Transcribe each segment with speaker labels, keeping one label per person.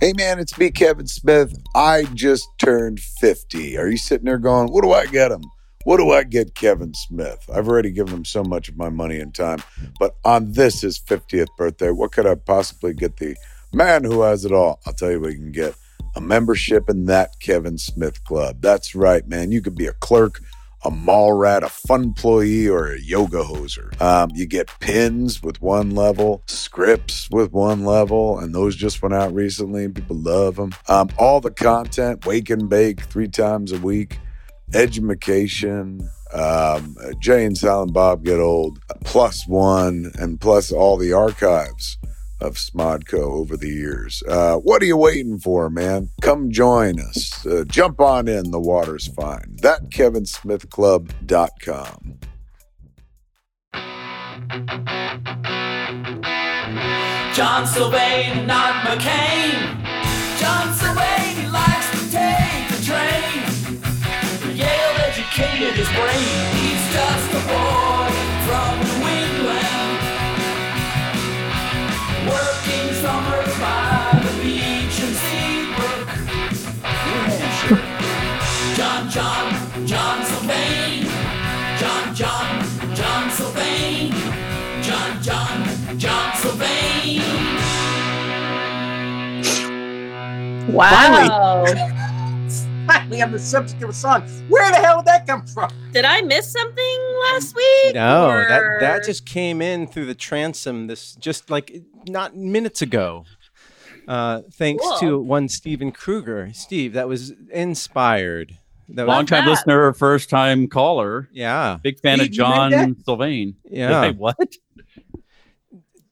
Speaker 1: Hey man, it's me, Kevin Smith. I just turned 50. Are you sitting there going, what do I get him? What do I get Kevin Smith? I've already given him so much of my money and time, but on this his 50th birthday, what could I possibly get the man who has it all? I'll tell you what you can get a membership in that Kevin Smith club. That's right, man. You could be a clerk, a mall rat, a fun employee, or a yoga hoser. Um, you get pins with one level, scripts with one level, and those just went out recently. People love them. Um, all the content, wake and bake three times a week, edumacation. Um, Jay and Silent Bob get old, plus one, and plus all the archives of Smodco over the years. Uh, what are you waiting for, man? Come join us. Uh, jump on in. The water's fine. That KevinSmithClub.com.
Speaker 2: John Sylvain, not McCain. John Sylvain, he likes to take the train. Yale educated his brain. He's just a boy from New England. Working summers by the beach in Seabrook, New Hampshire. John, John, John Sylvain. John, John, John Sylvain. John, John, John Sylvain.
Speaker 3: Wow.
Speaker 4: Finally, on the subject of a song. Where the hell did that come from?
Speaker 3: Did I miss something last week?
Speaker 5: No, that that
Speaker 3: or-
Speaker 5: just came in through the transom. This just like not minutes ago. Uh, thanks to
Speaker 3: Cool.
Speaker 5: one Steven Kruger. Steve, that was inspired. That was,
Speaker 6: Long time
Speaker 3: that?
Speaker 6: listener, first time caller.
Speaker 5: yeah,
Speaker 6: Big fan
Speaker 4: Steve,
Speaker 6: of
Speaker 4: you made
Speaker 6: John Sylvain.
Speaker 5: yeah.
Speaker 6: Wait, what?
Speaker 4: Where-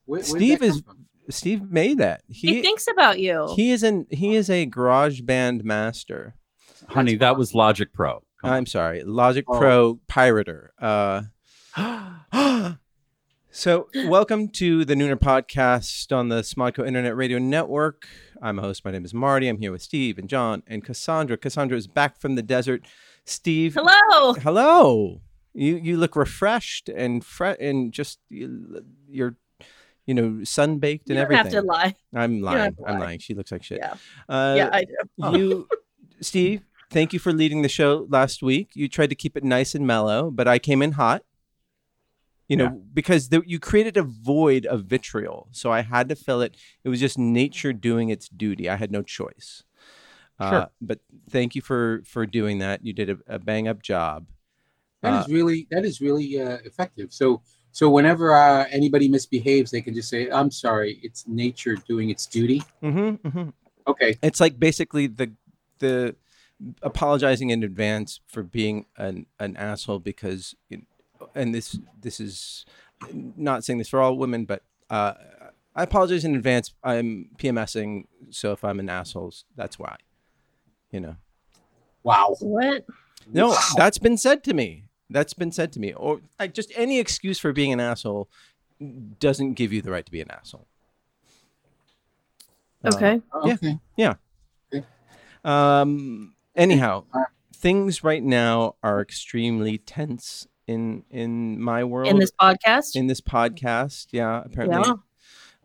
Speaker 4: where'd
Speaker 5: Steve
Speaker 4: that come
Speaker 5: is-
Speaker 4: from?
Speaker 5: Steve made that.
Speaker 3: he,
Speaker 5: He
Speaker 3: thinks about you.
Speaker 5: he is an he is a garage band master.
Speaker 6: Honey, that was Logic Pro.
Speaker 5: I'm sorry, Logic
Speaker 4: Oh.
Speaker 5: Pro pirater. Uh, so, welcome to the Nooner podcast on the Smodco Internet Radio Network. I'm a host. My name is Marty. I'm here with Steve and John and Cassandra. Cassandra is back from the desert. Steve,
Speaker 3: Hello.
Speaker 5: hello. You you look refreshed and fre- and just you, you're you know sunbaked
Speaker 3: You don't
Speaker 5: and everything.
Speaker 3: have to lie.
Speaker 5: I'm
Speaker 3: don't have
Speaker 5: lying.
Speaker 3: to
Speaker 5: I'm
Speaker 3: lie.
Speaker 5: lying. She looks like shit.
Speaker 3: Yeah.
Speaker 5: Uh,
Speaker 3: yeah, I do.
Speaker 6: Oh.
Speaker 5: you steve thank you for leading the show last week you tried to keep it nice and mellow but i came in hot you know
Speaker 6: Yeah.
Speaker 5: because the, you created a void of vitriol so i had to fill it it was just nature doing its duty i had no choice uh,
Speaker 6: Sure.
Speaker 5: but thank you for for doing that you did a, a bang up job
Speaker 4: That is
Speaker 5: Uh,
Speaker 4: really that is really uh, effective. So so whenever uh, anybody misbehaves, they can just say, "I'm sorry, it's nature doing its duty."
Speaker 5: hmm
Speaker 6: Mm-hmm,
Speaker 5: hmm
Speaker 4: Okay,
Speaker 5: it's like basically the the apologizing in advance for being an an asshole because it, and this this is not saying this for all women but uh i apologize in advance i'm pmsing so if i'm an asshole that's why you know
Speaker 4: wow.
Speaker 3: What?
Speaker 5: no
Speaker 4: Wow.
Speaker 5: that's been said to me that's been said to me or like just any excuse for being an asshole doesn't give you the right to be an asshole Uh,
Speaker 3: Okay.
Speaker 5: Yeah.
Speaker 4: Okay.
Speaker 5: Um. Anyhow,
Speaker 4: Uh,
Speaker 5: things right now are extremely tense in in my world
Speaker 3: In this podcast?
Speaker 5: in this podcast. Yeah, apparently.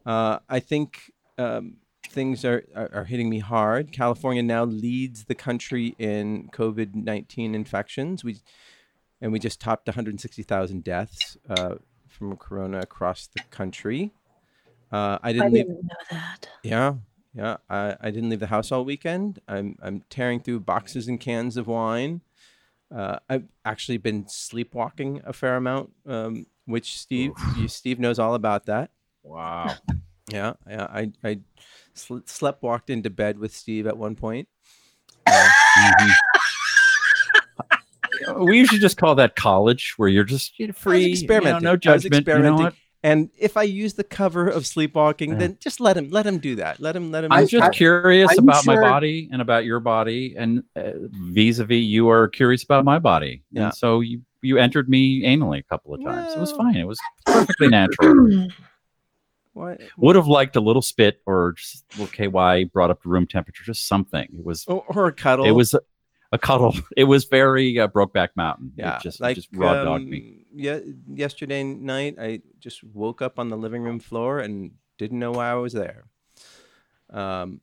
Speaker 5: Uh, I think um, things are, are are hitting me hard. California now leads the country in COVID nineteen infections. We and we just topped one hundred sixty thousand deaths uh, from corona across the country. Uh, I
Speaker 3: I
Speaker 5: didn't leave.
Speaker 3: didn't know that.
Speaker 5: Yeah, yeah. I, I didn't leave the house all weekend. I'm I'm tearing through boxes and cans of wine. Uh, I've actually been sleepwalking a fair amount, um, which Steve you, Steve knows all about that.
Speaker 6: Wow.
Speaker 5: Yeah, yeah. I I sl- slept walked into bed with Steve at one point. Uh,
Speaker 6: we usually just call that college where you're just you know, free.
Speaker 5: experimenting.
Speaker 6: You know,
Speaker 5: I
Speaker 6: no
Speaker 5: was
Speaker 6: judgment. You know
Speaker 5: experimenting.
Speaker 6: what?
Speaker 5: and if I use the cover of sleepwalking,
Speaker 6: Yeah.
Speaker 5: then just let him let him do that. Let him let him.
Speaker 4: I-
Speaker 6: I'm
Speaker 5: use
Speaker 6: just
Speaker 4: I-
Speaker 5: that.
Speaker 6: curious
Speaker 4: I'm
Speaker 6: about my
Speaker 4: sure-
Speaker 6: body and about your body, and uh, vis-a-vis, you are curious about my body,
Speaker 5: Yeah.
Speaker 6: and so you you entered me anally a couple of times. it was
Speaker 5: Well-
Speaker 6: fine. It was perfectly natural.
Speaker 3: Oh
Speaker 5: What?
Speaker 6: Would have liked a little spit or just a little KY brought up to room temperature, just something. It was
Speaker 5: Or, or a cuddle.
Speaker 6: It was a, a cuddle. It was very uh, Brokeback Mountain.
Speaker 5: Yeah,
Speaker 6: it just, it
Speaker 5: like
Speaker 6: just raw dogged me.
Speaker 5: um, Yeah, yesterday night I just woke up on the living room floor and didn't know why I was there. Um,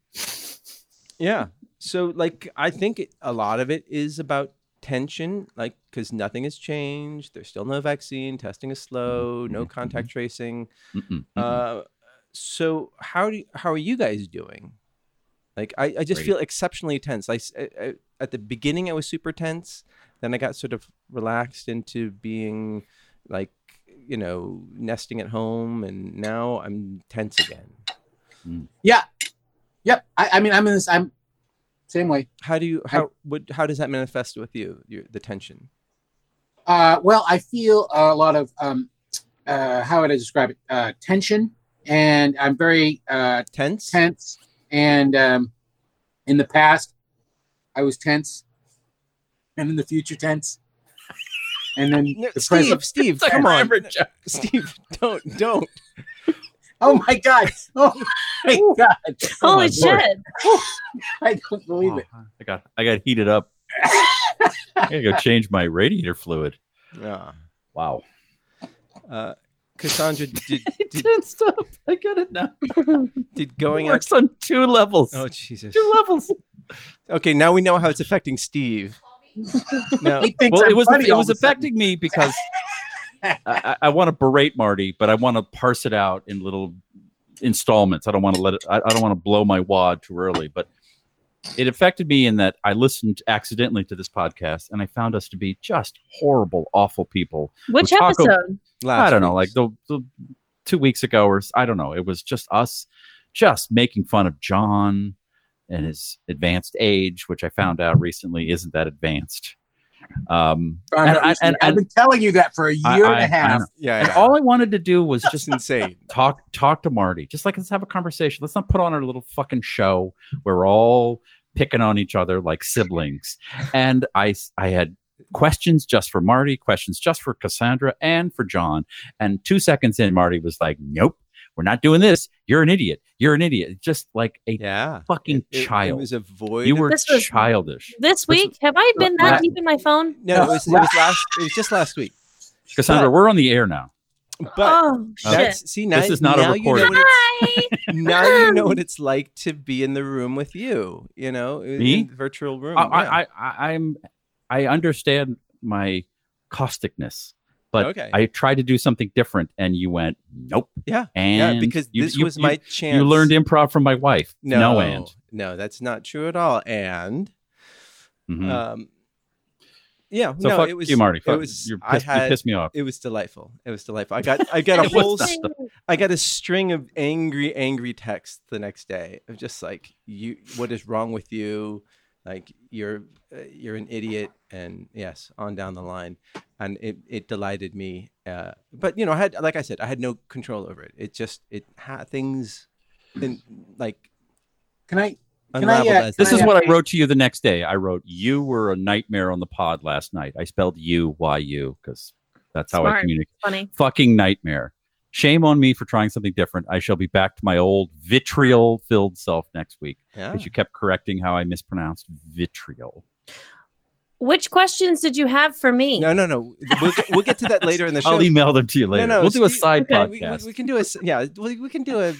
Speaker 5: Yeah. So like I think it, a lot of it is about tension like cuz nothing has changed, there's still no vaccine, testing is
Speaker 6: Mm-hmm.
Speaker 5: slow, no contact tracing.
Speaker 4: um,
Speaker 6: Mm-mm, mm-mm.
Speaker 5: Uh so how do you, how are you guys doing? Like I, I just
Speaker 6: Great.
Speaker 5: feel exceptionally tense. I, s- I- I- at the beginning I was super tense, then I got sort of relaxed into being like you know nesting at home, and now I'm tense again.
Speaker 4: Yeah. Yep. I, I mean, I'm in this. I'm same way.
Speaker 5: How do you how would how does that manifest with you? Your, the tension.
Speaker 4: Uh, well, I feel a lot of um, uh, how would I describe it? Uh, tension, and I'm very uh,
Speaker 5: Tense.
Speaker 4: tense. And um, in the past, I was tense, and in the future, tense. And then
Speaker 5: No,
Speaker 4: the
Speaker 5: Steve,
Speaker 4: present.
Speaker 5: Steve,
Speaker 2: It's like
Speaker 5: come on,
Speaker 2: grammar joke.
Speaker 5: Steve, don't, don't.
Speaker 4: Oh my god! Oh my god! Oh my
Speaker 3: Holy
Speaker 4: Lord.
Speaker 3: shit.
Speaker 4: I don't believe it.
Speaker 6: Oh, I got I got heated up. I gotta go change my radiator fluid.
Speaker 5: Yeah.
Speaker 6: Wow.
Speaker 5: Uh, Cassandra, did,
Speaker 2: I
Speaker 5: did,
Speaker 2: can't stop. I got it now.
Speaker 5: did
Speaker 2: It
Speaker 5: going out?
Speaker 2: works on two levels.
Speaker 5: Oh Jesus.
Speaker 2: Two levels.
Speaker 5: Okay, now we know how it's affecting Steve. No,
Speaker 4: He thinks
Speaker 6: Well,
Speaker 4: I'm
Speaker 6: it was
Speaker 4: funny
Speaker 6: it
Speaker 4: all
Speaker 6: was
Speaker 4: of a sudden.
Speaker 6: affecting me because I, I, I want to berate Marty, but I want to parse it out in little installments. I don't want to let it. I, I don't want to blow my wad too early, but it affected me in that I listened accidentally to this podcast and I found us to be just horrible, awful people
Speaker 3: Which
Speaker 6: Taco-
Speaker 3: episode?
Speaker 5: last
Speaker 6: I don't know, like
Speaker 5: week's.
Speaker 6: the, the two weeks ago or s- I don't know. It was just us just making fun of John and his advanced age, which I found out recently isn't that advanced. Um,
Speaker 4: I'm
Speaker 6: and,
Speaker 4: not
Speaker 6: I,
Speaker 4: listening. I've been telling you that for a year
Speaker 6: I-
Speaker 4: and
Speaker 6: I- I
Speaker 4: a half.
Speaker 6: know.
Speaker 5: yeah,
Speaker 6: and
Speaker 5: yeah.
Speaker 6: all I wanted to do was
Speaker 5: just
Speaker 6: just
Speaker 5: insane.
Speaker 6: talk talk to Marty. Just like let's have a conversation. Let's not put on our little fucking show where we're all picking on each other like siblings. And I s- I had questions just for Marty, questions just for Cassandra and for John. And two seconds in, Marty was like, "Nope, we're not doing this. You're an idiot. You're an idiot." Just like a
Speaker 5: Yeah,
Speaker 6: fucking
Speaker 5: It- it- It
Speaker 6: child.
Speaker 5: was a void.
Speaker 6: you were
Speaker 3: This was-
Speaker 6: childish.
Speaker 3: This week? Have I been
Speaker 6: Right.
Speaker 3: that deep in my phone?
Speaker 5: no, it was, it was last. It was just last week.
Speaker 6: Cassandra, we're on the air now.
Speaker 5: But
Speaker 3: oh, shit.
Speaker 5: that's see now.
Speaker 6: This is not a
Speaker 5: now you know
Speaker 6: recording.
Speaker 5: what it's-
Speaker 3: Hi.
Speaker 5: now you know what it's like to be in the room with you. You know, in-
Speaker 6: Me?
Speaker 5: in the virtual room.
Speaker 6: Oh, I, I,
Speaker 5: yeah.
Speaker 6: I, I- I'm I understand my causticness, but
Speaker 5: Okay.
Speaker 6: I tried to do something different, and you went nope.
Speaker 5: Yeah,
Speaker 6: and
Speaker 5: yeah, because
Speaker 6: you,
Speaker 5: this
Speaker 6: you-
Speaker 5: was
Speaker 6: you-
Speaker 5: my chance.
Speaker 6: You learned improv from my wife. No, and
Speaker 5: no, that's not true at all. And
Speaker 6: Mhm.
Speaker 5: um, yeah,
Speaker 6: so
Speaker 5: no,
Speaker 6: fuck
Speaker 5: it was
Speaker 6: you, Marty.
Speaker 5: It
Speaker 6: Fuck,
Speaker 5: was
Speaker 6: you're
Speaker 5: I
Speaker 6: pissed, you
Speaker 5: had
Speaker 6: pissed me off.
Speaker 5: it was delightful. It was delightful. I got I got a
Speaker 6: It was
Speaker 5: whole
Speaker 6: not.
Speaker 5: s- I got a string of angry, angry texts the next day of just like you, what is wrong with you? Like you're, uh, you're an idiot, and yes, on down the line, and it it delighted me. Uh, but you know, I had like I said, I had no control over it. It just it ha- things, then like
Speaker 4: Can I? Can I,
Speaker 5: unraveled
Speaker 4: uh,
Speaker 5: as
Speaker 6: This
Speaker 5: they
Speaker 6: is
Speaker 4: Yeah.
Speaker 6: what I wrote to you the next day. I wrote, "You were a nightmare on the pod last night." I spelled you Y U because that's how I
Speaker 3: Smart.
Speaker 6: communicate.
Speaker 3: Funny.
Speaker 6: Fucking nightmare. Shame on me for trying something different. I shall be back to my old vitriol-filled self next week.
Speaker 5: Yeah.
Speaker 6: But you kept correcting how I mispronounced vitriol.
Speaker 3: Which questions did you have for me?
Speaker 5: No, no, no. We'll get, we'll get to that later in the show.
Speaker 6: I'll email them to you later.
Speaker 5: No, no,
Speaker 6: we'll do a
Speaker 5: Steve-
Speaker 6: side
Speaker 3: okay,
Speaker 5: we, we-
Speaker 6: podcast.
Speaker 5: we can do a s- yeah. We, we can do a. a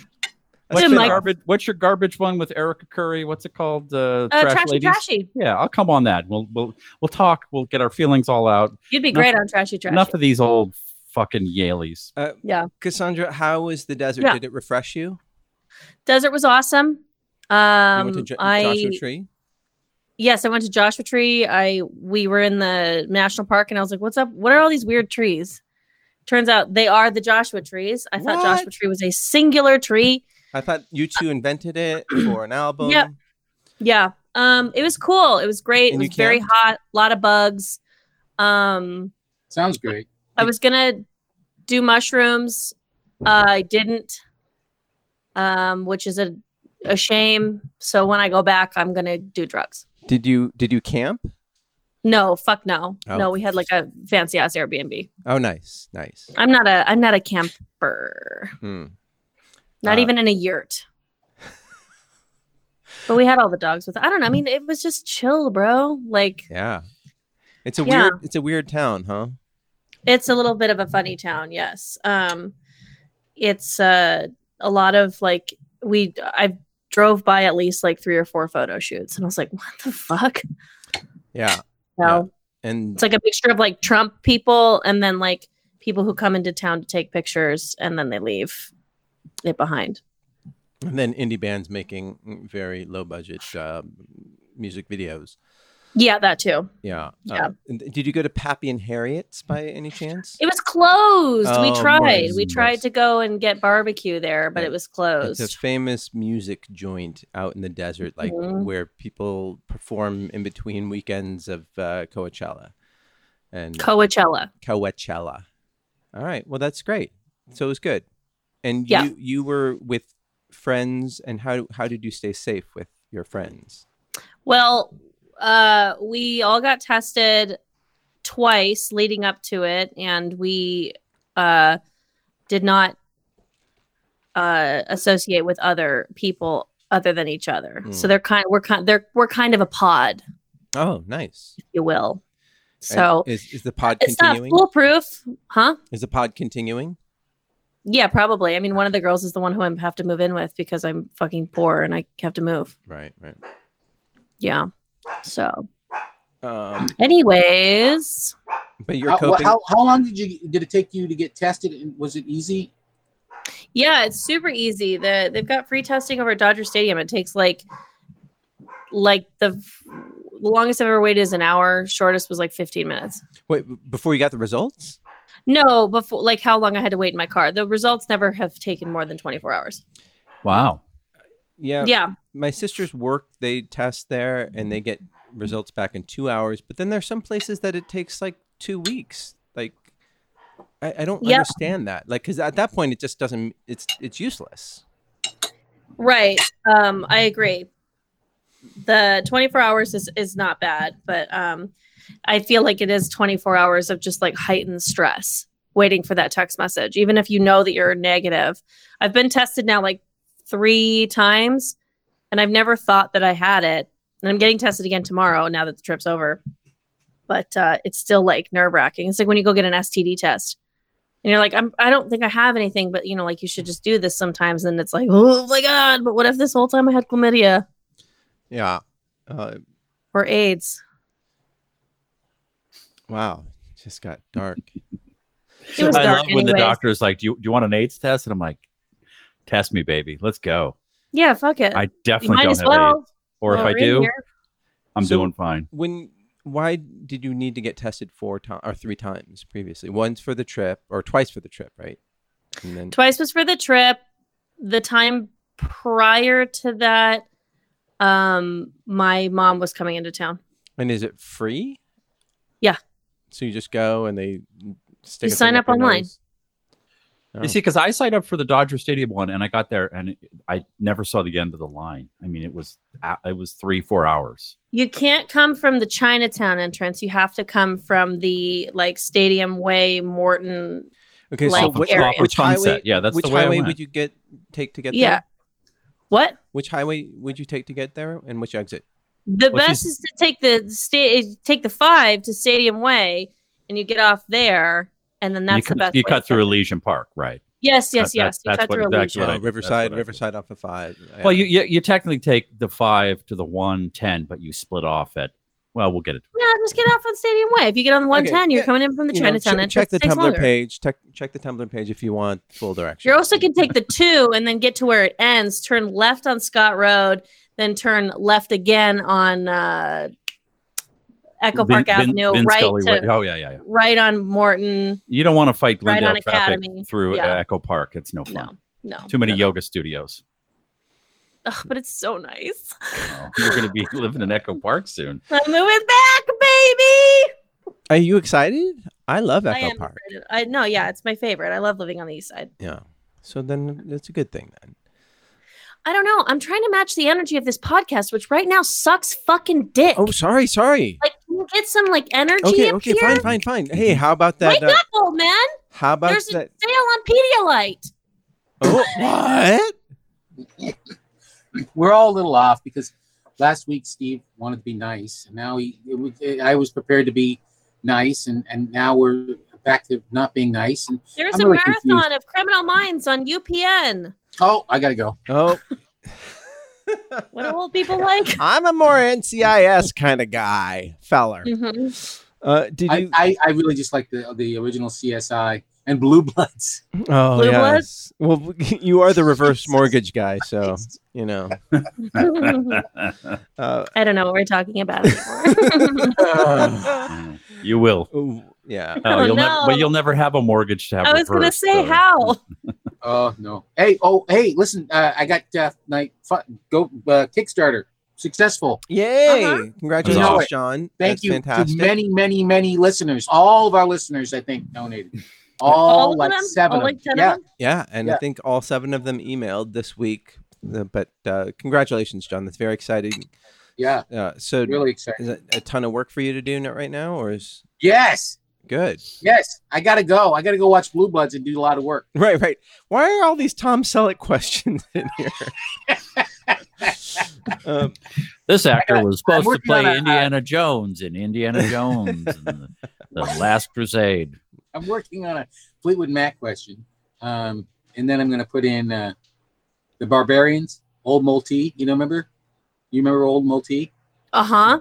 Speaker 6: what's,
Speaker 3: Jim,
Speaker 6: your
Speaker 3: like-
Speaker 6: garbage, what's your garbage one with Erica Curry? What's it called? Uh,
Speaker 3: uh,
Speaker 6: Trash
Speaker 3: trashy,
Speaker 6: Ladies.
Speaker 3: trashy.
Speaker 6: Yeah, I'll come on that. We'll we'll we'll talk. We'll get our feelings all out.
Speaker 3: You'd be
Speaker 6: Enough-
Speaker 3: great on trashy, trashy.
Speaker 6: Enough of these old fucking Yaleys.
Speaker 5: Cassandra, how was the desert?
Speaker 3: Yeah.
Speaker 5: Did it refresh you?
Speaker 3: Desert was awesome.
Speaker 5: you
Speaker 3: Um,
Speaker 5: went to Jo-
Speaker 3: I
Speaker 5: Joshua Tree.
Speaker 3: yes, I went to Joshua Tree. I we were in the national park, and I was like, "What's up? What are all these weird trees?" Turns out they are the Joshua trees. I thought Joshua
Speaker 5: What?
Speaker 3: tree was a singular tree.
Speaker 5: I thought you two invented it for an album.
Speaker 3: Yep. Yeah. Um, it was cool. It was great.
Speaker 5: And
Speaker 3: it
Speaker 5: you
Speaker 3: was very
Speaker 5: camped?
Speaker 3: hot. A lot of bugs. Um,
Speaker 4: Sounds great.
Speaker 3: I was gonna do mushrooms. Uh, I didn't, um, which is a a shame. So when I go back, I'm gonna do drugs.
Speaker 5: Did you did you camp?
Speaker 3: No, fuck no,
Speaker 5: Oh.
Speaker 3: no. We had like a fancy ass Airbnb.
Speaker 5: Oh, nice, nice.
Speaker 3: I'm not a I'm not a camper.
Speaker 5: Hmm.
Speaker 3: Not
Speaker 5: Uh,
Speaker 3: even in a yurt. but we had all the dogs with. I don't know. I mean, it was just chill, bro. Like
Speaker 5: Yeah. It's a
Speaker 3: Yeah.
Speaker 5: weird. It's a weird town, huh?
Speaker 3: it's a little bit of a funny town yes um it's uh, a lot of like we i've drove by at least like three or four photo shoots, and I was like, "What the fuck?"
Speaker 5: Yeah.
Speaker 3: No,
Speaker 5: Yeah. And
Speaker 3: it's like a mixture of like Trump people and then like people who come into town to take pictures, and then they leave it behind.
Speaker 5: and then indie bands making very low budget um, music videos.
Speaker 3: Yeah, that too.
Speaker 5: Yeah. Uh,
Speaker 3: Yeah.
Speaker 5: and th- did you go to Pappy and Harriet's by any chance?
Speaker 3: It was closed. we
Speaker 5: Oh,
Speaker 3: tried. We
Speaker 5: Martin's.
Speaker 3: tried to go and get barbecue there, but
Speaker 5: Yeah.
Speaker 3: it was
Speaker 5: It's a
Speaker 3: closed.
Speaker 5: famous music joint out in the desert, like
Speaker 3: Mhm.
Speaker 5: where people perform in between weekends of uh, Coachella and
Speaker 3: Coachella.
Speaker 5: Coachella. All right. Well, that's great. So it was good. And
Speaker 3: Yeah.
Speaker 5: you you were with friends, and how how did you stay safe with your friends?
Speaker 3: Well, uh, we all got tested twice leading up to it, and we uh, did not uh, associate with other people other than each other. So
Speaker 5: Mm.
Speaker 3: they're kind. We're kind. They're we're kind of a pod,
Speaker 5: Oh, nice.
Speaker 3: if you will.
Speaker 5: And
Speaker 3: So
Speaker 5: is is the pod
Speaker 3: it's not
Speaker 5: continuing?
Speaker 3: foolproof, huh?
Speaker 5: Is the pod continuing?
Speaker 3: Yeah, probably. I mean, one of the girls is the one who I have to move in with because I'm fucking poor and I have to move.
Speaker 5: Right. Right.
Speaker 3: Yeah. So,
Speaker 5: Um,
Speaker 3: anyways,
Speaker 5: but you're
Speaker 4: How, well,
Speaker 5: coping.
Speaker 4: how, how long did you did it take you to get tested? And was it easy?
Speaker 3: yeah, it's super easy. The they've got free testing over at Dodger Stadium. It takes like, like the, the longest I've ever waited is an hour. Shortest was like 15 minutes.
Speaker 5: Wait, b- before you got the results?
Speaker 3: No, before like how long I had to wait in my car. The results never have taken more than 24 hours.
Speaker 6: Wow.
Speaker 5: Yeah.
Speaker 3: yeah,
Speaker 5: My sisters work, they test there and they get results back in two hours. But then there's some places that it takes like two weeks. Like, I, I don't
Speaker 3: Yeah.
Speaker 5: understand that. Like, because at that point, it just doesn't, it's, it's useless.
Speaker 3: right. Um, I agree. The 24 hours is is not bad, but um, I feel like it is 24 hours of just like heightened stress waiting for that text message, even if you know that you're negative. I've been tested now like three times, and I've never thought that I had it. And I'm getting tested again tomorrow now that the trip's over. But uh, it's still like nerve wracking. It's like when you go get an STD test. And you're like, I'm, I don't think I have anything, but you know, like you should just do this sometimes. And it's like, oh my God, but what if this whole time I had chlamydia
Speaker 5: Yeah. Uh,
Speaker 3: or AIDS?
Speaker 5: wow. Just got dark.
Speaker 3: It was
Speaker 6: I
Speaker 3: dark
Speaker 6: love when the
Speaker 3: anyways.
Speaker 6: doctor's like, do you, do you want an AIDS test? And I'm like, test me, baby. Let's go.
Speaker 3: Yeah, fuck it.
Speaker 6: I
Speaker 3: Uh, you
Speaker 6: definitely
Speaker 3: might
Speaker 6: don't
Speaker 3: as
Speaker 6: have AIDS.
Speaker 3: well.
Speaker 6: Or if
Speaker 3: while
Speaker 6: I
Speaker 3: we're in
Speaker 6: do,
Speaker 3: here.
Speaker 6: I'm
Speaker 5: So-
Speaker 6: doing fine.
Speaker 5: when, why did you need to get tested four times or three times previously? Once for the trip or twice for the trip, right? And then,
Speaker 3: Twice was for the trip. The time prior to that, um, my mom was coming into town.
Speaker 5: and is it free?
Speaker 3: Yeah.
Speaker 5: So you just go and they stick.
Speaker 3: You sign up online.
Speaker 5: Oh.
Speaker 6: You see, because I signed up for the Dodger Stadium one, and I got there, and I never saw the end of the line. I mean, it was it was three, four hours.
Speaker 3: You can't come from the Chinatown entrance. You have to come from the like Stadium Way, Morton.
Speaker 5: Okay, so
Speaker 3: Like
Speaker 5: what,
Speaker 3: area.
Speaker 5: which, which highway?
Speaker 6: Sunset. Yeah, that's
Speaker 5: which
Speaker 6: the way I
Speaker 5: highway
Speaker 6: went.
Speaker 5: would you get take to get
Speaker 3: Yeah.
Speaker 5: there?
Speaker 3: What?
Speaker 5: Which highway would you take to get there, and which exit?
Speaker 3: The
Speaker 6: Well,
Speaker 3: best is to take the sta- take the five to Stadium Way, and you get off there, and then that's
Speaker 6: you cut,
Speaker 3: the best.
Speaker 6: you
Speaker 3: way
Speaker 6: cut
Speaker 3: to-
Speaker 6: through Elysian Park, right?
Speaker 3: Yes, yes,
Speaker 6: That- that-
Speaker 3: yes. you
Speaker 6: that's
Speaker 3: cut
Speaker 6: what-
Speaker 3: through
Speaker 6: exactly
Speaker 3: Elysian.
Speaker 6: what I-
Speaker 5: Oh,
Speaker 6: that's
Speaker 5: Riverside,
Speaker 6: what I did.
Speaker 5: Riverside off of five.
Speaker 6: Well, you, you you technically take the five to the one ten, but you split off at. Well, we'll get it.
Speaker 3: No, just get off on Stadium Way. If you get on 110, you're
Speaker 5: yeah,
Speaker 3: coming in from the
Speaker 5: You know,
Speaker 3: Chinatown
Speaker 5: che-
Speaker 3: entrance.
Speaker 5: check the
Speaker 3: It takes
Speaker 5: Tumblr
Speaker 3: longer.
Speaker 5: page. Check check the Tumblr page if you want full directions.
Speaker 3: You also can take the two and then get to where it ends. Turn left on Scott Road, then turn left again on uh, Echo
Speaker 6: Vin-
Speaker 3: Park
Speaker 6: Vin-
Speaker 3: Avenue,
Speaker 6: Vin
Speaker 3: right
Speaker 6: Scully
Speaker 3: to,
Speaker 6: went- oh yeah, yeah, yeah.
Speaker 3: right on Morton.
Speaker 6: You don't want to fight
Speaker 3: Right
Speaker 6: Glendale
Speaker 3: on
Speaker 6: traffic
Speaker 3: Academy.
Speaker 6: through
Speaker 3: Yeah.
Speaker 6: uh, Echo Park. It's no fun.
Speaker 3: No, no.
Speaker 6: Too many yoga studios.
Speaker 3: Ugh, but it's so nice.
Speaker 6: Oh, You're going to be living in Echo Park soon.
Speaker 3: I'm moving back, baby.
Speaker 5: Are you excited? I love
Speaker 3: I
Speaker 5: Echo
Speaker 3: am.
Speaker 5: Park.
Speaker 3: excited. I no, yeah, it's my favorite. I love living on the east side.
Speaker 5: Yeah. So then it's a good thing then.
Speaker 3: I don't know. I'm trying to match the energy of this podcast, which right now sucks fucking dick.
Speaker 5: Oh, sorry, sorry.
Speaker 3: Like, can you get some like energy
Speaker 5: Okay,
Speaker 3: up
Speaker 5: okay,
Speaker 3: here?
Speaker 5: fine, fine, fine. Hey, how about
Speaker 3: Wake
Speaker 5: that? Uh,
Speaker 3: up, old man.
Speaker 5: how about
Speaker 3: There's a
Speaker 5: that?
Speaker 3: sale on Pedialyte.
Speaker 5: Oh, what?
Speaker 4: We're all a little off because last week Steve wanted to be nice, and now he it, was- I was prepared to be nice, and and now we're back to not being nice. And
Speaker 3: There's
Speaker 4: I'm
Speaker 3: a
Speaker 4: really
Speaker 3: marathon
Speaker 4: confused.
Speaker 3: of Criminal Minds on UPN.
Speaker 4: oh, I gotta go.
Speaker 5: Oh.
Speaker 3: What do old people like?
Speaker 7: I'm a more NCIS kind of guy, feller.
Speaker 3: Mhm.
Speaker 5: Uh, did
Speaker 8: I,
Speaker 5: you?
Speaker 8: I, I really just like the the original CSI and Blue Bloods.
Speaker 5: oh
Speaker 3: Blue
Speaker 5: yes. Well, you are the reverse mortgage guy, so you know. Uh,
Speaker 3: I don't know what we're talking about anymore.
Speaker 6: you will.
Speaker 5: Uh, ooh, yeah.
Speaker 6: No,
Speaker 3: Oh,
Speaker 6: you'll never,
Speaker 3: no.
Speaker 6: but you'll never have a mortgage to have.
Speaker 3: I was going to
Speaker 6: reversed,
Speaker 3: say
Speaker 6: so-
Speaker 3: how.
Speaker 8: Oh no! Hey, oh hey, listen, uh, I got Death Night Fu- Go uh, Kickstarter successful.
Speaker 5: Yay!
Speaker 3: Uh-huh.
Speaker 5: Congratulations,
Speaker 8: You know it.
Speaker 5: John.
Speaker 8: Thank
Speaker 5: That's
Speaker 8: you
Speaker 5: Fantastic.
Speaker 8: to many, many, many listeners. All of our listeners, I think, donated. All,
Speaker 3: All of
Speaker 8: like
Speaker 3: them?
Speaker 8: seven.
Speaker 3: All
Speaker 8: of
Speaker 3: like
Speaker 8: them.
Speaker 3: ten
Speaker 8: yeah,
Speaker 3: of them?
Speaker 5: Yeah, and I
Speaker 8: Yeah.
Speaker 5: think all seven of them emailed this week. Uh, But uh, congratulations, John. That's very exciting.
Speaker 8: yeah,
Speaker 5: Uh, so,
Speaker 8: really excited.
Speaker 5: is it a ton of work for you to do n- right now, or is
Speaker 8: Yes,
Speaker 5: good?
Speaker 8: yes, I gotta go. I gotta go watch Blue Bloods and do a lot of work.
Speaker 5: Right, right. Why are all these Tom Selleck questions in here? um,
Speaker 6: This actor was supposed to
Speaker 8: working on
Speaker 6: play
Speaker 8: a-
Speaker 6: Indiana Jones in Indiana Jones, and the, the Last Crusade.
Speaker 8: I'm working on a Fleetwood Mac question, um, and then I'm gonna put in uh, the Barbarians, Old Multee. You know, remember? You remember Old Multee?
Speaker 3: Uh huh.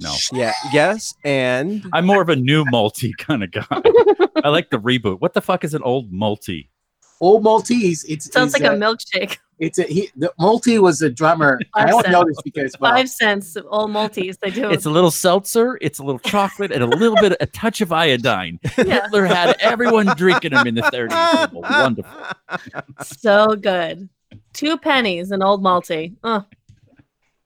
Speaker 6: No,
Speaker 5: yeah. Yes, and
Speaker 6: I'm more of a new multi kind of guy. I like the reboot. What the fuck is an old multi?
Speaker 8: Old Maltese. It's
Speaker 3: Sounds
Speaker 8: is,
Speaker 3: like a
Speaker 8: uh,
Speaker 3: milkshake.
Speaker 8: It's a he. The multi was a drummer. I
Speaker 3: Five
Speaker 8: don't
Speaker 3: cents.
Speaker 8: know this because well,
Speaker 3: Five cents, all Maltese. They do.
Speaker 6: It's a little seltzer, it's a little chocolate, and a little bit, a touch of iodine.
Speaker 3: yeah,
Speaker 6: Hitler had everyone drinking them in the 30s. Well, Wonderful.
Speaker 3: so good. Two pennies and old Malty. Uh,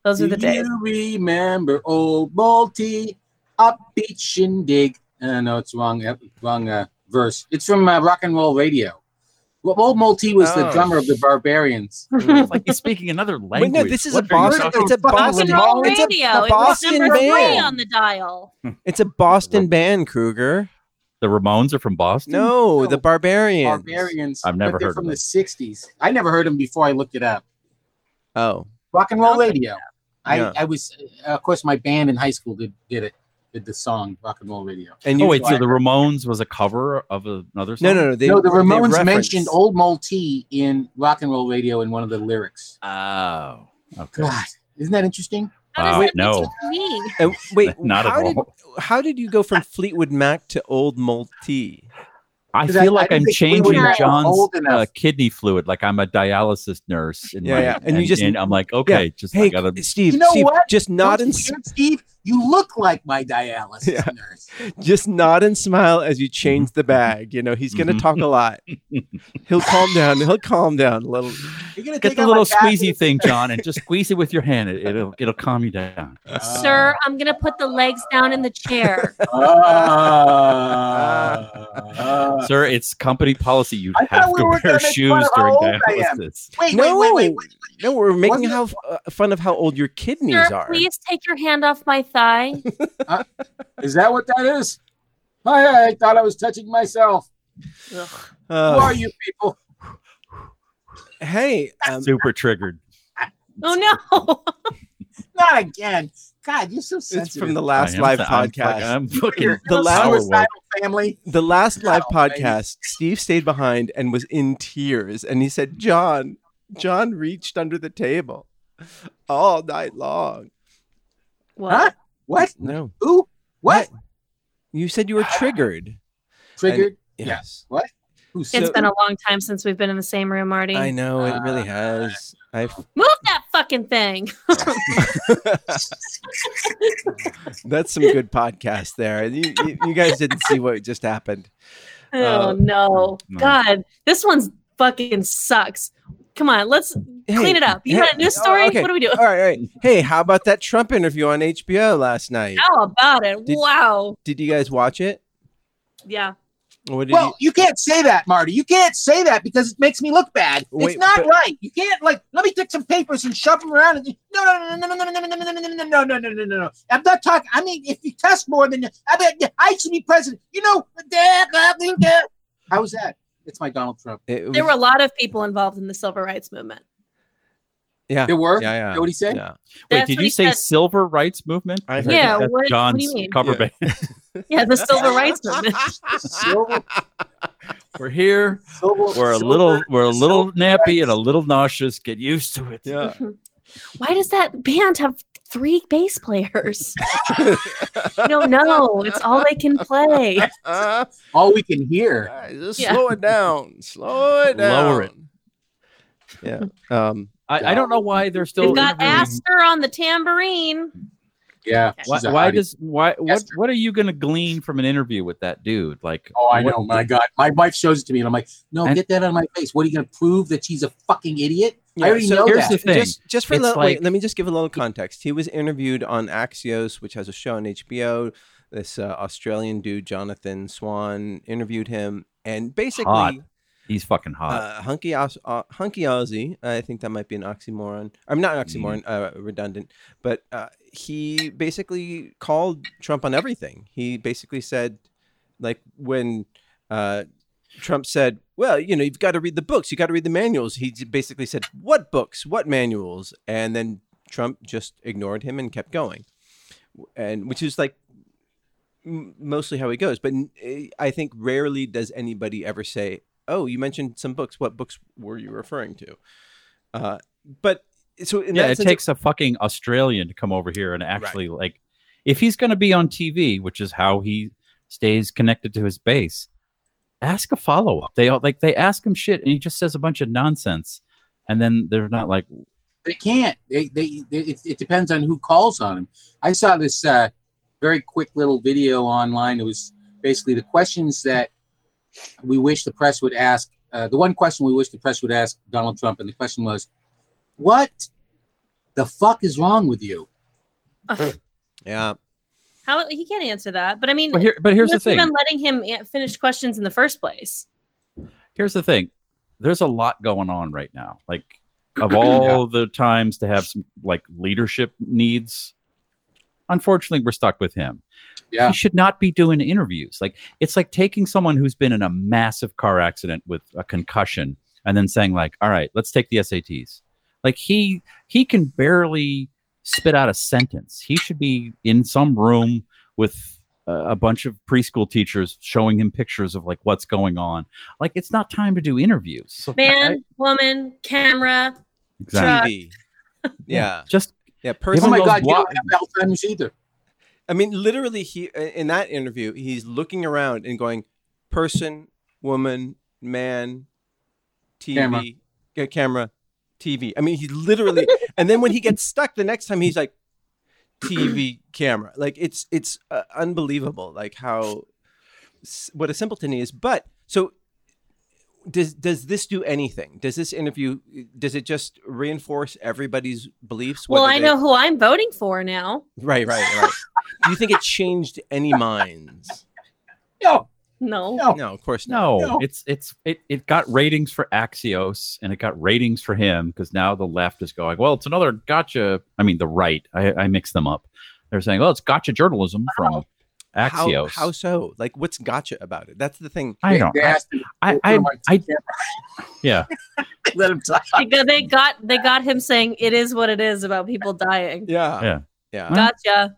Speaker 3: those
Speaker 8: do
Speaker 3: are the days.
Speaker 8: you remember old multi upbeat shindig? Uh, no, it's wrong. uh, Wrong uh, verse. It's from uh, rock and roll radio. Well, old multi was the
Speaker 5: Oh.
Speaker 8: drummer of the Barbarians.
Speaker 6: It's like he's speaking another
Speaker 5: wait,
Speaker 6: language.
Speaker 5: no, this is a
Speaker 6: What are you
Speaker 5: Boston.
Speaker 6: talking-
Speaker 5: It's a
Speaker 8: Fucking
Speaker 5: Boston.
Speaker 3: Rock and roll
Speaker 5: It's a,
Speaker 3: radio.
Speaker 5: a
Speaker 3: it was
Speaker 5: Boston
Speaker 3: number three on
Speaker 5: band.
Speaker 3: the dial.
Speaker 5: It's a Boston band, Kruger.
Speaker 6: The Ramones are from Boston?
Speaker 5: No, the
Speaker 8: No.
Speaker 5: Barbarians.
Speaker 8: Barbarians.
Speaker 6: I've never
Speaker 8: but they're
Speaker 6: heard of
Speaker 8: from
Speaker 6: them.
Speaker 8: the '60s. I never heard them before. I looked it up.
Speaker 5: Oh,
Speaker 8: Rock and roll
Speaker 3: Sounds like
Speaker 8: radio. I,
Speaker 5: Yeah.
Speaker 8: I was, uh, of course, my band in high school did did it did the song rock and roll radio.
Speaker 5: and you
Speaker 6: Oh, wait, so
Speaker 8: Why?
Speaker 6: the Ramones was a cover of another
Speaker 5: No,
Speaker 6: song?
Speaker 5: no, no. They,
Speaker 8: no,
Speaker 5: they
Speaker 8: the Ramones
Speaker 5: reference-
Speaker 8: mentioned Old Multee in Rock and Roll Radio in one of the lyrics.
Speaker 6: Oh, okay.
Speaker 8: God, isn't that interesting?
Speaker 3: How does
Speaker 6: Wow.
Speaker 3: that
Speaker 6: No.
Speaker 3: mix with me?
Speaker 5: And wait,
Speaker 6: Not at
Speaker 5: how did,
Speaker 6: all.
Speaker 5: How did you go from Fleetwood Mac to Old Maltese?
Speaker 6: I
Speaker 8: 'Cause
Speaker 6: feel
Speaker 8: I-
Speaker 6: like
Speaker 8: I
Speaker 6: I'm
Speaker 8: think we
Speaker 6: changing
Speaker 3: were
Speaker 6: John's
Speaker 8: old enough.
Speaker 6: uh, kidney fluid. Like I'm a dialysis nurse. In
Speaker 5: Yeah,
Speaker 6: my,
Speaker 5: yeah. And you just-
Speaker 6: I'm like, okay, just I
Speaker 5: Hey,
Speaker 6: gotta.
Speaker 5: Steve,
Speaker 8: You know
Speaker 5: Steve,
Speaker 8: what?
Speaker 5: just nod
Speaker 8: Don't
Speaker 5: and
Speaker 8: you, Steve, you look like my dialysis
Speaker 5: Yeah.
Speaker 8: nurse.
Speaker 5: just nod and smile as you
Speaker 6: Mm-hmm.
Speaker 5: change the bag. You know he's going to
Speaker 6: Mhm.
Speaker 5: talk a lot. He'll calm down. He'll calm down a little.
Speaker 8: You're gonna
Speaker 6: Get
Speaker 8: take
Speaker 6: the
Speaker 8: out
Speaker 6: little
Speaker 8: my bathroom-
Speaker 6: squeezy thing, John, and just squeeze it with your hand. It, it'll it'll calm you down.
Speaker 8: Uh,
Speaker 5: Uh,
Speaker 3: Sir, I'm gonna put the legs down in the chair.
Speaker 8: Ah.
Speaker 6: Sir, it's company policy. You
Speaker 8: I thought
Speaker 6: have
Speaker 8: we
Speaker 6: to
Speaker 8: were
Speaker 6: wear
Speaker 8: gonna explain
Speaker 6: shoes
Speaker 8: how
Speaker 6: during
Speaker 8: old I am.
Speaker 6: dialysis.
Speaker 8: wait,
Speaker 5: no,
Speaker 8: wait, wait, wait, wait.
Speaker 5: no, we're making
Speaker 8: Wasn't
Speaker 5: how uh, fun of how old your kidneys
Speaker 3: Sir,
Speaker 5: are.
Speaker 3: please take your hand off my thigh.
Speaker 8: Is that what that is? I, I thought I was touching myself. Who
Speaker 5: Uh,
Speaker 8: are you people?
Speaker 5: hey, um,
Speaker 6: Super triggered.
Speaker 3: Oh no.
Speaker 8: Not again. God, you're so sensitive.
Speaker 5: it's from the last
Speaker 6: I am-
Speaker 5: live
Speaker 6: I'm fucking-
Speaker 5: podcast.
Speaker 6: I'm fucking.
Speaker 8: You're
Speaker 5: the
Speaker 8: a
Speaker 5: last-
Speaker 8: suicidal family.
Speaker 5: the last live
Speaker 8: Oh, baby.
Speaker 5: podcast, Steve stayed behind and was in tears, and he said, "John, John reached under the table all night long."
Speaker 3: What?
Speaker 8: Huh? What?
Speaker 5: No,
Speaker 8: Who? What?
Speaker 5: you said you were triggered.
Speaker 8: Triggered? Yeah.
Speaker 5: Yes,
Speaker 8: Who's
Speaker 3: It's
Speaker 5: So-
Speaker 3: been a long time since we've been in the same room, Marty.
Speaker 5: I know it really
Speaker 8: Uh,
Speaker 5: has. I
Speaker 3: Move that fucking thing.
Speaker 5: that's some good podcast there. You, you, you guys didn't see what just happened.
Speaker 3: Oh
Speaker 5: Uh,
Speaker 3: no.
Speaker 6: no.
Speaker 3: God, this one's fucking sucks. Come on, let's
Speaker 5: Hey,
Speaker 3: clean it up. You
Speaker 5: hey,
Speaker 3: got a news
Speaker 5: oh,
Speaker 3: story?
Speaker 5: okay.
Speaker 3: What do we do?
Speaker 5: All right, all right. Hey, how about that Trump interview on HBO last night?
Speaker 3: How about it?
Speaker 5: Did-
Speaker 3: wow.
Speaker 5: Did you guys watch it?
Speaker 3: Yeah.
Speaker 5: What did
Speaker 8: Well, you can't say that, Marty. You can't say that because it makes me look bad.
Speaker 5: Wait,
Speaker 8: it's not
Speaker 5: but-
Speaker 8: right. You can't like let me take some papers and shove them around. And, no, no, no, no, no, no, no, no, no, no, no, no, no, no, no, no, no, no. I'm not talking. I mean, if you test more than I bet I should be president. You know, how was that? It's my Donald Trump.
Speaker 5: you? It was-
Speaker 3: There were a lot of people involved in the civil rights movement.
Speaker 5: yeah,
Speaker 8: There were.
Speaker 5: Yeah, yeah.
Speaker 8: Is that What he said?
Speaker 5: yeah.
Speaker 6: Wait,
Speaker 3: That's
Speaker 6: did
Speaker 3: what
Speaker 6: you
Speaker 3: he
Speaker 6: say
Speaker 3: said.
Speaker 6: silver rights movement?
Speaker 5: I heard
Speaker 3: Yeah,
Speaker 6: That's
Speaker 3: what, what do
Speaker 6: John's
Speaker 3: you mean?
Speaker 6: cover
Speaker 5: Yeah.
Speaker 6: band.
Speaker 3: Yeah, the civil rights movement.
Speaker 8: Silver,
Speaker 6: We're here.
Speaker 8: silver,
Speaker 6: We're a
Speaker 8: silver.
Speaker 6: little, we're a little nappy and a little nauseous. Get used to it.
Speaker 5: Yeah.
Speaker 3: Why does that band have three bass players? I don't know. It's all they can play.
Speaker 9: Uh,
Speaker 4: All we can hear.
Speaker 9: guys, just
Speaker 3: Yeah.
Speaker 9: slow it down. Slow it down.
Speaker 5: Lower it. Yeah. Um,
Speaker 6: I, I don't know why they're still
Speaker 3: They've got
Speaker 6: interviewing-
Speaker 3: Aster on the tambourine.
Speaker 4: Yeah.
Speaker 6: Why,
Speaker 4: she's a
Speaker 6: why
Speaker 4: hottie.
Speaker 6: does why what
Speaker 4: Esther.
Speaker 6: what are you gonna glean from an interview with that dude? Like
Speaker 4: Oh, I
Speaker 6: what-
Speaker 4: know. My God, my wife shows it to me, and I'm like, "No,
Speaker 6: And-
Speaker 4: get that out of my face. What are you going to prove that she's a fucking idiot? I already
Speaker 5: so
Speaker 4: know
Speaker 6: here's
Speaker 4: that."
Speaker 6: the thing.
Speaker 5: Just, just for a
Speaker 6: It's
Speaker 5: little,
Speaker 6: like-
Speaker 5: wait, let me just give a little context. He was interviewed on Axios, which has a show on HBO. This uh, Australian dude, Jonathan Swan, interviewed him, and basically,
Speaker 6: Hot. He's fucking hot.
Speaker 5: uh, hunky Aus- uh, hunky Aussie. I think that might be an oxymoron. I'm not an oxymoron, uh, redundant. But uh, he basically called Trump on everything. He basically said, like when uh, Trump said, "Well, you know, you've got to read the books. You got to read the manuals." He j- basically said, "What books? What manuals?" And then Trump just ignored him and kept going, and which is like m- mostly how he goes. But eh, I think rarely does anybody ever say, "Oh, you mentioned some books. What books were you referring to?" Uh, but so in
Speaker 6: yeah,
Speaker 5: that
Speaker 6: it
Speaker 5: sense,
Speaker 6: takes a fucking Australian to come over here and actually like if he's gonna be on TV, which is how he stays connected to his base, ask a follow up. They all like they ask him shit and he just says a bunch of nonsense. And then they're not like
Speaker 4: they can't. They, they, they it, it depends on who calls on them. I saw this uh, very quick little video online. It was basically the questions that we wish the press would ask. Uh, the one question we wish the press would ask Donald Trump, and the question was, "What the fuck is wrong with you?"
Speaker 5: yeah.
Speaker 3: How he can't answer that. But I mean,
Speaker 6: but here but here's the
Speaker 3: what's
Speaker 6: thing.
Speaker 3: Even letting him a- finish questions in the first place.
Speaker 6: here's the thing there's a lot going on right now like of all the times to have some like leadership needs unfortunately we're stuck with him
Speaker 4: Yeah.
Speaker 6: he should not be doing interviews like it's like taking someone who's been in a massive car accident with a concussion and then saying like all right let's take the sats like he he can barely spit out a sentence he should be in some room with uh, a bunch of preschool teachers showing him pictures of like what's going on like it's not time to do interviews so
Speaker 3: Man,
Speaker 6: I-
Speaker 3: woman, camera.
Speaker 6: exactly.
Speaker 5: TV. yeah,
Speaker 6: just
Speaker 5: yeah.
Speaker 4: oh
Speaker 5: Person
Speaker 4: my
Speaker 6: knows
Speaker 4: God, you
Speaker 6: why-
Speaker 4: don't have Alzheimer's either.
Speaker 5: I mean, literally, he in that interview, he's looking around and going, person, woman, man, TV,
Speaker 4: Camera.
Speaker 5: ca- camera, TV. I mean, he literally, and then when he gets stuck the next time, he's like, TV, camera. Like it's it's uh, unbelievable, like how s- what a simpleton he is. But so. Does, does this do anything? Does this interview does it just reinforce everybody's beliefs?
Speaker 3: Well,
Speaker 5: whether
Speaker 3: I
Speaker 5: they-
Speaker 3: know who I'm voting for now.
Speaker 5: Right, right, right. Do you think it changed any minds?
Speaker 4: No,
Speaker 3: No.
Speaker 4: No.
Speaker 5: No, of course not.
Speaker 6: no,
Speaker 4: No.
Speaker 6: it's it's it, it got ratings for axios and it got ratings for him because now the left is going well it's another gotcha i mean the right i, I mix them up they're saying oh it's gotcha journalism from
Speaker 5: How,
Speaker 6: axios
Speaker 5: how so? Like, what's gotcha about it? That's the thing.
Speaker 6: i don't
Speaker 4: They
Speaker 6: I,
Speaker 4: asked him,
Speaker 6: I,
Speaker 4: "What
Speaker 6: I,
Speaker 4: am
Speaker 6: I- yeah
Speaker 4: let him talk.
Speaker 3: Because they got they got him saying it is what it is about people dying.
Speaker 5: Yeah,
Speaker 6: Yeah.
Speaker 5: yeah.
Speaker 3: Gotcha.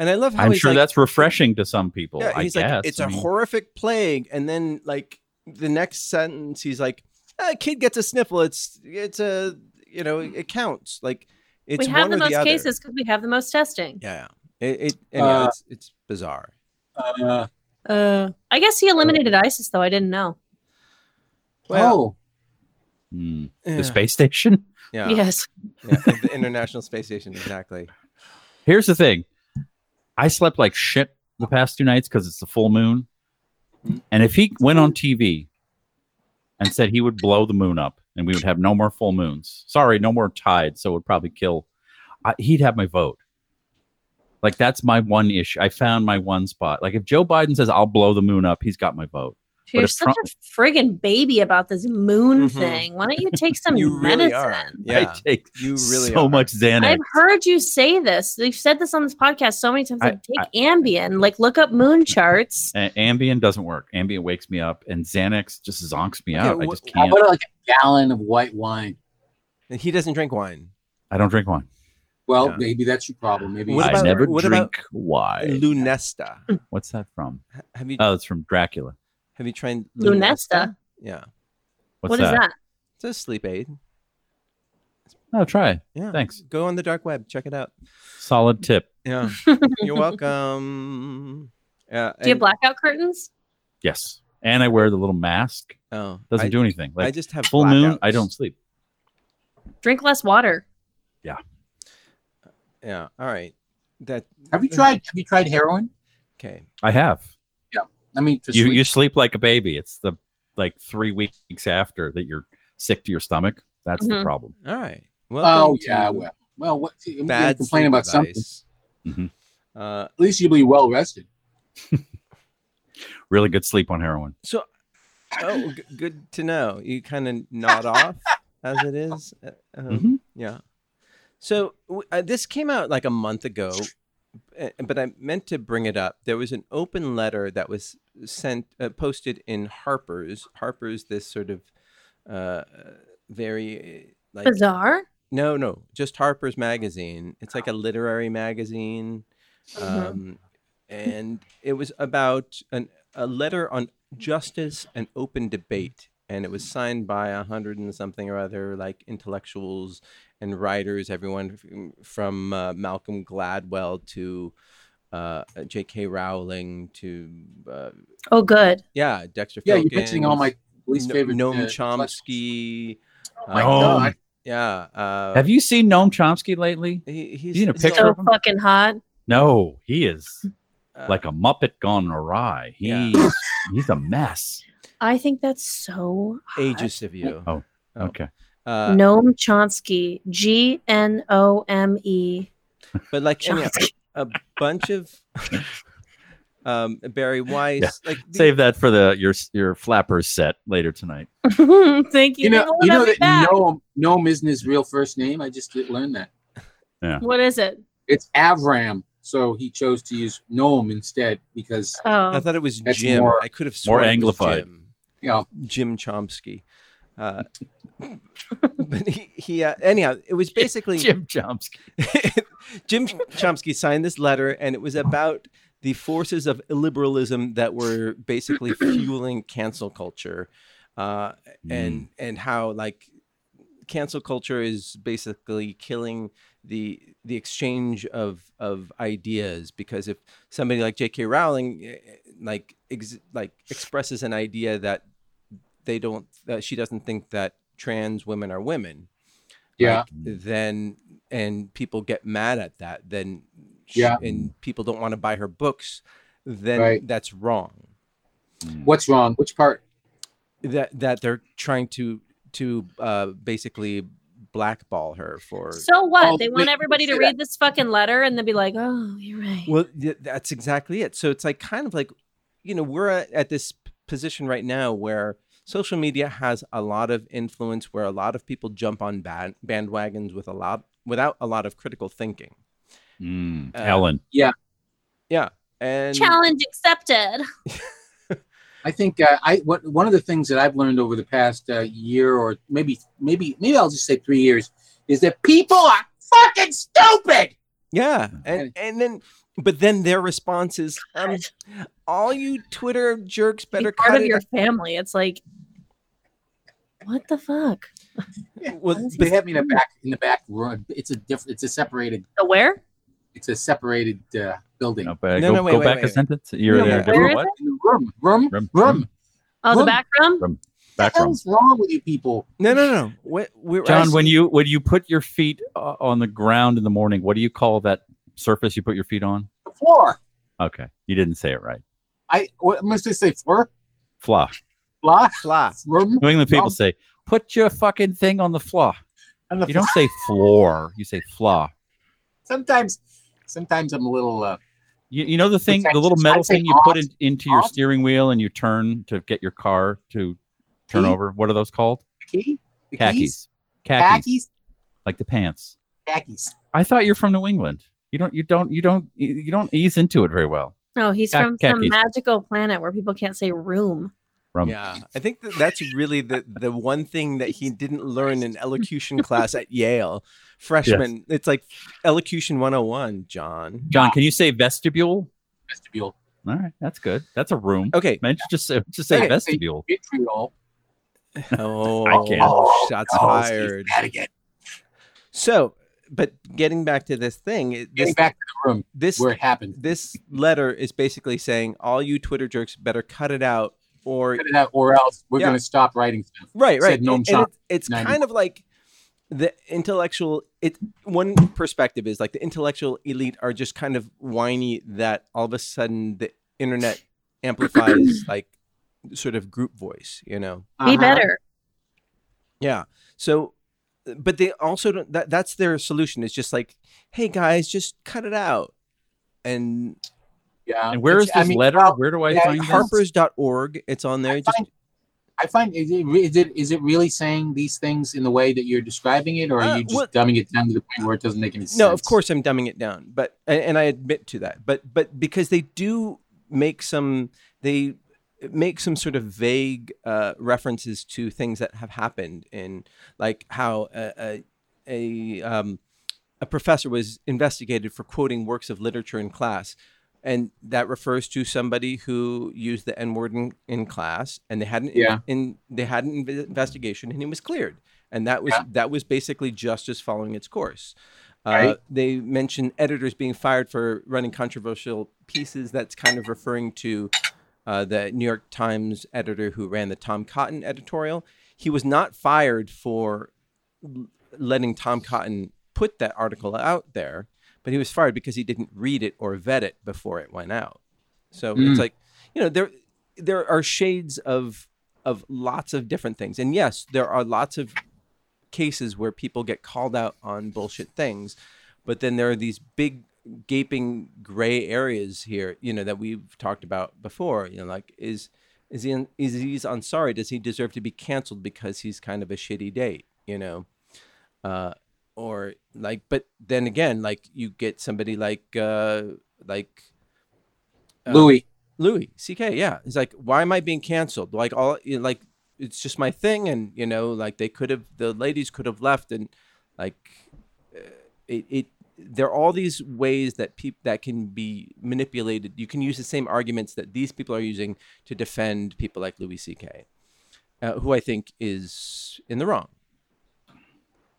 Speaker 5: And I love how
Speaker 6: i'm
Speaker 5: he's
Speaker 6: sure
Speaker 5: like,
Speaker 6: that's refreshing to some people
Speaker 5: yeah,
Speaker 6: i
Speaker 5: he's
Speaker 6: guess
Speaker 5: like, it's
Speaker 6: I
Speaker 5: a
Speaker 6: mean,
Speaker 5: horrific plague. And then like the next sentence, he's like, "Ah, a kid gets a sniffle. It's it's a you know it counts. Like it's
Speaker 3: we have
Speaker 5: one
Speaker 3: the
Speaker 5: or
Speaker 3: most
Speaker 5: other.
Speaker 3: cases because we have the most testing.
Speaker 5: Yeah, it, it and yeah,
Speaker 4: Uh,
Speaker 5: it's it's bizarre.
Speaker 4: Uh,
Speaker 3: Uh, I guess he eliminated ISIS though. I didn't know.
Speaker 5: Well,
Speaker 4: oh,
Speaker 6: hmm,
Speaker 5: yeah,
Speaker 6: the space station
Speaker 5: yeah,
Speaker 3: Yes.
Speaker 5: yeah, the International Space Station, exactly.
Speaker 6: Here's the thing. I slept like shit the past two nights because it's the full moon. And if he went on TV and said he would blow the moon up and we would have no more full moons, sorry, no more tides, so it would probably kill, I, he'd have my vote. Like, that's my one issue. I found my one spot. Like, if Joe Biden says, I'll blow the moon up, he's got my vote.
Speaker 3: You're
Speaker 6: if
Speaker 3: such
Speaker 6: Trump-
Speaker 3: a friggin' baby about this moon
Speaker 5: Mhm.
Speaker 3: thing. Why don't you take some
Speaker 5: You
Speaker 3: medicine?
Speaker 5: really are.
Speaker 6: I
Speaker 5: Yeah,
Speaker 6: take
Speaker 5: you really
Speaker 6: so
Speaker 5: are.
Speaker 6: much Xanax.
Speaker 3: I've heard you say this. You've said this on this podcast so many times.
Speaker 6: I-
Speaker 3: Like, take Ambien. Like, look up moon charts.
Speaker 6: A- Ambien doesn't work. Ambien wakes me up, and Xanax just zonks me out. I
Speaker 5: wh-
Speaker 6: just
Speaker 4: how
Speaker 6: can't.
Speaker 4: about like a gallon of white wine?
Speaker 5: And he doesn't drink wine.
Speaker 6: I don't drink wine.
Speaker 4: Well,
Speaker 5: Yeah.
Speaker 4: maybe that's your problem. Maybe
Speaker 5: What
Speaker 4: you-
Speaker 5: about-
Speaker 6: I never
Speaker 5: what about-
Speaker 6: drink wine.
Speaker 5: Lunesta.
Speaker 6: What's that from?
Speaker 5: Ha- Have you
Speaker 6: Oh, it's from Dracula.
Speaker 5: have you tried
Speaker 3: Lunesta?
Speaker 5: Yeah,
Speaker 6: What's
Speaker 3: What is
Speaker 6: that?
Speaker 3: that?
Speaker 5: it's a sleep aid. It's
Speaker 6: Oh, try. it.
Speaker 5: Yeah.
Speaker 6: Thanks.
Speaker 5: Go on the dark web. Check it out.
Speaker 6: Solid tip.
Speaker 5: Yeah. You're welcome. Yeah.
Speaker 3: Do you have
Speaker 5: and-
Speaker 3: blackout curtains?
Speaker 6: Yes. And I wear the little mask.
Speaker 5: Oh,
Speaker 6: Doesn't
Speaker 5: I,
Speaker 6: do anything.
Speaker 5: I
Speaker 6: Like
Speaker 5: just have
Speaker 6: full moon,
Speaker 5: blackouts.
Speaker 6: I don't sleep.
Speaker 3: Drink less water.
Speaker 5: Yeah. All right. That.
Speaker 4: Have you tried? Have you tried heroin?
Speaker 5: Okay.
Speaker 6: I have.
Speaker 4: I mean, just
Speaker 6: You you sleep like a baby. It's the like three weeks after that you're sick to your stomach. That's the
Speaker 3: Mhm.
Speaker 6: problem.
Speaker 5: All right.
Speaker 4: oh
Speaker 5: Welcome
Speaker 4: yeah,
Speaker 5: to
Speaker 4: well, well, what? you
Speaker 5: Bad
Speaker 4: complain about something.
Speaker 5: something.
Speaker 6: Mhm.
Speaker 5: Uh,
Speaker 4: At least you'll be well rested.
Speaker 6: Really good sleep on heroin.
Speaker 5: So, oh, g- good to know. You kind of nod off as it is. Uh, um,
Speaker 6: Mhm.
Speaker 5: Yeah. So w- uh, this came out like a month ago, uh, but I meant to bring it up. There was an open letter that was sent, uh, posted in Harper's. Harper's, this sort of uh, very uh, like
Speaker 3: Bizarre.
Speaker 5: no, no, just Harper's Magazine. It's like a literary magazine.
Speaker 4: Mm-hmm.
Speaker 3: Mhm.
Speaker 5: Um, and it was about an, a letter on justice and open debate. And it was signed by a hundred and something or other, like intellectuals and writers, everyone f- from uh, Malcolm Gladwell to uh, J.K. Rowling to, uh,
Speaker 3: Oh, good.
Speaker 5: yeah, Dexter
Speaker 4: Yeah, you're mixing all
Speaker 5: Filkins,
Speaker 4: my least
Speaker 5: N-
Speaker 4: favorite.
Speaker 5: Noam
Speaker 4: uh,
Speaker 5: Chomsky. um,
Speaker 4: Oh my
Speaker 6: Oh.
Speaker 4: god!
Speaker 5: Yeah. Uh,
Speaker 6: Have you seen Noam Chomsky lately?
Speaker 5: He, he's
Speaker 6: seen a
Speaker 5: he's
Speaker 6: picture
Speaker 5: all-
Speaker 3: So
Speaker 6: of 'em?
Speaker 3: fucking hot.
Speaker 6: No, he is
Speaker 5: uh,
Speaker 6: like a Muppet gone awry. He's
Speaker 5: Yeah.
Speaker 6: he's a mess.
Speaker 3: I think that's so hot.
Speaker 5: ages of you.
Speaker 6: Oh, Okay.
Speaker 5: Uh,
Speaker 3: Noam Chomsky. G N O M E.
Speaker 5: But like anyhow,
Speaker 3: Chomsky.
Speaker 5: a bunch of um, Barry Weiss, like the-
Speaker 6: Save that for the your your flappers set later tonight.
Speaker 3: Thank you.
Speaker 4: You know,
Speaker 3: Don't
Speaker 4: you know
Speaker 3: let me
Speaker 4: that
Speaker 3: back.
Speaker 4: Noam Noam isn't his real first name. I just did learn that.
Speaker 3: What is it?
Speaker 4: It's Avram, so he chose to use Noam instead because
Speaker 5: I
Speaker 3: Oh,
Speaker 5: thought it was
Speaker 4: That's
Speaker 5: Jim.
Speaker 4: more-
Speaker 5: I could have
Speaker 6: more
Speaker 5: sworn it was
Speaker 6: Anglified.
Speaker 5: Jim.
Speaker 4: you know
Speaker 5: Jim Chomsky. Uh, but he, he uh, anyhow, it was basically
Speaker 6: Jim Chomsky.
Speaker 5: Jim Chomsky signed this letter, and it was about the forces of illiberalism that were basically fueling cancel culture, uh, and and how like cancel culture is basically killing the the exchange of of ideas because if somebody like J.K. Rowling eh, eh, like ex- like expresses an idea that they don't that she doesn't think that trans women are women
Speaker 4: yeah.
Speaker 5: like, then and people get mad at that then she-
Speaker 4: Yeah.
Speaker 5: and people don't want to buy her books then
Speaker 4: Right.
Speaker 5: that's wrong
Speaker 4: What's wrong? Which part?
Speaker 5: that that they're trying to to uh basically blackball her for
Speaker 3: so what?
Speaker 4: Oh,
Speaker 3: they
Speaker 4: wait,
Speaker 3: want everybody to
Speaker 4: say
Speaker 3: read this fucking letter and then be like, oh, you're right.
Speaker 5: well th- that's exactly it so it's like kind of like you know we're at, at this p- position right now where social media has a lot of influence where a lot of people jump on band- bandwagons with a lot without a lot of critical thinking
Speaker 6: Mm,
Speaker 5: Uh,
Speaker 6: Ellen.
Speaker 5: and
Speaker 3: Challenge accepted.
Speaker 4: I think uh, I what one of the things that I've learned over the past uh, year or maybe maybe maybe I'll just say three years is that people are fucking stupid.
Speaker 3: Oh,
Speaker 5: Yeah,
Speaker 4: Okay.
Speaker 5: and and then but then their response is, um, all you Twitter jerks better
Speaker 3: Be part
Speaker 5: cut
Speaker 3: of
Speaker 5: it.
Speaker 3: your family. It's like, what the fuck?
Speaker 5: well,
Speaker 4: They have me in the back in the back room. It's a different. It's a separated.
Speaker 3: The where?
Speaker 4: It's a separated uh, building.
Speaker 6: No, but
Speaker 5: No,
Speaker 6: go
Speaker 5: no, wait,
Speaker 6: go
Speaker 5: wait,
Speaker 6: back
Speaker 5: wait,
Speaker 6: a
Speaker 5: wait.
Speaker 6: sentence. You're
Speaker 5: No,
Speaker 6: there.
Speaker 5: no,
Speaker 6: Different
Speaker 3: where is
Speaker 6: what?
Speaker 4: In the room, room,
Speaker 6: Room,
Speaker 4: room.
Speaker 6: room.
Speaker 3: Oh, the
Speaker 4: Room.
Speaker 3: back room?
Speaker 4: What
Speaker 6: Back
Speaker 4: the
Speaker 6: room.
Speaker 4: hell's wrong with you people?
Speaker 5: no, no, no. What we're
Speaker 6: John, when
Speaker 5: asking-
Speaker 6: you when you put your feet uh, on the ground in the morning, what do you call that surface you put your feet on?
Speaker 4: The floor.
Speaker 6: Okay, you didn't say it right.
Speaker 4: I what must I say? Floor,
Speaker 6: Flaw.
Speaker 4: blah,
Speaker 10: Fly.
Speaker 4: room,
Speaker 6: New England people
Speaker 4: Um,
Speaker 6: say, "Put your fucking thing on the flaw."
Speaker 4: and the
Speaker 6: You don't say floor. You say flaw.
Speaker 4: sometimes. Sometimes I'm a little. Uh,
Speaker 6: You, you know the thing, the little
Speaker 4: I'd
Speaker 6: metal
Speaker 4: say
Speaker 6: thing you put
Speaker 4: off-
Speaker 6: in, into your
Speaker 4: off.
Speaker 6: steering wheel and you turn to get your car to turn
Speaker 4: Key?
Speaker 6: over. What are those called?
Speaker 4: key? The keys?
Speaker 6: Khakis. Khakis,
Speaker 4: Khakis.
Speaker 6: like the pants.
Speaker 4: Khakis.
Speaker 6: I thought you're from New England. You don't. You don't. You don't. You don't ease into it very well.
Speaker 3: No, Oh, he's
Speaker 6: Kha-
Speaker 3: from some
Speaker 6: khakis.
Speaker 3: magical planet where people can't say room.
Speaker 6: From
Speaker 5: yeah, I think that that's really the the one thing that he didn't learn in elocution class at Yale, freshman. It's like elocution 101, John.
Speaker 6: John, can you say vestibule?
Speaker 4: Vestibule.
Speaker 6: All right, that's good. That's a room.
Speaker 5: Okay.
Speaker 6: Man, just say, just say
Speaker 4: Okay.
Speaker 6: vestibule.
Speaker 4: Vitriol.
Speaker 5: Oh,
Speaker 6: I can't.
Speaker 5: shots
Speaker 4: Oh,
Speaker 5: fired.
Speaker 4: That again.
Speaker 5: So, but getting back to this thing, it-
Speaker 8: Getting
Speaker 5: this,
Speaker 8: back to the room
Speaker 5: this
Speaker 8: where it happened.
Speaker 5: this letter is basically saying all you Twitter jerks better cut it out or
Speaker 8: Cut it out Or else we're
Speaker 5: Yeah.
Speaker 8: going to stop writing stuff.
Speaker 5: right right
Speaker 8: Said Noam
Speaker 5: And
Speaker 8: Chomsky,
Speaker 5: it- it's
Speaker 8: 90.
Speaker 5: kind of like the intellectual it one perspective is like the intellectual elite are just kind of whiny that all of a sudden the internet amplifies like sort of group voice you know
Speaker 3: Be
Speaker 8: Uh-huh.
Speaker 3: better.
Speaker 5: yeah so but they also don't that, that's their solution it's just like hey guys just cut it out and
Speaker 8: Yeah.
Speaker 6: And where is
Speaker 8: It's-
Speaker 6: this
Speaker 8: I mean,
Speaker 6: letter?
Speaker 8: well,
Speaker 6: Where do I
Speaker 8: yeah,
Speaker 6: find this?
Speaker 5: harpers.org it's on there
Speaker 8: I
Speaker 5: just
Speaker 8: find, I find is it, re- is it is it really saying these things in the way that you're describing it, or are
Speaker 5: Uh,
Speaker 8: you just
Speaker 5: what-
Speaker 8: dumbing it down to the point where it doesn't make any sense?
Speaker 5: No, of course I'm dumbing it down, but and, and I admit to that. But but because they do make some they make some sort of vague uh, references to things that have happened in like how a a, a, um, a professor was investigated for quoting works of literature in class. And that refers to somebody who used the N word in, in class, and they had an
Speaker 8: Yeah.
Speaker 5: in, they had an inve- investigation, and he was cleared, and that was
Speaker 8: Yeah.
Speaker 5: that was basically justice following its course. Uh,
Speaker 8: Right.
Speaker 5: They mentioned editors being fired for running controversial pieces. That's kind of referring to uh, the New York Times editor who ran the Tom Cotton editorial. He was not fired for l- letting Tom Cotton put that article out there, but he was fired because he didn't read it or vet it before it went out. So
Speaker 8: Mm.
Speaker 5: it's like, you know, there there are shades of of lots of different things. And yes, there are lots of cases where people get called out on bullshit things, but then there are these big gaping gray areas here, you know, that we've talked about before. You know, like is is he is Aziz Ansari? Does he deserve to be canceled because he's kind of a shitty date? You know, uh, or like, but then again, like you get somebody like uh, like uh,
Speaker 8: Louis.
Speaker 5: Louis CK, yeah. It's like, why am I being canceled? Like all you know, like it's just my thing and you know, like they could have the ladies could have left and like uh, it, it there are all these ways that people that can be manipulated. You can use the same arguments that these people are using to defend people like Louis CK, uh, who I think is in the wrong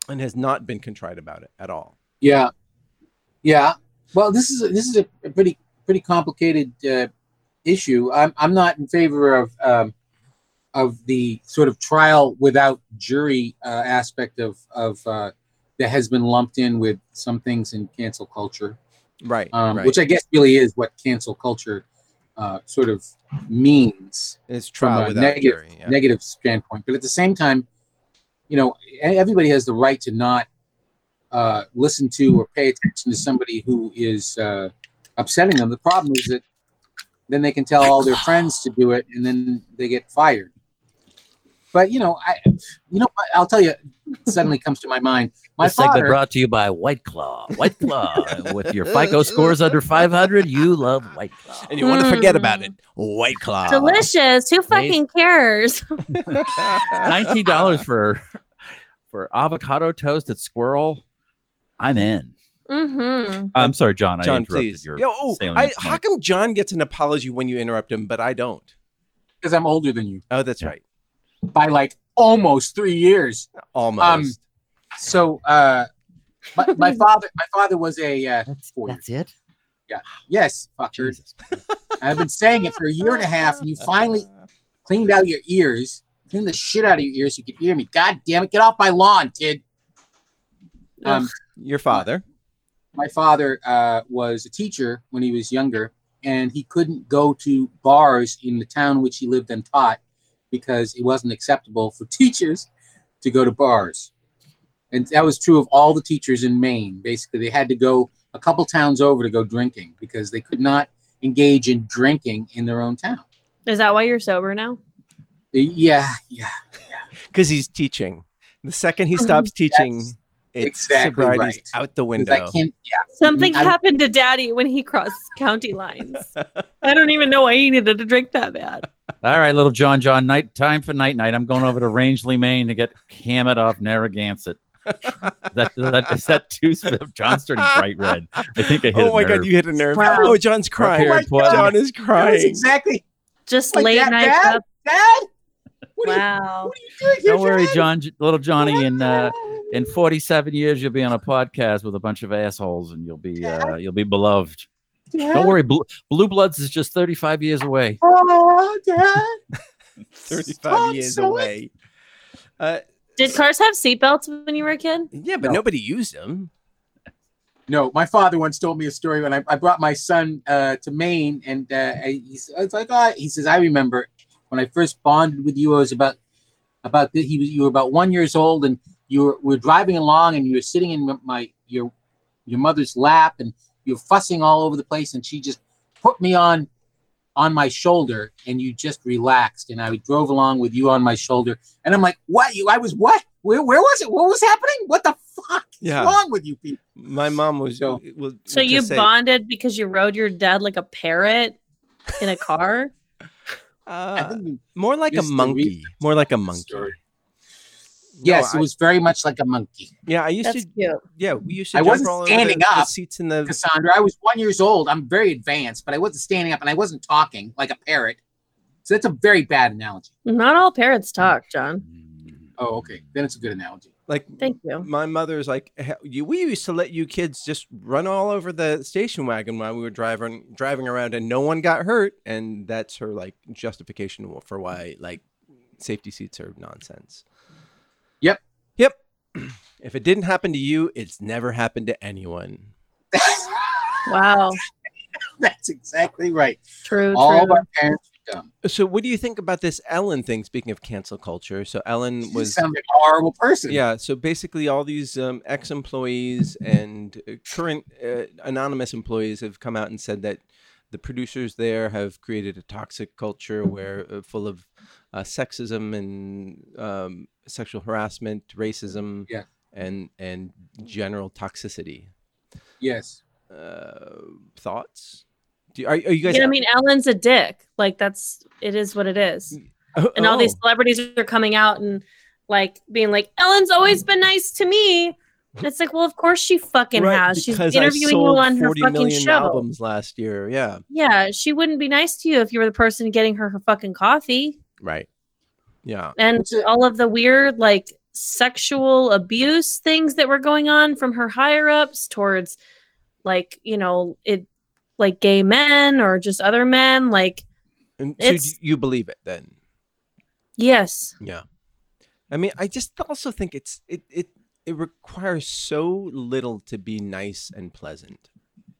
Speaker 5: and has not been contrite about it at all.
Speaker 8: Yeah, yeah. Well, this is a, this is a, a pretty pretty complicated uh, issue. I'm I'm not in favor of um, of the sort of trial without jury uh, aspect of of uh, that has been lumped in with some things in cancel culture,
Speaker 5: Right.
Speaker 8: um,
Speaker 5: right.
Speaker 8: which I guess really is what cancel culture uh, sort of means
Speaker 5: it's
Speaker 8: from
Speaker 5: trial
Speaker 8: a
Speaker 5: without
Speaker 8: negative-
Speaker 5: jury, yeah.
Speaker 8: negative standpoint. But at the same time, you know, e- everybody has the right to not uh, listen to or pay attention to somebody who is uh, upsetting them. The problem is that then they can tell all their friends to do it, and then they get fired. But you know, I, you know, what? I'll tell you. Suddenly comes to my mind. My
Speaker 6: this
Speaker 8: father.
Speaker 6: segment brought to you by White Claw. White Claw. With your FICO scores under 500, you love White Claw.
Speaker 5: And you want to forget about
Speaker 3: Mm.
Speaker 5: it. White Claw.
Speaker 3: Delicious. Who fucking cares?
Speaker 6: Nineteen dollars for for avocado toast at Squirrel. I'm in.
Speaker 3: hmm
Speaker 6: I'm sorry, John. I
Speaker 5: John,
Speaker 6: interrupted
Speaker 5: please.
Speaker 6: your.
Speaker 5: Yo, oh,
Speaker 6: salient
Speaker 5: I,
Speaker 6: point.
Speaker 5: how come John gets an apology when you interrupt him, but I don't?
Speaker 8: because I'm older than you
Speaker 5: Oh, that's
Speaker 6: Yeah.
Speaker 5: right.
Speaker 8: by like almost three years.
Speaker 5: Almost.
Speaker 8: Um, So, uh, my, my father, my father was a uh,
Speaker 6: That's,
Speaker 8: for you.
Speaker 6: that's it.
Speaker 8: yes, fucker.
Speaker 6: Jesus.
Speaker 8: I've been saying it for a year and a half, and you finally cleaned out your ears, cleaned the shit out of your ears so you could hear me. God damn it, get off my lawn, kid. Um,
Speaker 5: Your father.
Speaker 8: my father uh, was a teacher when he was younger, and he couldn't go to bars in the town in which he lived and taught because it wasn't acceptable for teachers to go to bars. And that was true of all the teachers in Maine. Basically, they had to go a couple towns over to go drinking because they could not engage in drinking in their own town.
Speaker 3: Is that why you're sober now?
Speaker 8: Yeah, yeah,
Speaker 5: Because he's teaching. The second he stops teaching,
Speaker 8: That's
Speaker 5: it's
Speaker 8: exactly
Speaker 5: sobriety's
Speaker 8: right.
Speaker 5: out the
Speaker 8: 'Cause I
Speaker 5: window.
Speaker 8: can't. Yeah,
Speaker 3: Something
Speaker 8: I-
Speaker 3: happened to daddy when he crossed county lines. I don't even know why he needed to drink that bad.
Speaker 6: All right, little John. John, night time for night night. I'm going over to Rangeley, Maine, to get hammered off Narragansett. that that is that too. sp- John's turning bright red. I think I hit.
Speaker 5: Oh my
Speaker 6: a nerve.
Speaker 5: God, you hit a nerve.
Speaker 3: Wow.
Speaker 5: Oh, John's
Speaker 6: Right
Speaker 5: crying.
Speaker 6: here at
Speaker 8: Oh my God.
Speaker 6: 12.
Speaker 5: John is
Speaker 8: that was
Speaker 5: crying.
Speaker 8: exactly.
Speaker 3: Just
Speaker 8: Like
Speaker 3: late
Speaker 8: that
Speaker 3: night
Speaker 8: bad?
Speaker 3: up.
Speaker 8: Dad, what are you,
Speaker 3: Wow.
Speaker 8: what are you doing here?
Speaker 6: Don't worry,
Speaker 8: Dad?
Speaker 6: John. Little Johnny and uh, in 47 years you'll be on a podcast with a bunch of assholes and you'll be uh, you'll be beloved. Don't worry, Blue, Blue Bloods is just 35 years away.
Speaker 4: Oh, Dad.
Speaker 5: 35 years away. Uh,
Speaker 3: Did cars have seatbelts when you were a kid?
Speaker 5: yeah, but
Speaker 8: No.
Speaker 5: nobody used them.
Speaker 8: No, my father once told me a story when I, I brought my son uh, to Maine, and uh, I- he's it's like oh, he says I remember when I first bonded with you. I was about about the, he was you were about one years old, and you were, were driving along, and you were sitting in my your your mother's lap, and you're fussing all over the place, and she just put me on on my shoulder, and you just relaxed, and I drove along with you on my shoulder, and I'm like, what? You? I was what? Where, where was it? What was happening? What the fuck
Speaker 5: Yeah.
Speaker 8: is wrong with you people?
Speaker 5: My mom was.
Speaker 8: So-
Speaker 5: will-
Speaker 3: So
Speaker 5: will
Speaker 3: you
Speaker 5: just say,
Speaker 3: bonded because you rode your dad like a parrot in a car?
Speaker 8: I
Speaker 5: uh,
Speaker 8: think you
Speaker 5: more like a
Speaker 8: missed the
Speaker 5: monkey.
Speaker 8: re-
Speaker 5: More like a monkey.
Speaker 8: story.
Speaker 5: No,
Speaker 8: Yes,
Speaker 5: I-
Speaker 8: it was very much like a monkey,
Speaker 5: yeah, I used
Speaker 3: That's
Speaker 5: to.
Speaker 3: cute.
Speaker 5: Yeah, we used to.
Speaker 8: I
Speaker 5: jump
Speaker 8: wasn't
Speaker 5: all over the-
Speaker 8: standing
Speaker 5: the
Speaker 8: up,
Speaker 5: seats in the.
Speaker 8: Cassandra. I was one years old. I'm very advanced, but I wasn't standing up and I wasn't talking like a parrot. So that's a very bad analogy.
Speaker 3: Not all parrots talk, John.
Speaker 8: Oh, okay. Then it's a good analogy.
Speaker 5: Like
Speaker 3: Thank you.
Speaker 5: my mother's like, "Hey, you, we used to let you kids just run all over the station wagon while we were driving driving around, and no one got hurt. And that's her like justification for why like safety seats are nonsense.
Speaker 8: Yep.
Speaker 5: Yep. if it didn't happen to you, it's never happened to anyone.
Speaker 8: That's,
Speaker 3: Wow.
Speaker 8: that's exactly right.
Speaker 3: True,
Speaker 8: All of
Speaker 3: true.
Speaker 8: our parents are dumb.
Speaker 5: So, what do you think about this Ellen thing? Speaking of cancel culture, so Ellen
Speaker 8: She
Speaker 5: was
Speaker 8: sounds like a horrible person.
Speaker 5: Yeah. So basically, all these um, ex employees and uh, current uh, anonymous employees have come out and said that the producers there have created a toxic culture where uh, full of uh, sexism and um, sexual harassment, racism,
Speaker 8: Yeah.
Speaker 5: and and general toxicity.
Speaker 8: Yes.
Speaker 5: Uh, thoughts? Do you, are, are you guys?
Speaker 3: Yeah, I mean, Ellen's a dick. Like that's it is what it is.
Speaker 5: Oh,
Speaker 3: And all these
Speaker 5: oh.
Speaker 3: celebrities are coming out and like being like, Ellen's
Speaker 5: Mm.
Speaker 3: always been nice to me. And it's like, well, of course she fucking
Speaker 5: Right,
Speaker 3: has. She's
Speaker 5: because I
Speaker 3: interviewing you
Speaker 5: sold
Speaker 3: on her
Speaker 5: 40
Speaker 3: fucking
Speaker 5: million
Speaker 3: show.
Speaker 5: albums last year. Yeah.
Speaker 3: Yeah, she wouldn't be nice to you if you were the person getting her her fucking coffee.
Speaker 5: Right. Yeah.
Speaker 3: and
Speaker 8: Which is-
Speaker 3: all of the weird like sexual abuse things that were going on from her higher ups towards like you know it like gay men or just other men like
Speaker 5: And so do
Speaker 3: It's-
Speaker 5: you believe it then?
Speaker 3: yes
Speaker 5: Yeah. I mean, I just also think it's it it it requires so little to be nice and pleasant.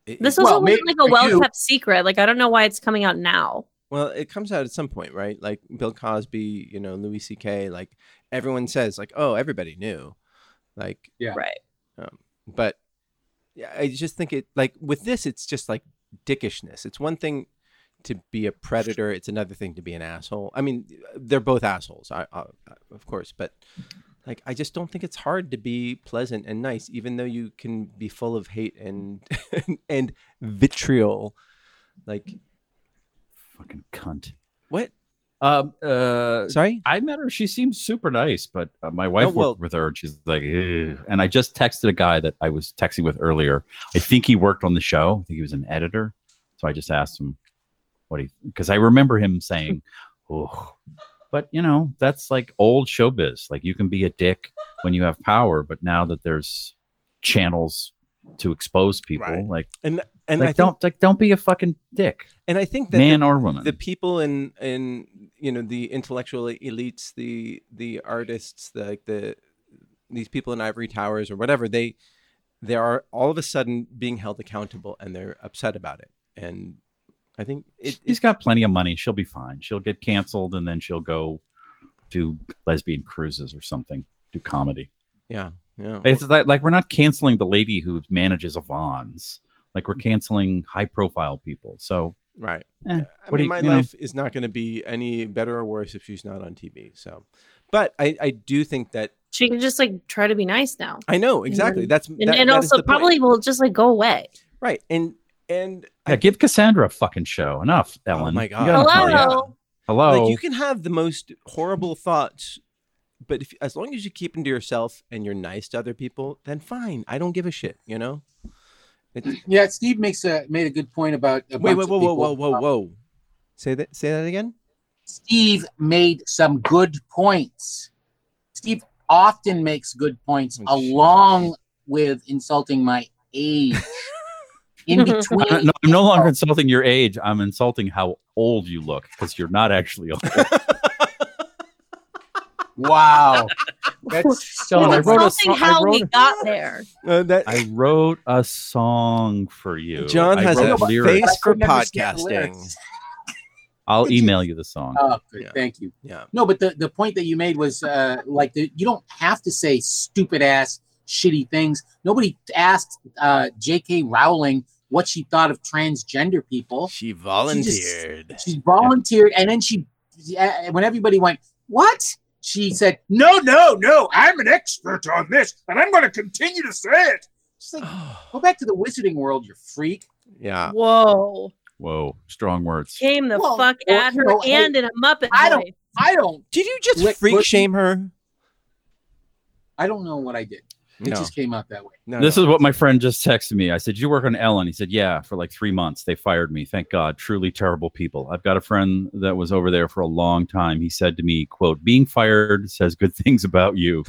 Speaker 5: It,
Speaker 3: this
Speaker 5: it-
Speaker 3: was
Speaker 8: Well,
Speaker 3: always
Speaker 8: maybe
Speaker 3: like a
Speaker 8: for you-
Speaker 3: well kept secret like i don't know why it's coming out now
Speaker 5: well, it comes out at some point, right? Like Bill Cosby, you know, Louis C.K. Like everyone says, like, oh, everybody knew, like,
Speaker 8: Yeah.
Speaker 3: Right.
Speaker 5: Um, but yeah, I just think it like with this, it's just like dickishness. It's one thing to be a predator; it's another thing to be an asshole. I mean, they're both assholes, I, I, of course, but like, I just don't think it's hard to be pleasant and nice, even though you can be full of hate and and vitriol. Like,
Speaker 6: Fucking cunt.
Speaker 5: what?
Speaker 6: Um, uh,
Speaker 5: Sorry.
Speaker 6: I met her. She seems super nice, but uh, my wife
Speaker 5: Oh, well-
Speaker 6: worked with her, and she's like, "Ugh." and I just texted a guy that I was texting with earlier. I think he worked on the show. I think he was an editor. So I just asked him what he, because I remember him saying, "Oh," but you know, that's like old showbiz. Like you can be a dick when you have power, but now that there's channels to expose people,
Speaker 10: Right.
Speaker 6: like,
Speaker 5: And
Speaker 6: like
Speaker 5: I think,
Speaker 6: don't like don't be a fucking dick,
Speaker 5: and I think that the-
Speaker 6: man or woman.
Speaker 5: the people in in you know the intellectual elites the the artists the, like the these people in ivory towers or whatever they they are all of a sudden being held accountable and they're upset about it and i think it,
Speaker 6: She's got plenty of money. She'll be fine. She'll get canceled and then she'll go do lesbian cruises or something, do comedy.
Speaker 5: yeah yeah
Speaker 6: It's like, like we're not canceling the lady who manages Avon's. Like we're canceling high profile people. So
Speaker 5: right
Speaker 6: Eh,
Speaker 5: i
Speaker 6: what
Speaker 5: mean
Speaker 6: do you-
Speaker 5: my
Speaker 6: you know.
Speaker 5: life is not going to be any better or worse if she's not on tv so but i i do think that
Speaker 3: she can just like try to be nice now
Speaker 5: i know exactly
Speaker 3: then-
Speaker 5: that's
Speaker 3: and,
Speaker 5: that-
Speaker 3: and
Speaker 5: that is
Speaker 3: also
Speaker 5: the point.
Speaker 3: probably will just like go away
Speaker 5: right and and
Speaker 6: yeah, give Cassandra a fucking show. Enough,
Speaker 5: Oh
Speaker 6: Ellen.
Speaker 5: my
Speaker 6: You
Speaker 5: God.
Speaker 6: got enough money.
Speaker 3: Hello?
Speaker 6: Hello.
Speaker 5: Like you can have the most horrible thoughts, but if, as long as you keep them to yourself and you're nice to other people, then fine. I don't give a shit. You know. It's,
Speaker 8: Yeah, Steve makes a made a good point about a
Speaker 5: wait,
Speaker 8: bunch
Speaker 5: wait,
Speaker 8: of
Speaker 5: whoa, whoa,
Speaker 8: people.
Speaker 5: whoa, whoa, whoa. Say that. Say that again.
Speaker 8: Steve made some good points. Steve often makes good points
Speaker 5: Oh,
Speaker 8: along with insulting my age. In between,
Speaker 6: I'm no, I'm no longer insulting your age. I'm insulting how old you look because you're not actually old.
Speaker 8: wow, that's so.
Speaker 3: We're
Speaker 6: I wrote a
Speaker 3: insulting
Speaker 6: song- I
Speaker 3: how
Speaker 6: wrote
Speaker 3: we
Speaker 6: a-
Speaker 3: got there.
Speaker 5: Uh, that,
Speaker 6: I wrote a song for you.
Speaker 5: John
Speaker 6: I
Speaker 5: has
Speaker 6: wrote
Speaker 5: a
Speaker 6: lyrics.
Speaker 5: face for
Speaker 8: I understand
Speaker 5: podcasting.
Speaker 8: the lyrics.
Speaker 6: I'll email you the song.
Speaker 5: Uh,
Speaker 8: Oh, good,
Speaker 5: Yeah.
Speaker 8: thank you.
Speaker 5: Yeah.
Speaker 8: No, but the, the point that you made was uh, like the, you don't have to say stupid ass shitty things. Nobody asked uh, J.K. Rowling what she thought of transgender people.
Speaker 9: She volunteered.
Speaker 8: She volunteered, and then she, uh, when everybody went, "What?" She said, "No, no, no! I'm an expert on this, and I'm going to continue to say it." It's like, go back to the wizarding world, you freak.
Speaker 5: yeah.
Speaker 3: Whoa.
Speaker 6: Whoa, strong words.
Speaker 3: Came the
Speaker 8: Well,
Speaker 3: fuck
Speaker 8: well,
Speaker 3: at
Speaker 8: you
Speaker 3: her
Speaker 8: know, hey,
Speaker 3: and in a Muppet
Speaker 8: I don't-
Speaker 3: voice.
Speaker 8: I don't,
Speaker 5: Did you just
Speaker 8: Lick
Speaker 5: freak
Speaker 8: pussy.
Speaker 5: shame her?
Speaker 8: I don't know what I did. It just came out that way.
Speaker 5: no,
Speaker 6: This
Speaker 5: no.
Speaker 6: is what my friend just texted me. I said, "You work on Ellen?" He said, "Yeah, for like three months. They fired me. Thank God. Truly terrible people. I've got a friend that was over there for a long time. He said to me, "Quote: Being fired says good things about you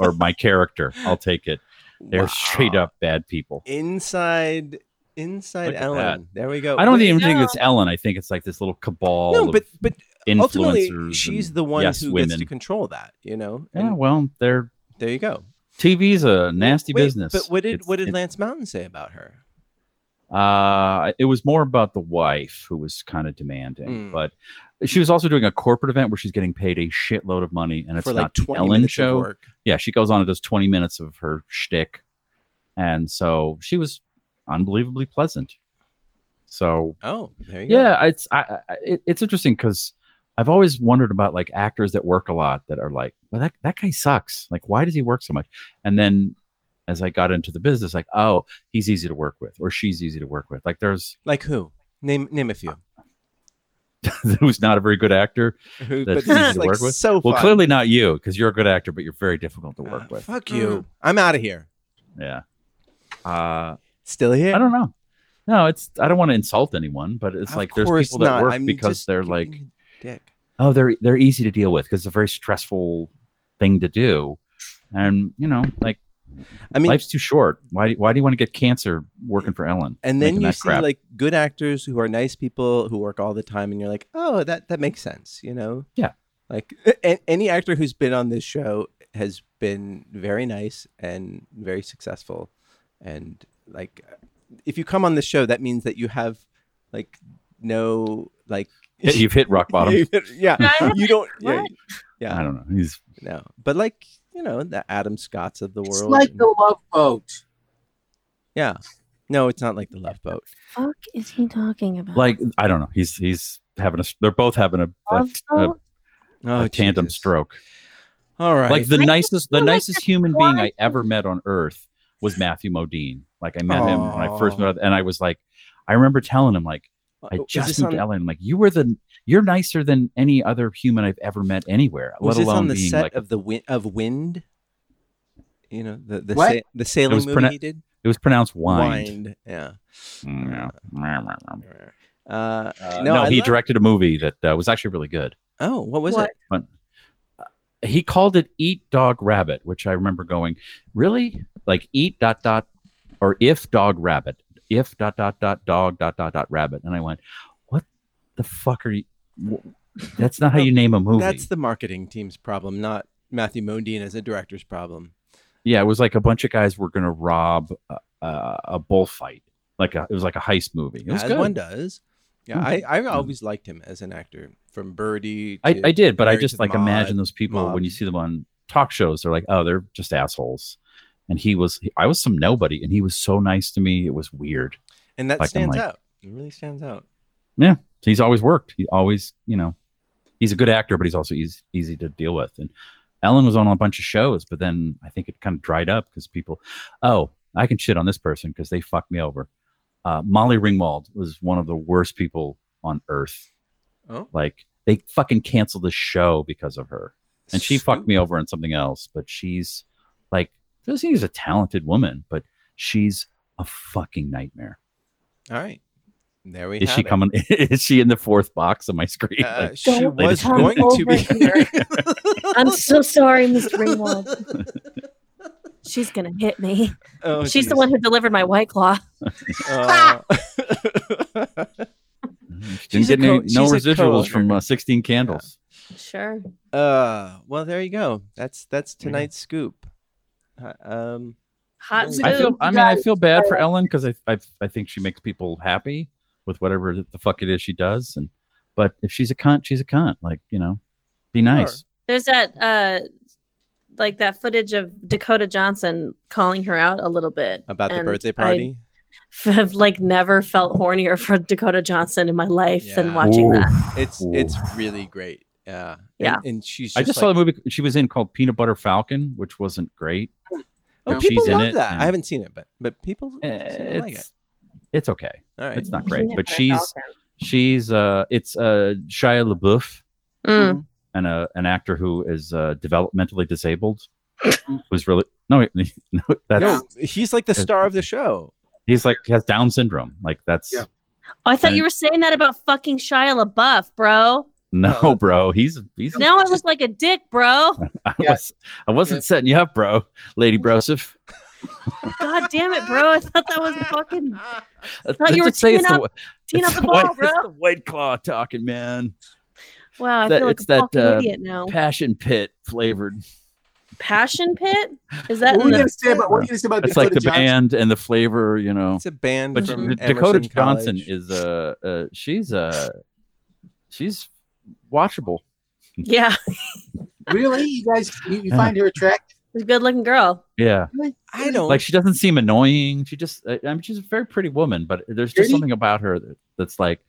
Speaker 6: or my character. I'll take it. They're
Speaker 5: Wow.
Speaker 6: straight up bad people."
Speaker 5: inside inside
Speaker 6: Look at
Speaker 5: Ellen. There we go.
Speaker 6: I don't
Speaker 5: Wait,
Speaker 6: even think
Speaker 3: no.
Speaker 6: it's Ellen. I think it's like this little cabal.
Speaker 5: No,
Speaker 6: of
Speaker 5: but but ultimately
Speaker 6: influencers
Speaker 5: she's
Speaker 6: and
Speaker 5: the one
Speaker 6: yes
Speaker 5: who
Speaker 6: women.
Speaker 5: gets to control that, you know?
Speaker 6: yeah,
Speaker 5: And
Speaker 6: well, they're
Speaker 5: there you go.
Speaker 6: TV's a nasty
Speaker 5: Wait,
Speaker 6: business.
Speaker 5: But what did
Speaker 6: It's-
Speaker 5: what did
Speaker 6: it's-
Speaker 5: Lance Mountain say about her?
Speaker 6: Uh, it was more about the wife who was kind of demanding,
Speaker 5: Mm.
Speaker 6: but she was also doing a corporate event where she's getting paid a shitload of money, and it's
Speaker 5: For
Speaker 6: not
Speaker 5: like
Speaker 6: the
Speaker 5: twenty
Speaker 6: Ellen
Speaker 5: minutes
Speaker 6: show.
Speaker 5: of work.
Speaker 6: Yeah, she goes on and does twenty minutes of her shtick, and so she was unbelievably pleasant. So
Speaker 5: Oh, there you go.
Speaker 6: yeah, it's I, I, it, it's interesting because I've always wondered about like actors that work a lot that are like, well, that that guy sucks. Like, why does he work so much? And then as I got into the business, like, oh, he's easy to work with, or she's easy to work with. Like, there's
Speaker 5: Like who? Name name a few.
Speaker 6: who's not a very good actor.
Speaker 5: Who but
Speaker 6: That's
Speaker 5: this
Speaker 6: easy
Speaker 5: is
Speaker 6: to
Speaker 5: like
Speaker 6: work with?
Speaker 5: so
Speaker 6: Well,
Speaker 5: fun.
Speaker 6: clearly not you because you're a good actor, but you're very difficult to
Speaker 5: Uh,
Speaker 6: work with.
Speaker 5: Fuck you. I'm out of here.
Speaker 6: Yeah. Uh,
Speaker 5: Still here?
Speaker 6: I don't know. No, it's I don't want to insult anyone, but it's
Speaker 5: Of
Speaker 6: like there's
Speaker 5: course
Speaker 6: people that
Speaker 5: not.
Speaker 6: work
Speaker 5: I'm
Speaker 6: because
Speaker 5: just
Speaker 6: they're
Speaker 5: being
Speaker 6: like
Speaker 5: a dick.
Speaker 6: oh they're they're easy to deal with because it's a very stressful thing to do and you know like
Speaker 5: I mean
Speaker 6: life's too short why why do you want to get cancer working for ellen
Speaker 5: and then
Speaker 6: making
Speaker 5: you
Speaker 6: that
Speaker 5: see
Speaker 6: crap.
Speaker 5: like good actors who are nice people who work all the time and you're like oh that that makes sense you know
Speaker 6: Yeah.
Speaker 5: like a- any actor who's been on this show has been very nice and very successful and like if you come on this show that means that you have like no like
Speaker 6: Yeah, you've hit rock bottom
Speaker 5: yeah you don't yeah,
Speaker 3: What?
Speaker 5: yeah
Speaker 6: i don't know he's
Speaker 5: no but like you know the adam scotts of the
Speaker 8: It's
Speaker 5: world
Speaker 8: like
Speaker 5: and-
Speaker 8: the love boat.
Speaker 5: yeah no it's not like the love boat
Speaker 3: fuck is he talking about?
Speaker 6: like i don't know he's he's having a they're both having a, a, a,
Speaker 3: Also,
Speaker 5: oh
Speaker 6: a tandem
Speaker 5: Jesus.
Speaker 6: stroke
Speaker 5: all right
Speaker 6: like the
Speaker 3: I
Speaker 6: nicest the
Speaker 3: feel like
Speaker 6: nicest human being i ever met on earth was matthew modine like i met him when i first
Speaker 5: Aw.
Speaker 6: met him and i was like i remember telling him like I
Speaker 5: Oh, Is
Speaker 6: just
Speaker 5: Uh, this
Speaker 6: moved
Speaker 5: on-
Speaker 6: to LA. I'm like, you were the you're nicer than any other human I've ever met anywhere.
Speaker 5: was
Speaker 6: let
Speaker 5: this
Speaker 6: alone
Speaker 5: on the
Speaker 6: being
Speaker 5: set
Speaker 6: like
Speaker 5: of the wind of wind you know the the,
Speaker 8: What?
Speaker 5: sa- the sailing
Speaker 6: was
Speaker 5: movie
Speaker 6: prona-
Speaker 5: he did
Speaker 6: it was pronounced
Speaker 5: Wind,
Speaker 6: wine.
Speaker 5: yeah uh,
Speaker 6: Uh,
Speaker 5: no,
Speaker 6: no,
Speaker 5: I
Speaker 6: he
Speaker 5: love-
Speaker 6: directed a movie that uh, was actually really good.
Speaker 5: oh what was
Speaker 3: What?
Speaker 5: it
Speaker 6: He called it "Eat Dog Rabbit," which I remember going, "Really? Like eat dot dot or if dog rabbit if dot dot dot dog dot dot dot rabbit?" And I went, "What the fuck are you? wh- That's not how you name a movie."
Speaker 5: that's the marketing team's problem not matthew modine as a director's problem
Speaker 6: Yeah, it was like a bunch of guys were going to rob a, a, a bullfight. Like a, it was like a heist movie. It was
Speaker 5: as
Speaker 6: good.
Speaker 5: one does yeah
Speaker 6: Hmm.
Speaker 5: i i always liked him as an actor from birdie
Speaker 6: I,
Speaker 5: to
Speaker 6: I did, but I
Speaker 5: Married to
Speaker 6: just
Speaker 5: the
Speaker 6: like
Speaker 5: Mob.
Speaker 6: imagine those people
Speaker 5: mob.
Speaker 6: when you see them on talk shows. They're like, oh, they're just assholes. And he was, I was some nobody, and he was so nice to me. It was weird.
Speaker 5: and that
Speaker 6: like, I'm
Speaker 5: stands
Speaker 6: like-
Speaker 5: out it really stands out
Speaker 6: He's always worked. He always, you know, he's a good actor, but he's also easy, easy to deal with. And Ellen was on a bunch of shows, but then I think it kind of dried up because people, oh, I can shit on this person because they fucked me over. Uh, Molly Ringwald was one of the worst people on earth.
Speaker 5: Oh.
Speaker 6: Like they fucking canceled the show because of her. And she fucked me over on something else, but she's like, she's a talented woman, but she's a fucking nightmare.
Speaker 5: all right There we
Speaker 6: Is
Speaker 5: have
Speaker 6: she
Speaker 5: it.
Speaker 6: coming? Is she in the fourth box on my screen?
Speaker 5: Uh,
Speaker 6: Like,
Speaker 5: she
Speaker 6: Don't
Speaker 5: was
Speaker 6: come
Speaker 5: going to be
Speaker 3: over here. I'm so sorry, Mr. Ringwald. She's gonna hit me.
Speaker 5: Oh,
Speaker 3: She's the
Speaker 5: geez.
Speaker 3: one who delivered my white claw.
Speaker 5: Uh,
Speaker 6: didn't
Speaker 5: she's a
Speaker 6: get any,
Speaker 5: co-
Speaker 6: no
Speaker 5: she's a
Speaker 6: residuals
Speaker 5: co-owner.
Speaker 6: from uh, 16 Candles.
Speaker 3: Sure.
Speaker 5: Uh, well, there you go. That's that's
Speaker 6: There you go.
Speaker 5: tonight's scoop. Uh, um,
Speaker 3: Hot
Speaker 5: I
Speaker 6: I
Speaker 3: soup.
Speaker 6: feel. I mean, I feel bad for Ellen because I, I I think she makes people happy with whatever the fuck it is she does. And but if she's a cunt, she's a cunt. Like you know, be nice.
Speaker 3: There's that uh like that footage of Dakota Johnson calling her out a little bit
Speaker 5: about the
Speaker 3: and
Speaker 5: birthday
Speaker 3: I
Speaker 5: party.
Speaker 3: have like never felt hornier for Dakota Johnson in my life
Speaker 5: Yeah.
Speaker 3: than watching
Speaker 6: Ooh.
Speaker 3: that.
Speaker 5: It's
Speaker 6: Ooh.
Speaker 5: it's really great. Yeah. And-
Speaker 3: Yeah.
Speaker 5: And, she's. Just
Speaker 6: I just saw
Speaker 5: like,
Speaker 6: the movie she was in called Peanut Butter Falcon, which wasn't great.
Speaker 5: Oh,
Speaker 6: No,
Speaker 5: people
Speaker 6: she's in
Speaker 5: love
Speaker 6: it,
Speaker 5: that.
Speaker 6: and-
Speaker 5: I haven't seen it, but but people seem
Speaker 6: Eh,
Speaker 5: to like it.
Speaker 6: It's it's okay.
Speaker 5: All right.
Speaker 6: It's not great, but she's she's uh it's uh Shia LaBeouf
Speaker 3: Mm.
Speaker 6: and a an actor who is uh developmentally disabled who's really no wait, no that's
Speaker 5: No, he's like the star of the show.
Speaker 6: he's like has Down syndrome like that's
Speaker 8: Yeah.
Speaker 3: Oh, I thought
Speaker 6: And-
Speaker 3: you were saying that about fucking Shia LaBeouf, bro.
Speaker 6: no bro he's he's
Speaker 3: Now I look like a dick, bro.
Speaker 6: I
Speaker 8: Yeah.
Speaker 6: was I wasn't setting you up bro Lady Brosif
Speaker 3: God damn it, bro. I thought that was fucking
Speaker 6: I
Speaker 3: thought you were teeing up-
Speaker 6: the,
Speaker 3: teeing
Speaker 6: it's
Speaker 3: up the
Speaker 6: the white,
Speaker 3: ball, bro.
Speaker 6: it's the white claw talking man
Speaker 3: Wow, I
Speaker 6: that-
Speaker 3: feel like
Speaker 6: it's
Speaker 3: a
Speaker 6: that,
Speaker 3: fucking
Speaker 6: uh,
Speaker 3: idiot now.
Speaker 6: passion pit flavored
Speaker 3: Passion pit? Is that in
Speaker 8: What were you
Speaker 3: the,
Speaker 8: gonna say about what were you gonna say about
Speaker 6: it's like
Speaker 8: Dakota
Speaker 6: the
Speaker 8: Johnson?
Speaker 6: band and the flavor you know
Speaker 5: It's a band
Speaker 6: But
Speaker 5: from
Speaker 6: D- Dakota
Speaker 5: Emerson
Speaker 6: Johnson
Speaker 5: College.
Speaker 6: is uh, uh she's uh she's watchable.
Speaker 3: yeah,
Speaker 8: Really? You guys you, you find her attractive?
Speaker 3: a good looking girl.
Speaker 6: Yeah,
Speaker 5: I don't
Speaker 6: like she doesn't seem annoying. She just I, I mean she's a very pretty woman, but there's just
Speaker 8: Pretty?
Speaker 6: something about her that, that's like,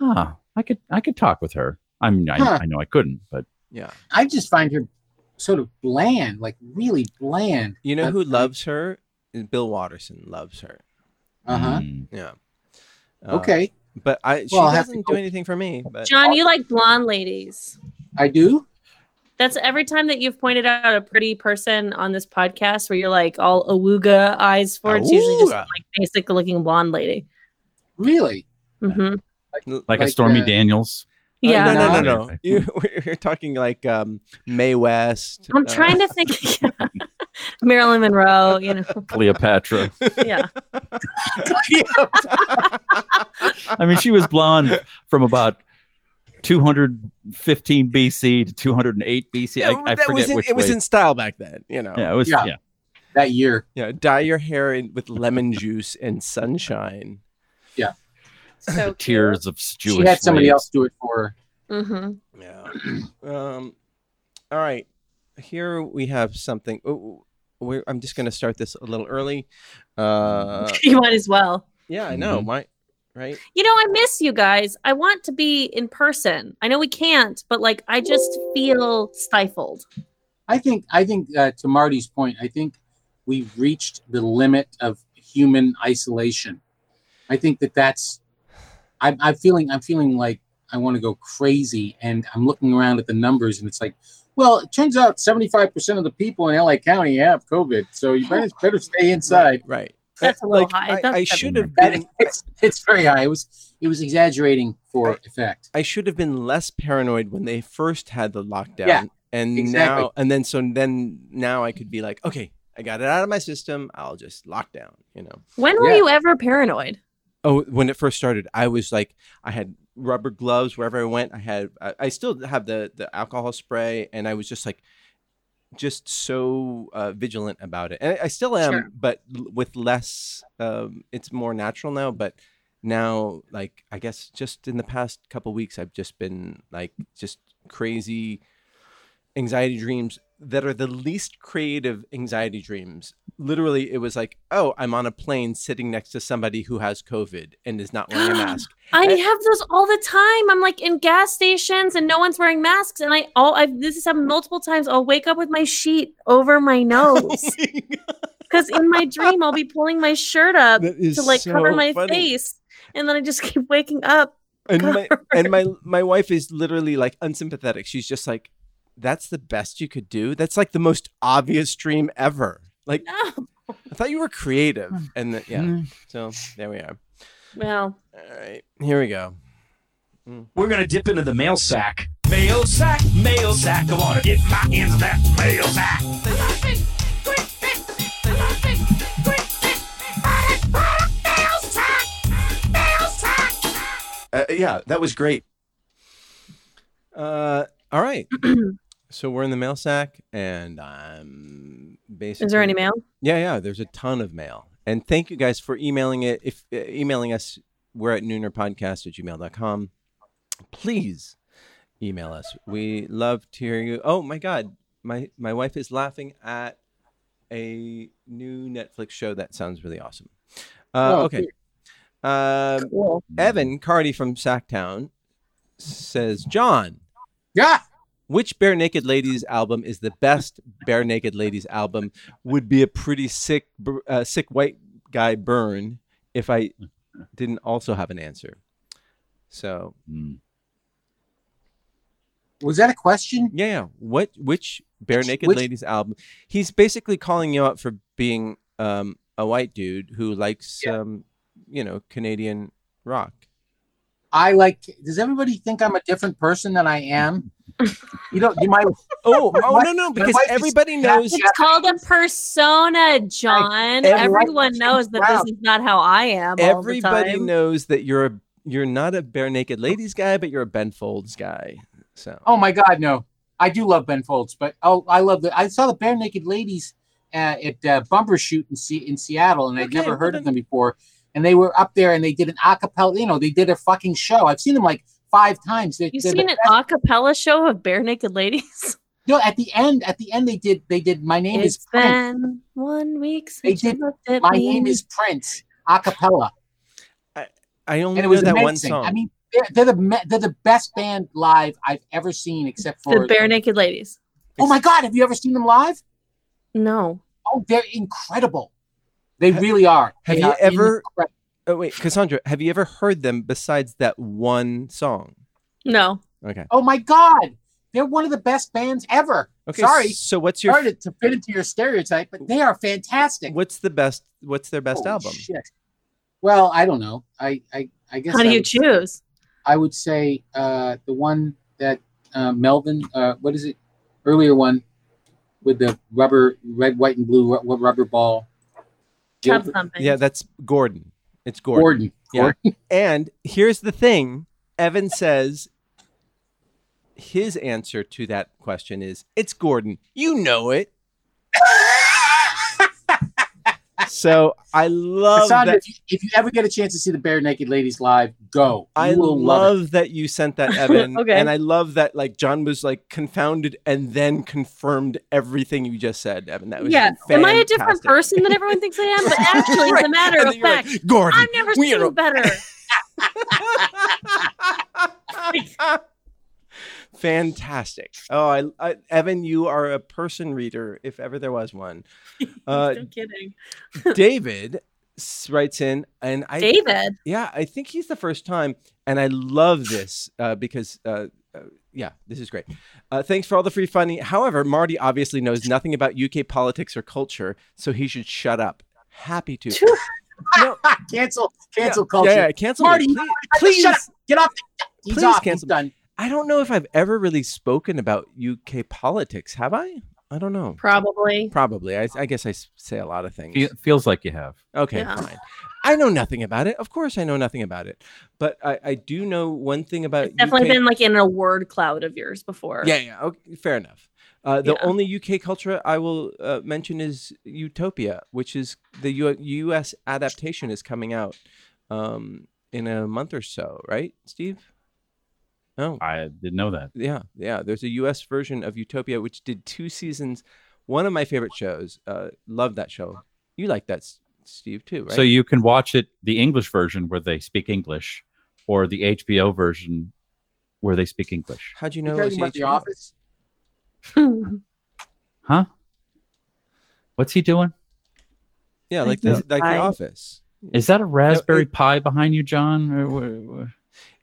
Speaker 6: ah, I could I could talk with her. I mean I,
Speaker 8: Huh.
Speaker 6: I know I couldn't, but
Speaker 5: Yeah.
Speaker 8: I just find her sort of bland, like really bland.
Speaker 5: You know
Speaker 8: That-
Speaker 5: who loves her? Bill Watterson loves her.
Speaker 8: Uh-huh.
Speaker 6: mm,
Speaker 5: Yeah. Uh,
Speaker 8: Okay.
Speaker 5: But I she
Speaker 8: Well, I'll have to
Speaker 5: doesn't
Speaker 8: go-
Speaker 5: do anything for me. But
Speaker 3: John, you like blonde ladies.
Speaker 8: I do.
Speaker 3: That's every time that you've pointed out a pretty person on this podcast where you're like all awooga eyes for it's usually just
Speaker 5: Awooga.
Speaker 3: like basic looking blonde lady.
Speaker 8: Really?
Speaker 3: hmm
Speaker 6: like, a Stormy
Speaker 8: uh,
Speaker 6: Daniels.
Speaker 5: Uh,
Speaker 3: Yeah,
Speaker 5: no, no,
Speaker 6: no.
Speaker 5: no, no. You, we're talking like um, May West. uh,
Speaker 3: I'm trying to think. Marilyn Monroe, you know,
Speaker 6: Cleopatra.
Speaker 3: yeah.
Speaker 6: I mean, she was blonde from about 215 BC to 208 BC. I, I
Speaker 5: that
Speaker 6: forget
Speaker 5: was in,
Speaker 6: which
Speaker 5: it was
Speaker 6: way.
Speaker 5: in style back then. You know.
Speaker 6: yeah, it was
Speaker 8: Yeah.
Speaker 6: yeah.
Speaker 8: That year.
Speaker 5: Yeah, dye your hair in, with lemon juice and sunshine.
Speaker 3: So
Speaker 6: tears of Jewish.
Speaker 8: she had somebody
Speaker 6: slaves.
Speaker 8: else do it for her.
Speaker 3: hmm
Speaker 5: Yeah. Um. All right. Here we have something. Oh, we're, I'm just going to start this a little early. Uh.
Speaker 3: you might as well.
Speaker 5: Yeah, I know.
Speaker 6: Mhm.
Speaker 5: My right.
Speaker 3: You know, I miss you guys. I want to be in person. I know we can't, but like I just feel stifled.
Speaker 8: I think I think uh, to Marty's point, I think we've reached the limit of human isolation. I think that that's I'm, I'm feeling I'm feeling like I want to go crazy, and I'm looking around at the numbers, and it's like, well, it turns out 75 percent of the people in LA County have COVID, so you better better stay inside.
Speaker 5: Right.
Speaker 3: That's
Speaker 5: Uh,
Speaker 3: a little
Speaker 5: like,
Speaker 3: high.
Speaker 5: I-
Speaker 3: That's
Speaker 5: I,
Speaker 3: a-
Speaker 5: should have
Speaker 8: That
Speaker 5: been.
Speaker 8: it's, it's very high. It was it was exaggerating for effect.
Speaker 5: I should have been less paranoid when they first had the lockdown.
Speaker 8: Yeah,
Speaker 5: And
Speaker 8: exactly.
Speaker 5: now, and then, so then now I could be like, okay, I got it out of my system. I'll just lock down. You know.
Speaker 3: When were
Speaker 8: Yeah.
Speaker 3: you ever paranoid?
Speaker 5: Oh, when it first started, I was like, I had rubber gloves wherever I went. I had, I, I still have the the alcohol spray, and I was just like, just so uh, vigilant about it. And I, I still am,
Speaker 3: Sure.
Speaker 5: but l- with less. Um, it's more natural now, but now, like, I guess just in the past couple weeks, I've just been like, just crazy anxiety dreams that are the least creative anxiety dreams. Literally, it was like, oh, I'm on a plane sitting next to somebody who has COVID and is not wearing a mask.
Speaker 3: I
Speaker 5: I-
Speaker 3: have those all the time. I'm like in gas stations and no one's wearing masks, and I all I've this has happened multiple times. I'll wake up with my sheet over my nose because in my dream I'll be pulling my shirt up
Speaker 5: That is
Speaker 3: to like cover
Speaker 5: so
Speaker 3: my
Speaker 5: funny.
Speaker 3: face, and then I just keep waking up.
Speaker 5: And my,
Speaker 3: covered.
Speaker 5: and my my wife is literally like unsympathetic. She's just like, that's the best you could do. That's like the most obvious dream ever. Like,
Speaker 3: No. Hmm.
Speaker 5: Hmm. I thought you were creative, and the, yeah. So there we are.
Speaker 3: Well,
Speaker 5: All right, here we go.
Speaker 11: We're gonna dip into the mail sack. Mail sack, mail sack. I wanna get my hands on that mail sack. Uh, yeah, that was great.
Speaker 5: Uh, all right. so we're in the mail sack, and I'm basically.
Speaker 3: is there any mail?
Speaker 5: Yeah, yeah. There's a ton of mail, and thank you guys for emailing it. If uh, emailing us, we're at noonerpodcast at gmail.com. Please email us. We love to hear you. Oh my God, my my wife is laughing at a new Netflix show that sounds really awesome. Uh,
Speaker 8: Oh,
Speaker 5: okay. Um, Evan Cardy from Sacktown says, John,
Speaker 8: Yeah.
Speaker 5: which Bare Naked Ladies album is the best Bare Naked Ladies album? Would be a pretty sick, br- uh, sick white guy burn if I didn't also have an answer. So
Speaker 6: Mm.
Speaker 8: Was that a question?
Speaker 5: yeah, yeah. what which Bare Naked
Speaker 8: which-
Speaker 5: Ladies album? He's basically calling you out for being um, a white dude who likes, um, you know, Canadian rock.
Speaker 8: I like. Does everybody think I'm a different person than I am? you don't. You might.
Speaker 5: Oh, oh
Speaker 8: wife-
Speaker 5: no, no,
Speaker 8: my
Speaker 5: because
Speaker 8: wife is
Speaker 5: everybody
Speaker 8: happy
Speaker 5: knows.
Speaker 8: Yeah.
Speaker 3: It's called a persona, John.
Speaker 5: everyone-
Speaker 3: Everyone knows that this is not how I am. all the
Speaker 5: everybody
Speaker 3: time.
Speaker 5: knows that you're a you're not a bare naked ladies guy, but you're a Ben Folds guy. So
Speaker 8: Oh my God, no! I do love Ben Folds, but oh, I love the. I saw the Bare Naked Ladies uh, at uh, Bumbershoot in, Se- in Seattle, and I'd
Speaker 5: Okay,
Speaker 8: never
Speaker 5: well
Speaker 8: heard
Speaker 5: then-
Speaker 8: of them before. And they were up there, and they did an acapella. You know, they did a fucking show. I've seen them like five times. They,
Speaker 3: You've
Speaker 8: they're the
Speaker 3: seen an
Speaker 8: best.
Speaker 3: a cappella show of bare naked ladies?
Speaker 8: No, at the end, at the end, they did. They did. My name
Speaker 3: It's
Speaker 8: is Prince.
Speaker 3: been one week
Speaker 8: They
Speaker 3: since you
Speaker 8: did-
Speaker 3: looked at
Speaker 8: My
Speaker 3: me.
Speaker 8: name is Prince. Acapella,
Speaker 5: I only
Speaker 8: and it
Speaker 5: know
Speaker 8: was
Speaker 5: that
Speaker 8: amazing.
Speaker 5: one song.
Speaker 8: I mean, they're, they're the me- they're the best band live I've ever seen, except for
Speaker 3: the bare naked ladies.
Speaker 8: Oh my God, have you ever seen them live?
Speaker 3: No,
Speaker 8: Oh, they're incredible. They really are.
Speaker 5: have
Speaker 8: They
Speaker 5: you
Speaker 8: are
Speaker 5: ever-
Speaker 8: incre-
Speaker 5: oh wait, Cassandra, have you ever heard them besides that one song?
Speaker 3: no.
Speaker 5: Okay.
Speaker 8: Oh my God, they're one of the best bands ever.
Speaker 5: Okay.
Speaker 8: Sorry,
Speaker 5: So what's your
Speaker 8: sorry to, to fit into your stereotype, but they are fantastic.
Speaker 5: what's the best what's their best
Speaker 8: Holy
Speaker 5: album?
Speaker 8: shit. Well, I don't know. I I, I guess
Speaker 3: How do
Speaker 8: I
Speaker 3: you
Speaker 8: would,
Speaker 3: choose?
Speaker 8: I would say uh, the one that uh, Melvin, uh, what is it? Earlier one with the rubber, red, white, and blue ru- rubber ball.
Speaker 3: Have
Speaker 8: Gilbert-
Speaker 3: something.
Speaker 5: Yeah, that's Gordon. It's Gordon.
Speaker 8: Gordon.
Speaker 5: Yeah. And here's the thing Evan says his answer to that question is it's Gordon. You know it. so I love
Speaker 8: Cassandra,
Speaker 5: that.
Speaker 8: if you, if you ever get a chance to see the Bare Naked Ladies live, go.
Speaker 5: I
Speaker 8: you will
Speaker 5: love,
Speaker 8: love,
Speaker 5: that you sent that, Evan.
Speaker 3: Okay.
Speaker 5: And I love that like John was like confounded and then confirmed everything you just said, Evan. That was
Speaker 3: Yeah. Am I a different
Speaker 5: fantastic.
Speaker 3: person than everyone thinks I am? But actually, as a matter
Speaker 5: And
Speaker 3: of
Speaker 5: then you're like,
Speaker 3: fact,
Speaker 5: Gordon.
Speaker 3: I've never
Speaker 5: we
Speaker 3: seen
Speaker 5: are-
Speaker 3: better.
Speaker 5: Fantastic. Oh, I, I, Evan, you are a person reader, if ever there was one. Uh,
Speaker 3: I'm kidding.
Speaker 5: David s- writes in, and I,
Speaker 3: David.
Speaker 5: yeah, I think he's the first time, and I love this uh, because, uh, uh, yeah, this is great. Uh, thanks for all the free funny. However, Marty obviously knows nothing about UK politics or culture, so he should shut up. Happy to.
Speaker 8: cancel,
Speaker 5: Yeah,
Speaker 8: cancel culture.
Speaker 5: Yeah, yeah, cancel me,
Speaker 8: Marty,
Speaker 5: please- please.
Speaker 8: Just shut up. Get off. the- He's
Speaker 5: Please
Speaker 8: off.
Speaker 5: cancel.
Speaker 8: He's done.
Speaker 5: I don't know if I've ever really spoken about UK politics, have I? I don't know.
Speaker 3: Probably.
Speaker 5: Probably. I, I guess I s- say a lot of things.
Speaker 6: Fe- feels like you have.
Speaker 5: Okay,
Speaker 3: Yeah.
Speaker 5: fine. I know nothing about it. Of course, I know nothing about it. But I, I do know one thing about
Speaker 3: It's definitely
Speaker 5: UK
Speaker 3: been like in a word cloud of yours before.
Speaker 5: Yeah, yeah. Okay, fair enough. Uh, the
Speaker 3: Yeah.
Speaker 5: only UK culture I will uh, mention is Utopia, which is the U- US adaptation is coming out um, in a month or so, right, Steve? Oh,
Speaker 6: I didn't know that.
Speaker 5: yeah, yeah. There's a U.S. version of Utopia, which did two seasons. One of my favorite shows. Uh, love that show. You like that, S- Steve, too, right?
Speaker 6: So you can watch it the English version where they speak English, or the HBO version where they speak English.
Speaker 5: how'd you
Speaker 8: You
Speaker 5: know? it
Speaker 8: talking
Speaker 5: was
Speaker 8: about the
Speaker 5: HBO?
Speaker 8: office?
Speaker 3: Mm,
Speaker 6: Huh? What's he doing?
Speaker 5: Yeah, like the like the
Speaker 3: I-
Speaker 5: Office.
Speaker 6: Is that a Raspberry
Speaker 5: it-
Speaker 6: Pi behind you, John? Or wha- wha-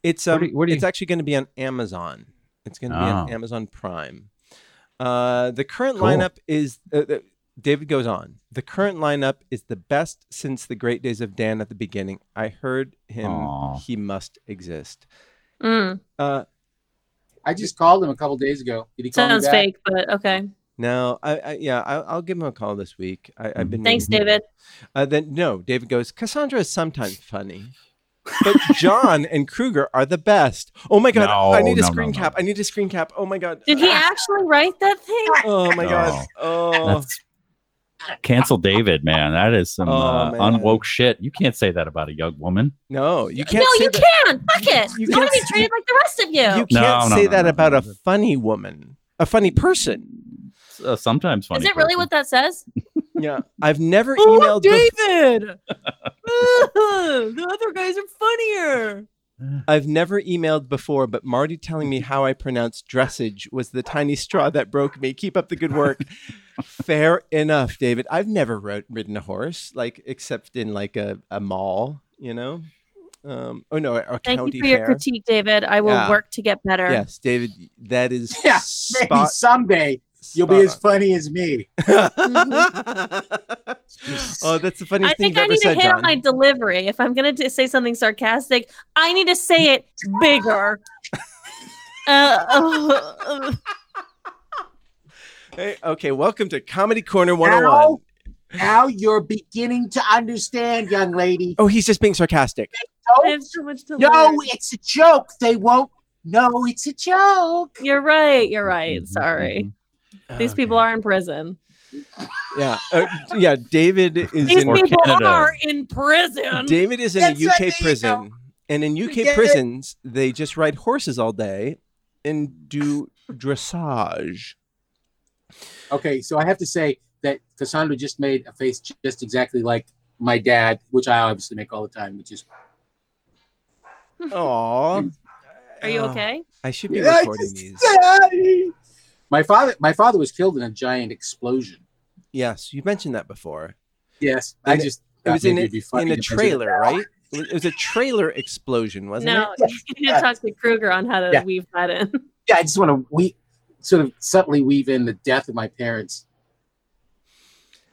Speaker 5: It's
Speaker 6: What
Speaker 5: um,
Speaker 6: do you- what do
Speaker 5: it's
Speaker 6: you-
Speaker 5: actually going to be on Amazon. It's going to be on
Speaker 6: Oh.
Speaker 5: Amazon Prime. Uh, the current
Speaker 6: Cool.
Speaker 5: lineup is uh, the, David goes on. The current lineup is the best since the great days of Dan at the beginning. I heard him.
Speaker 6: Aw.
Speaker 5: He must exist.
Speaker 3: Mm.
Speaker 5: Uh,
Speaker 8: I just called him a couple days ago. Did he call me
Speaker 3: Sounds
Speaker 8: back?
Speaker 3: fake, but okay.
Speaker 5: No, I, I yeah, I, I'll give him a call this week. I, I've been
Speaker 3: Mm-hmm. Thanks,
Speaker 5: meaning-
Speaker 3: David.
Speaker 5: Uh, then no, David goes. Cassandra is sometimes funny, but John and Kruger are the best. Oh my god, I
Speaker 6: No,
Speaker 5: need a
Speaker 6: no, no,
Speaker 5: screen
Speaker 6: no.
Speaker 5: cap. I need a screen cap. Oh my god.
Speaker 3: Did he actually write that thing?
Speaker 5: Oh my
Speaker 6: No.
Speaker 5: god. Oh,
Speaker 6: That's Oh. cancel David, man. That is some
Speaker 5: Oh,
Speaker 6: uh,
Speaker 5: man.
Speaker 6: unwoke shit. You can't say that about a young woman.
Speaker 5: no, you can't.
Speaker 3: No,
Speaker 5: say
Speaker 3: you
Speaker 5: that.
Speaker 3: can. Fuck it.
Speaker 5: You
Speaker 3: You want
Speaker 5: can't
Speaker 3: to be
Speaker 5: say-
Speaker 3: treated like the rest of you.
Speaker 5: You
Speaker 6: No,
Speaker 5: can't
Speaker 6: no,
Speaker 5: say
Speaker 6: no,
Speaker 5: that
Speaker 6: no,
Speaker 5: about
Speaker 6: no.
Speaker 5: a funny woman, a funny person.
Speaker 6: Uh, sometimes funny.
Speaker 3: Is it really
Speaker 6: person.
Speaker 3: what that says?
Speaker 5: Yeah, I've never emailed. bef-
Speaker 10: David. the other guys are funnier.
Speaker 5: I've never emailed before, but Marty telling me how I pronounce dressage was the tiny straw that broke me. Keep up the good work. Fair enough, David. I've never wrote, ridden a horse, like except in like a, a mall, you know. Um, oh no, a
Speaker 3: Thank
Speaker 5: county
Speaker 3: you for your
Speaker 5: fair.
Speaker 3: critique, David. I will
Speaker 5: Yeah.
Speaker 3: work to get better.
Speaker 5: Yes, David, that is
Speaker 8: Yeah, Maybe
Speaker 5: spot,
Speaker 8: someday you'll be as funny as me.
Speaker 5: spot on. oh, that's the funniest
Speaker 3: Mm-hmm. I
Speaker 5: thing
Speaker 3: think
Speaker 5: you've
Speaker 3: I
Speaker 5: ever
Speaker 3: need to
Speaker 5: said,
Speaker 3: hit on
Speaker 5: John.
Speaker 3: my delivery. If I'm going to say something sarcastic, I need to say it bigger. uh, uh,
Speaker 5: Hey, okay, welcome to Comedy Corner 101.
Speaker 8: Now, now you're beginning to understand, young lady.
Speaker 5: Oh, he's just being sarcastic. Oh,
Speaker 3: I have so much to
Speaker 8: No,
Speaker 3: learn.
Speaker 8: it's a joke. They won't. No, it's a joke.
Speaker 3: You're right. You're right.
Speaker 6: Mm-hmm,
Speaker 3: Sorry. These people are in prison.
Speaker 5: Yeah, uh, yeah. David is
Speaker 3: These
Speaker 5: in.
Speaker 6: or
Speaker 3: people
Speaker 6: Canada.
Speaker 3: are in prison.
Speaker 5: David is in
Speaker 4: That's
Speaker 5: a
Speaker 4: what I mean,
Speaker 5: UK prison, and in
Speaker 4: get
Speaker 5: UK
Speaker 4: it.
Speaker 5: prisons, they just ride horses all day and do dressage.
Speaker 8: Okay, so I have to say that Cassandra just made a face just exactly like my dad, which I obviously make all the time, which is
Speaker 5: Aw.
Speaker 3: Are
Speaker 5: oh,
Speaker 3: you okay?
Speaker 5: I should be
Speaker 4: Yeah, I
Speaker 5: recording these.
Speaker 8: my father. My father was killed in a giant explosion.
Speaker 5: Yes, you mentioned that before.
Speaker 8: Yes, I
Speaker 5: And it-
Speaker 8: just
Speaker 5: It
Speaker 8: thought
Speaker 5: was in
Speaker 8: maybe
Speaker 5: a,
Speaker 8: it'd be funny
Speaker 5: in a
Speaker 8: to mention it.
Speaker 5: trailer, right? It was a trailer explosion, wasn't
Speaker 3: No,
Speaker 5: it?
Speaker 3: you need to talk to Kruger on how to
Speaker 8: Yeah.
Speaker 3: weave that in.
Speaker 8: Yeah, I just want to we sort of subtly weave in the death of my parents.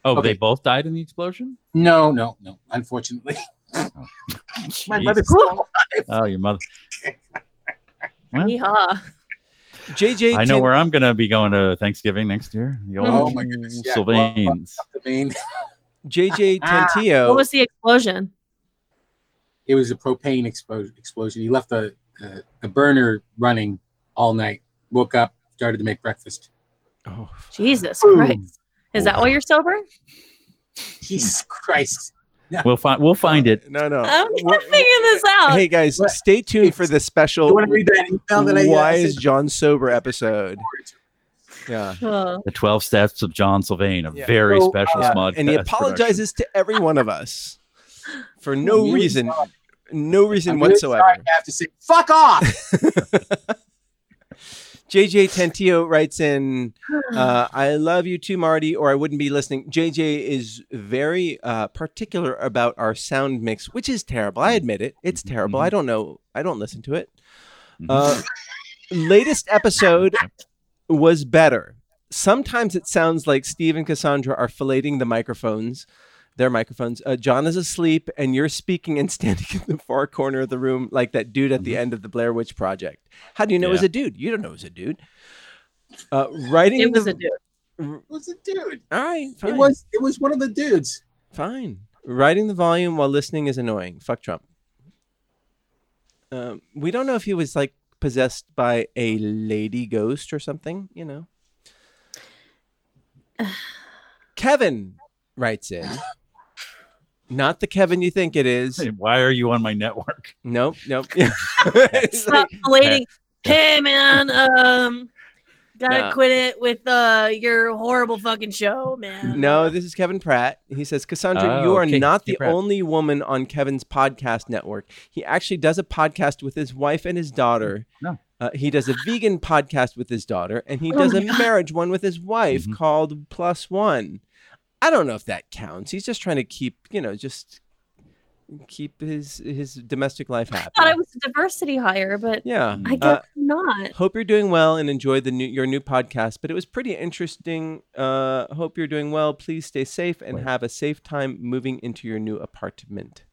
Speaker 6: Oh,
Speaker 8: Okay.
Speaker 6: they both died in the explosion.
Speaker 8: No, no, no. Unfortunately, my mother.
Speaker 6: Jesus. Oh, your mother.
Speaker 3: Yeehaw.
Speaker 5: JJ.
Speaker 6: I know
Speaker 5: Tin-
Speaker 6: where I'm gonna be going to Thanksgiving next year. The old
Speaker 8: Oh my goodness, yeah.
Speaker 6: Sylvains.
Speaker 8: I mean,
Speaker 5: JJ Tantillo.
Speaker 3: Ah, What was the explosion?
Speaker 8: it was a propane expo- explosion. He left the, the the burner running all night. Woke up, started to make breakfast.
Speaker 5: oh,
Speaker 3: Jesus
Speaker 8: Boom.
Speaker 3: Christ. Is that why you're sober?
Speaker 8: Jesus Christ!
Speaker 6: We'll find. We'll find it.
Speaker 5: No, no.
Speaker 3: I'm
Speaker 5: Oh, What-
Speaker 3: not figuring this out.
Speaker 5: Uh, Hey guys,
Speaker 8: What?
Speaker 5: stay tuned for the
Speaker 8: You
Speaker 5: special.
Speaker 8: want to read that email that I
Speaker 5: Why
Speaker 8: I
Speaker 5: is
Speaker 8: sent
Speaker 5: John sober episode?
Speaker 8: forward to?
Speaker 5: Yeah.
Speaker 3: Oh.
Speaker 6: The Twelve Steps of John Sylvain, a
Speaker 5: Yeah.
Speaker 6: very
Speaker 8: So,
Speaker 6: special
Speaker 5: Yeah,
Speaker 6: smudge.
Speaker 5: and he apologizes to every one of us for no
Speaker 8: really
Speaker 5: reason, no reason
Speaker 8: I'm really
Speaker 5: whatsoever.
Speaker 8: sorry I have to say, fuck off.
Speaker 5: JJ Tentillo writes in, uh, "I love you too, Marty, or I wouldn't be listening." JJ is very uh, particular about our sound mix, which is terrible. I admit it; it's terrible. I don't know. I don't listen to it. Uh, latest episode was better. Sometimes it sounds like Steve and Cassandra are filleting the microphones, their microphones. Uh, John is asleep, and you're speaking and standing in the far corner of the room like that dude at the
Speaker 8: Mm-hmm.
Speaker 5: end of the Blair Witch Project. How do you know it was
Speaker 6: Yeah.
Speaker 5: a dude? You don't know it was a dude. Uh, writing
Speaker 3: It was
Speaker 5: the,
Speaker 3: a dude.
Speaker 8: It was a dude.
Speaker 5: All right, fine.
Speaker 8: It was it was one of the dudes.
Speaker 5: Fine. Writing the volume while listening is annoying. Fuck Trump. Um, we don't know if he was like possessed by a lady ghost or something, you know. Kevin writes in. Not the Kevin you think it is.
Speaker 6: Why are you on my network?
Speaker 5: Nope, nope. It's
Speaker 3: Stop
Speaker 5: like,
Speaker 3: relating. Hey man, um gotta
Speaker 5: Yeah.
Speaker 3: quit it with uh your horrible fucking show, man.
Speaker 5: No, this is Kevin Pratt. He says, Cassandra,
Speaker 6: Oh,
Speaker 5: you are
Speaker 6: okay,
Speaker 5: not the
Speaker 6: Kevin Pratt.
Speaker 5: only woman on Kevin's podcast network. He actually does a podcast with his wife and his daughter.
Speaker 6: No.
Speaker 5: Uh, he does a vegan podcast with his daughter, and he
Speaker 3: Oh
Speaker 5: does
Speaker 3: my
Speaker 5: a marriage one with his wife
Speaker 6: Mhm.
Speaker 5: called Plus One. I don't know if that counts. He's just trying to keep, you know, just keep his his domestic life happy.
Speaker 3: thought I was a diversity hire, but
Speaker 5: Yeah.
Speaker 3: I guess
Speaker 5: Uh,
Speaker 3: not.
Speaker 5: Hope you're doing well and enjoy the new your new podcast. But it was pretty interesting. Uh, hope you're doing well. Please stay safe and have a safe time moving into your new apartment.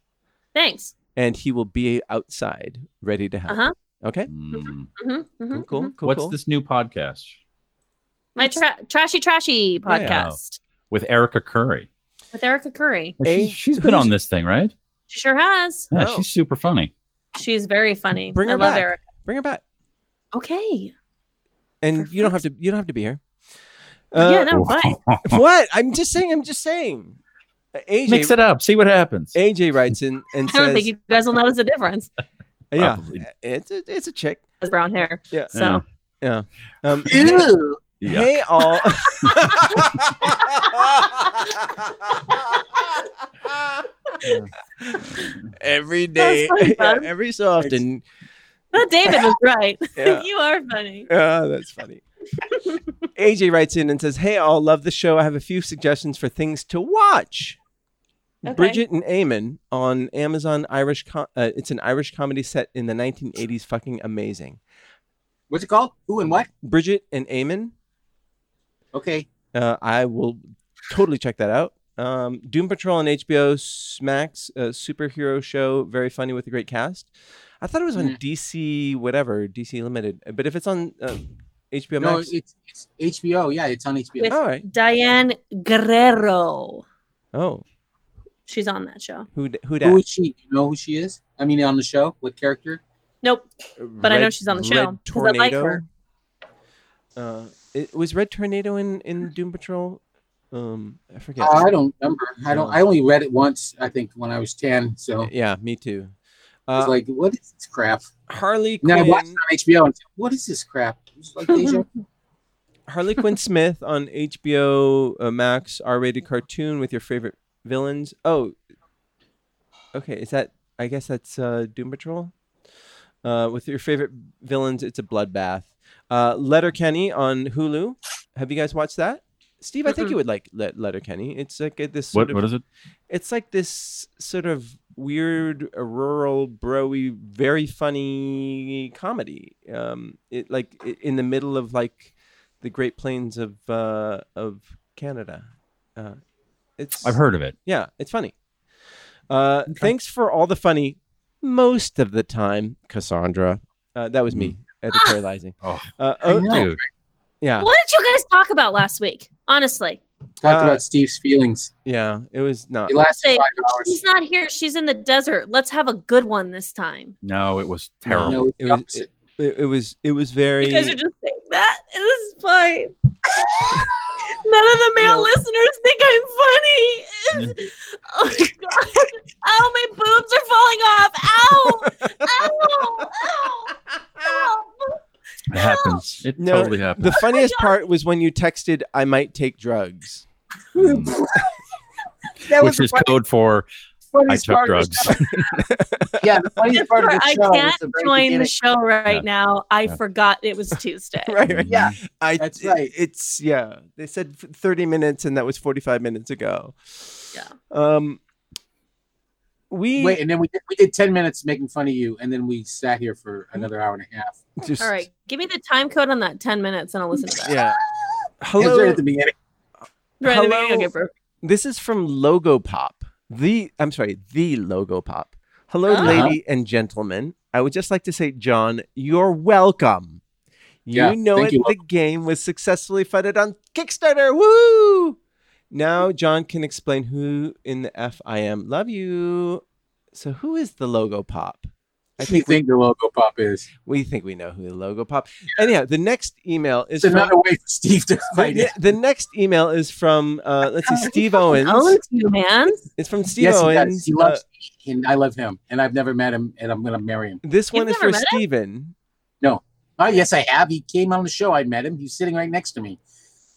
Speaker 3: Thanks.
Speaker 5: And he will be outside, ready to help.
Speaker 3: Uh-huh.
Speaker 5: Okay.
Speaker 3: hmm
Speaker 5: Cool. Cool. cool
Speaker 6: What's
Speaker 5: cool.
Speaker 6: this new podcast?
Speaker 3: mm-hmm. My tra- trashy trashy podcast
Speaker 6: with Erica Curry.
Speaker 3: with Erica Curry.
Speaker 6: She- she's been on this thing, right?
Speaker 3: She sure has.
Speaker 6: Yeah, she's super funny.
Speaker 3: She's very funny.
Speaker 5: Bring
Speaker 3: I
Speaker 5: her
Speaker 3: love
Speaker 5: back.
Speaker 3: Erica.
Speaker 5: Bring her back.
Speaker 3: Okay.
Speaker 5: And you don't have to. You don't have to be here. Uh,
Speaker 3: Yeah, no, what?
Speaker 5: what? I'm just saying. I'm just saying. Uh, AJ,
Speaker 6: Mix it up. See what happens.
Speaker 5: AJ writes in and
Speaker 3: I don't
Speaker 5: says,
Speaker 3: think you guys will notice the difference.
Speaker 5: "Yeah, it's a, it's a chick.
Speaker 3: Has brown hair.
Speaker 5: Yeah.
Speaker 3: So
Speaker 5: Yeah. Um,
Speaker 3: Ew.
Speaker 5: Hey all.
Speaker 10: every
Speaker 3: day- funny, yeah, bud.
Speaker 5: every so often.
Speaker 3: But David was right.
Speaker 5: Yeah.
Speaker 3: you are funny.
Speaker 5: Oh, that's funny. AJ writes in and says, "Hey all, love the show. I have a few suggestions for things to watch."
Speaker 3: Okay.
Speaker 5: Bridget and Eamon on Amazon Irish. Com- uh, it's an Irish comedy set in the 1980s. Fucking amazing.
Speaker 8: What's it called? Who and what?
Speaker 5: Bridget and Eamon.
Speaker 8: Okay.
Speaker 5: Uh, I will totally check that out. Um, Doom Patrol on HBO, Smacks, a superhero show, very funny with a great cast. I thought it was on
Speaker 8: Mm.
Speaker 5: DC, whatever, DC Limited. But if it's on uh, HBO
Speaker 8: No,
Speaker 5: Max,
Speaker 8: it's, it's HBO. Yeah, it's on HBO.
Speaker 3: With
Speaker 5: all right.
Speaker 3: Diane Guerrero.
Speaker 5: Oh,
Speaker 3: She's on that show.
Speaker 5: who d- who
Speaker 8: Who
Speaker 5: dat?
Speaker 8: is she? You know who she is? I mean, on the show, what character?
Speaker 3: Nope. But I know
Speaker 5: Red-
Speaker 3: she's on the
Speaker 5: Red
Speaker 3: show. 'cause I like
Speaker 5: Tornado.
Speaker 3: her.
Speaker 5: Uh, it was Red Tornado in in Doom Patrol. Um, I forget.
Speaker 8: Oh, I don't remember. I don't. I only read it once. I think when I was ten. So it's
Speaker 5: Yeah, me too. Uh,
Speaker 8: like, what is this crap?
Speaker 5: Harley
Speaker 8: And then I
Speaker 5: Quinn.
Speaker 8: watched it on HBO and said, "What is this crap?" It's like deja vu.
Speaker 5: Harley Quinn Smith on HBO uh, Max R-rated cartoon with your favorite villains. Oh, okay. Is that? I guess that's uh, Doom Patrol. Uh, with your favorite villains, it's a bloodbath. Uh, Letter Kenny on Hulu. Have you guys watched that? Steve, I think you would like Let Letter Kenny. It's like a, this. Sort
Speaker 6: What
Speaker 5: of,
Speaker 6: what is it?
Speaker 5: It's like this sort of weird, uh, rural, broy, very funny comedy. Um, it like i- in the middle of like the Great Plains of uh, of Canada. Uh, it's
Speaker 6: I've heard of it.
Speaker 5: Yeah, it's funny. Uh, Thanks for all the funny, most of the time, Cassandra. Uh, that was me editorializing.
Speaker 6: Oh,
Speaker 5: Uh,
Speaker 8: Hmm. I know.
Speaker 5: oh, yeah,
Speaker 3: What did you guys talk about last week? Honestly,
Speaker 8: Talked
Speaker 5: Uh,
Speaker 8: about Steve's feelings.
Speaker 5: yeah, it was not.
Speaker 8: It lasted
Speaker 3: say,
Speaker 8: five hours.
Speaker 3: she's not here. She's in the desert. Let's have a good one this time.
Speaker 6: No, it was
Speaker 8: No,
Speaker 6: terrible.
Speaker 8: it's
Speaker 5: It
Speaker 8: the
Speaker 5: was.
Speaker 8: opposite.
Speaker 5: It, it- it was. It was very.
Speaker 3: You guys are just saying that. It is fine. None of the male listeners think I'm funny. It's- Oh my god! Ow, my boobs are falling off. Ow! Ow! Ow! Ow!
Speaker 6: It happens. It
Speaker 5: No,
Speaker 6: totally happens.
Speaker 5: The funniest part was when you texted, "I might take drugs."
Speaker 4: That was
Speaker 6: Which
Speaker 4: the
Speaker 6: is
Speaker 4: funny-
Speaker 6: code for I
Speaker 4: funniest
Speaker 6: took
Speaker 4: part of
Speaker 6: drugs.
Speaker 4: the show. yeah, the funniest
Speaker 3: Except
Speaker 4: part of
Speaker 3: for
Speaker 4: the
Speaker 3: I
Speaker 4: show. was
Speaker 3: can't
Speaker 4: the very
Speaker 3: join the
Speaker 4: beginning.
Speaker 3: show right
Speaker 6: Yeah.
Speaker 3: now. I
Speaker 6: Yeah.
Speaker 3: forgot it was Tuesday.
Speaker 5: right, right.
Speaker 4: Yeah.
Speaker 5: I,
Speaker 8: That's right.
Speaker 5: It's yeah. They said f- 30 minutes, and that was 45 minutes ago.
Speaker 3: Yeah.
Speaker 5: Um. We
Speaker 8: Wait, and then we did, we did ten minutes making fun of you, and then we sat here for another hour and a half.
Speaker 5: just
Speaker 3: All right, give me the time code on that ten minutes, and I'll listen to that.
Speaker 5: Yeah.
Speaker 8: It was right
Speaker 5: Hello.
Speaker 8: at the beginning.
Speaker 3: Right,
Speaker 5: Hello.
Speaker 3: okay, okay, perfect.
Speaker 5: This is from Logo Pop. The I'm sorry, the Logo Pop. Hello,
Speaker 8: Uh-huh.
Speaker 3: Oh.
Speaker 5: lady and gentlemen. I would just like to say, John, you're welcome. You
Speaker 8: Yeah,
Speaker 5: know
Speaker 8: thank
Speaker 5: it.
Speaker 8: you,
Speaker 5: The game was successfully funded on Kickstarter. Woo! Now John can explain who in the F I am. Love you. So who is the Logo Pop? I
Speaker 8: I
Speaker 5: think
Speaker 8: think, think the logo pop is.
Speaker 5: we think we know who the Logo Pop. Anyhow, the next email is
Speaker 8: It's
Speaker 5: from
Speaker 8: another way for Steve to fight
Speaker 5: the,
Speaker 8: it.
Speaker 5: the next email is from uh, let's see, Steve Owens.
Speaker 3: Owns you, man.
Speaker 5: It's from Steve
Speaker 8: Yes, he
Speaker 5: Owens.
Speaker 8: does. He
Speaker 5: Uh,
Speaker 8: loves, and I love him, and I've never met him, and I'm going to marry him.
Speaker 5: this
Speaker 3: You've
Speaker 5: one is
Speaker 3: never
Speaker 5: for
Speaker 3: met him?
Speaker 5: Steven.
Speaker 8: Oh yes, I have. He came on the show. I met him. He's sitting right next to me.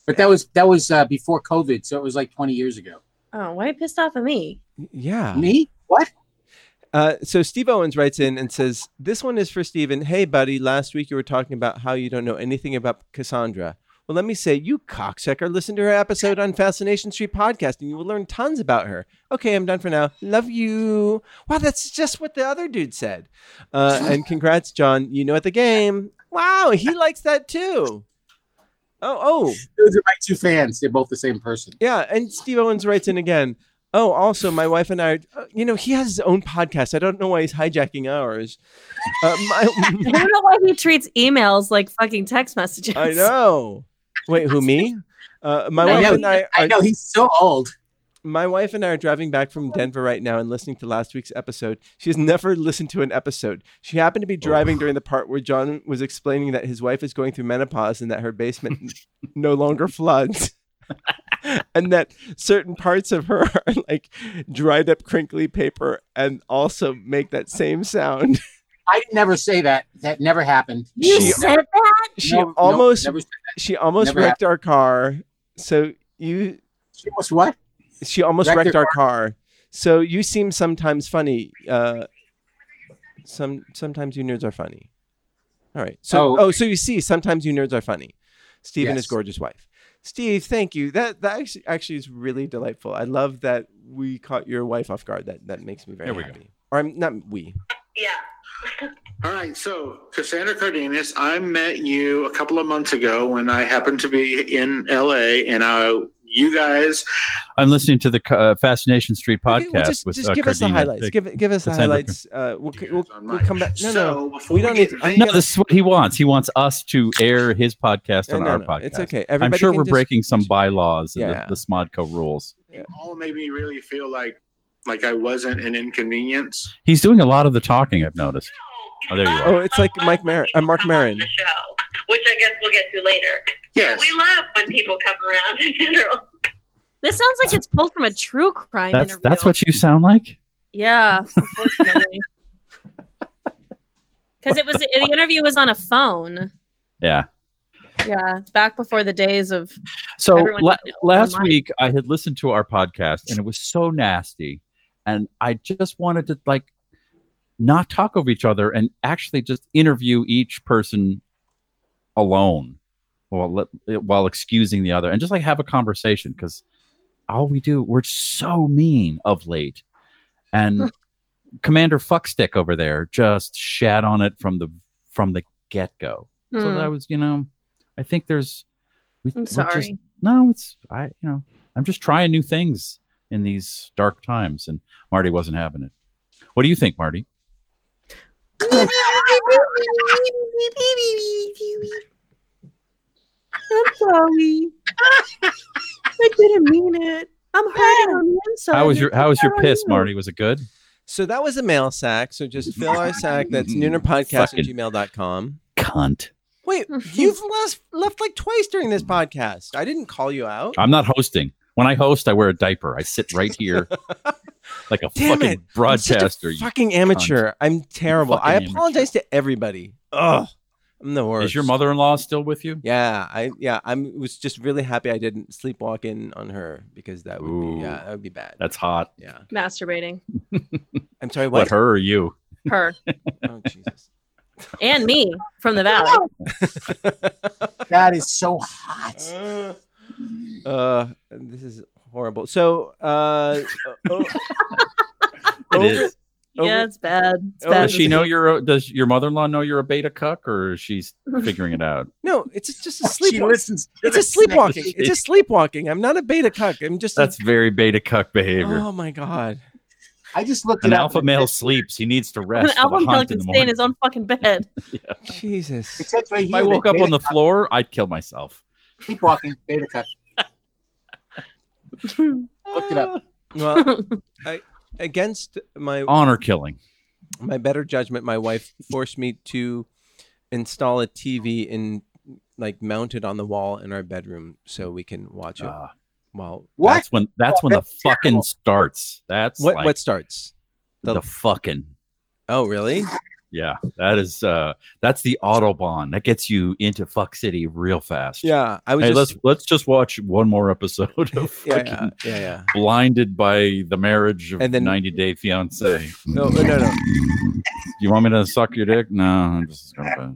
Speaker 8: But that was that was uh, before COVID, so it was like 20 years ago.
Speaker 3: Oh, why are you pissed off at me?
Speaker 5: Yeah.
Speaker 8: Me? What?
Speaker 5: Uh, so Steve Owens writes in and says, This one is for Steven. Hey, buddy, last week you were talking about how you don't know anything about Cassandra. Well, let me say, you cocksucker, listen to her episode on Fascination Street podcast and you will learn tons about her. Okay, I'm done for now. Love you. Wow, that's just what the other dude said. Uh, and congrats, John. You know at the game. Wow, he likes that too. Oh, oh.
Speaker 8: Those are my two fans. They're both the same person.
Speaker 5: Yeah, and Steve Owens writes in again. Oh, also, my wife and I, uh, you know, he has his own podcast. I don't know why he's hijacking ours. Uh, my,
Speaker 3: I don't know why he treats emails like fucking text messages.
Speaker 5: I know. Wait, who me? Uh, my
Speaker 8: I
Speaker 5: wife
Speaker 8: know,
Speaker 5: and I. Are,
Speaker 8: I know, he's so old.
Speaker 5: My wife and I are driving back from Denver right now and listening to last week's episode. She has never listened to an episode. She happened to be
Speaker 8: Oh.
Speaker 5: driving during the part where John was explaining that his wife is going through menopause and that her basement n- no longer floods. and that certain parts of her are like dried up crinkly paper and also make that same sound.
Speaker 8: I didn't never say that. That never happened.
Speaker 3: You
Speaker 8: She-
Speaker 3: said that?
Speaker 5: She
Speaker 8: No, no,
Speaker 5: almost
Speaker 8: never said
Speaker 5: she almost
Speaker 8: Never
Speaker 5: wrecked our car. So you
Speaker 8: She almost what?
Speaker 5: she almost
Speaker 8: Wrecked
Speaker 5: wrecked
Speaker 8: your
Speaker 5: our car. So you seem sometimes funny. Uh, some sometimes you nerds are funny. All right. So
Speaker 8: Oh.
Speaker 5: oh, so you see, sometimes you nerds are funny. Steve and his
Speaker 8: Yes.
Speaker 5: gorgeous wife. Steve, thank you. That that actually, actually is really delightful. I love that we caught your wife off guard. That that makes me very
Speaker 6: There we go.
Speaker 5: happy. Or I'm not we.
Speaker 12: All right, so Cassandra Cardenas, I met you a couple of months ago when I happened to be in LA, and uh, you guys,
Speaker 6: I'm listening to the uh, Fascination Street podcast
Speaker 5: Okay, well, just
Speaker 6: with
Speaker 5: just
Speaker 6: uh,
Speaker 5: give us the
Speaker 6: Cardina.
Speaker 5: highlights.
Speaker 6: Uh,
Speaker 5: Give give us the
Speaker 6: Cassandra
Speaker 5: highlights. Uh, we'll, we'll,
Speaker 12: on
Speaker 5: we'll
Speaker 12: mine.
Speaker 5: come back. No,
Speaker 12: So,
Speaker 5: no,
Speaker 12: before
Speaker 5: we
Speaker 12: we
Speaker 5: don't
Speaker 12: get
Speaker 5: need. I'm
Speaker 6: no,
Speaker 5: gonna-
Speaker 6: this is what he wants. He wants us to air his podcast
Speaker 5: No,
Speaker 6: on
Speaker 5: no,
Speaker 6: our
Speaker 5: no,
Speaker 6: podcast.
Speaker 5: It's okay.
Speaker 6: I'm
Speaker 5: Everybody
Speaker 6: sure
Speaker 5: can
Speaker 6: we're
Speaker 5: just-
Speaker 6: breaking some bylaws and
Speaker 5: Yeah.
Speaker 6: the, the Smodco rules.
Speaker 12: you all made me really feel like like I wasn't an inconvenience.
Speaker 6: He's doing a lot of the talking. I've noticed. Oh, there you are.
Speaker 5: Oh, it's like Mike Mar- uh, Mark Marin.
Speaker 13: the show, which I guess we'll get to later.
Speaker 12: Yes.
Speaker 13: We love when people come around in general.
Speaker 3: This sounds like it's pulled from a true crime
Speaker 6: That's
Speaker 3: interview.
Speaker 6: that's what you sound like.
Speaker 3: Yeah, unfortunately. Because it was the interview was on a phone.
Speaker 6: Yeah.
Speaker 3: Yeah, it's back before the days of
Speaker 6: So
Speaker 3: Everyone
Speaker 6: la-
Speaker 3: knows
Speaker 6: last
Speaker 3: online.
Speaker 6: week I had listened to our podcast and it was so nasty, and I just wanted to like not talk over each other and actually just interview each person alone, while let- while excusing the other, and just like have a conversation because all we do we're so mean of late, and Commander Fuckstick over there just shat on it from the from the get go. So
Speaker 3: Hmm.
Speaker 6: that was you know, I think there's. We,
Speaker 3: I'm
Speaker 6: we're just-
Speaker 3: sorry.
Speaker 6: no, it's I you know I'm just trying new things in these dark times, and Marty wasn't having it. What do you think, Marty?
Speaker 3: I'm sorry. I didn't mean it. I'm hurting on the inside.
Speaker 6: How was your How was your
Speaker 3: How are
Speaker 6: piss,
Speaker 3: you?
Speaker 6: Marty? Was it good?
Speaker 5: So that was a mail sack. So just fill our sack. That's noonerpodcast at
Speaker 6: Fucking-
Speaker 5: gmail.com.
Speaker 6: Cunt.
Speaker 5: Wait, you've left, left like twice during this podcast. I didn't call you out.
Speaker 6: I'm not hosting. When I host, I wear a diaper. I sit right here, like a
Speaker 5: Damn
Speaker 6: fucking
Speaker 5: it. I'm such a
Speaker 6: broadcaster. you-
Speaker 5: fucking amateur. I'm terrible. I
Speaker 6: Fucking
Speaker 5: apologize to everybody. Ugh, I'm the worst.
Speaker 6: Is your mother-in-law still with you?
Speaker 5: Yeah, I yeah, I'm was just really happy I didn't sleepwalk in on her because that would
Speaker 6: Ooh.
Speaker 5: be yeah, that would be bad.
Speaker 6: That's hot.
Speaker 5: yeah.
Speaker 3: masturbating?
Speaker 5: I'm sorry,
Speaker 6: What
Speaker 5: what?
Speaker 6: her or you?
Speaker 3: Her
Speaker 5: Oh Jesus.
Speaker 3: and me from the valley.
Speaker 4: That is so hot.
Speaker 5: Uh, uh, this is horrible. So, uh, o-
Speaker 6: It
Speaker 5: Over-
Speaker 6: is.
Speaker 3: Yeah, it's bad. It's
Speaker 5: Oh,
Speaker 3: bad.
Speaker 6: Does Oh, she know you're? A, does your mother-in-law know you're a beta cuck, or she's figuring it out?
Speaker 5: no, it's just a
Speaker 8: She
Speaker 5: sleepwalk.
Speaker 8: listens. to
Speaker 5: It's a
Speaker 8: this.
Speaker 5: sleepwalking. It's a sleepwalking. I'm not a beta cuck. I'm just. a-
Speaker 6: That's very beta cuck behavior.
Speaker 5: oh my god.
Speaker 4: I just looked
Speaker 6: An
Speaker 4: it
Speaker 6: alpha
Speaker 4: up.
Speaker 6: male sleeps. He needs to rest.
Speaker 3: An
Speaker 6: for the
Speaker 3: album
Speaker 6: hunt
Speaker 3: pelican
Speaker 6: in the
Speaker 3: stay in
Speaker 6: morning.
Speaker 3: his own fucking bed.
Speaker 4: It
Speaker 5: Jesus.
Speaker 4: says right
Speaker 6: If
Speaker 4: here
Speaker 6: I woke
Speaker 4: that
Speaker 6: up on
Speaker 4: beta-
Speaker 6: the floor, I'd kill myself.
Speaker 8: Sleepwalking, beta cut. Looked it up.
Speaker 5: Well, I, against my
Speaker 6: Honor killing.
Speaker 5: my better judgment, my wife forced me to install a TV in like mounted on the wall in our bedroom so we can watch it
Speaker 6: Ah,
Speaker 5: while
Speaker 4: What?
Speaker 6: That's when that's when the
Speaker 4: That's terrible.
Speaker 6: fucking starts. That's
Speaker 5: what
Speaker 6: like
Speaker 5: what starts?
Speaker 6: the, fucking.
Speaker 5: Oh, really?
Speaker 6: Yeah. That is uh that's the Autobahn. That gets you into fuck city real fast.
Speaker 5: Yeah, I was
Speaker 6: Hey,
Speaker 5: just
Speaker 6: let's let's just watch one more episode of
Speaker 5: yeah,
Speaker 6: fucking
Speaker 5: yeah, yeah, yeah.
Speaker 6: Blinded by the Marriage of
Speaker 5: And then-
Speaker 6: 90 Day Fiance.
Speaker 5: No, no, no, no.
Speaker 6: You want me to suck your dick? No, I'm just gonna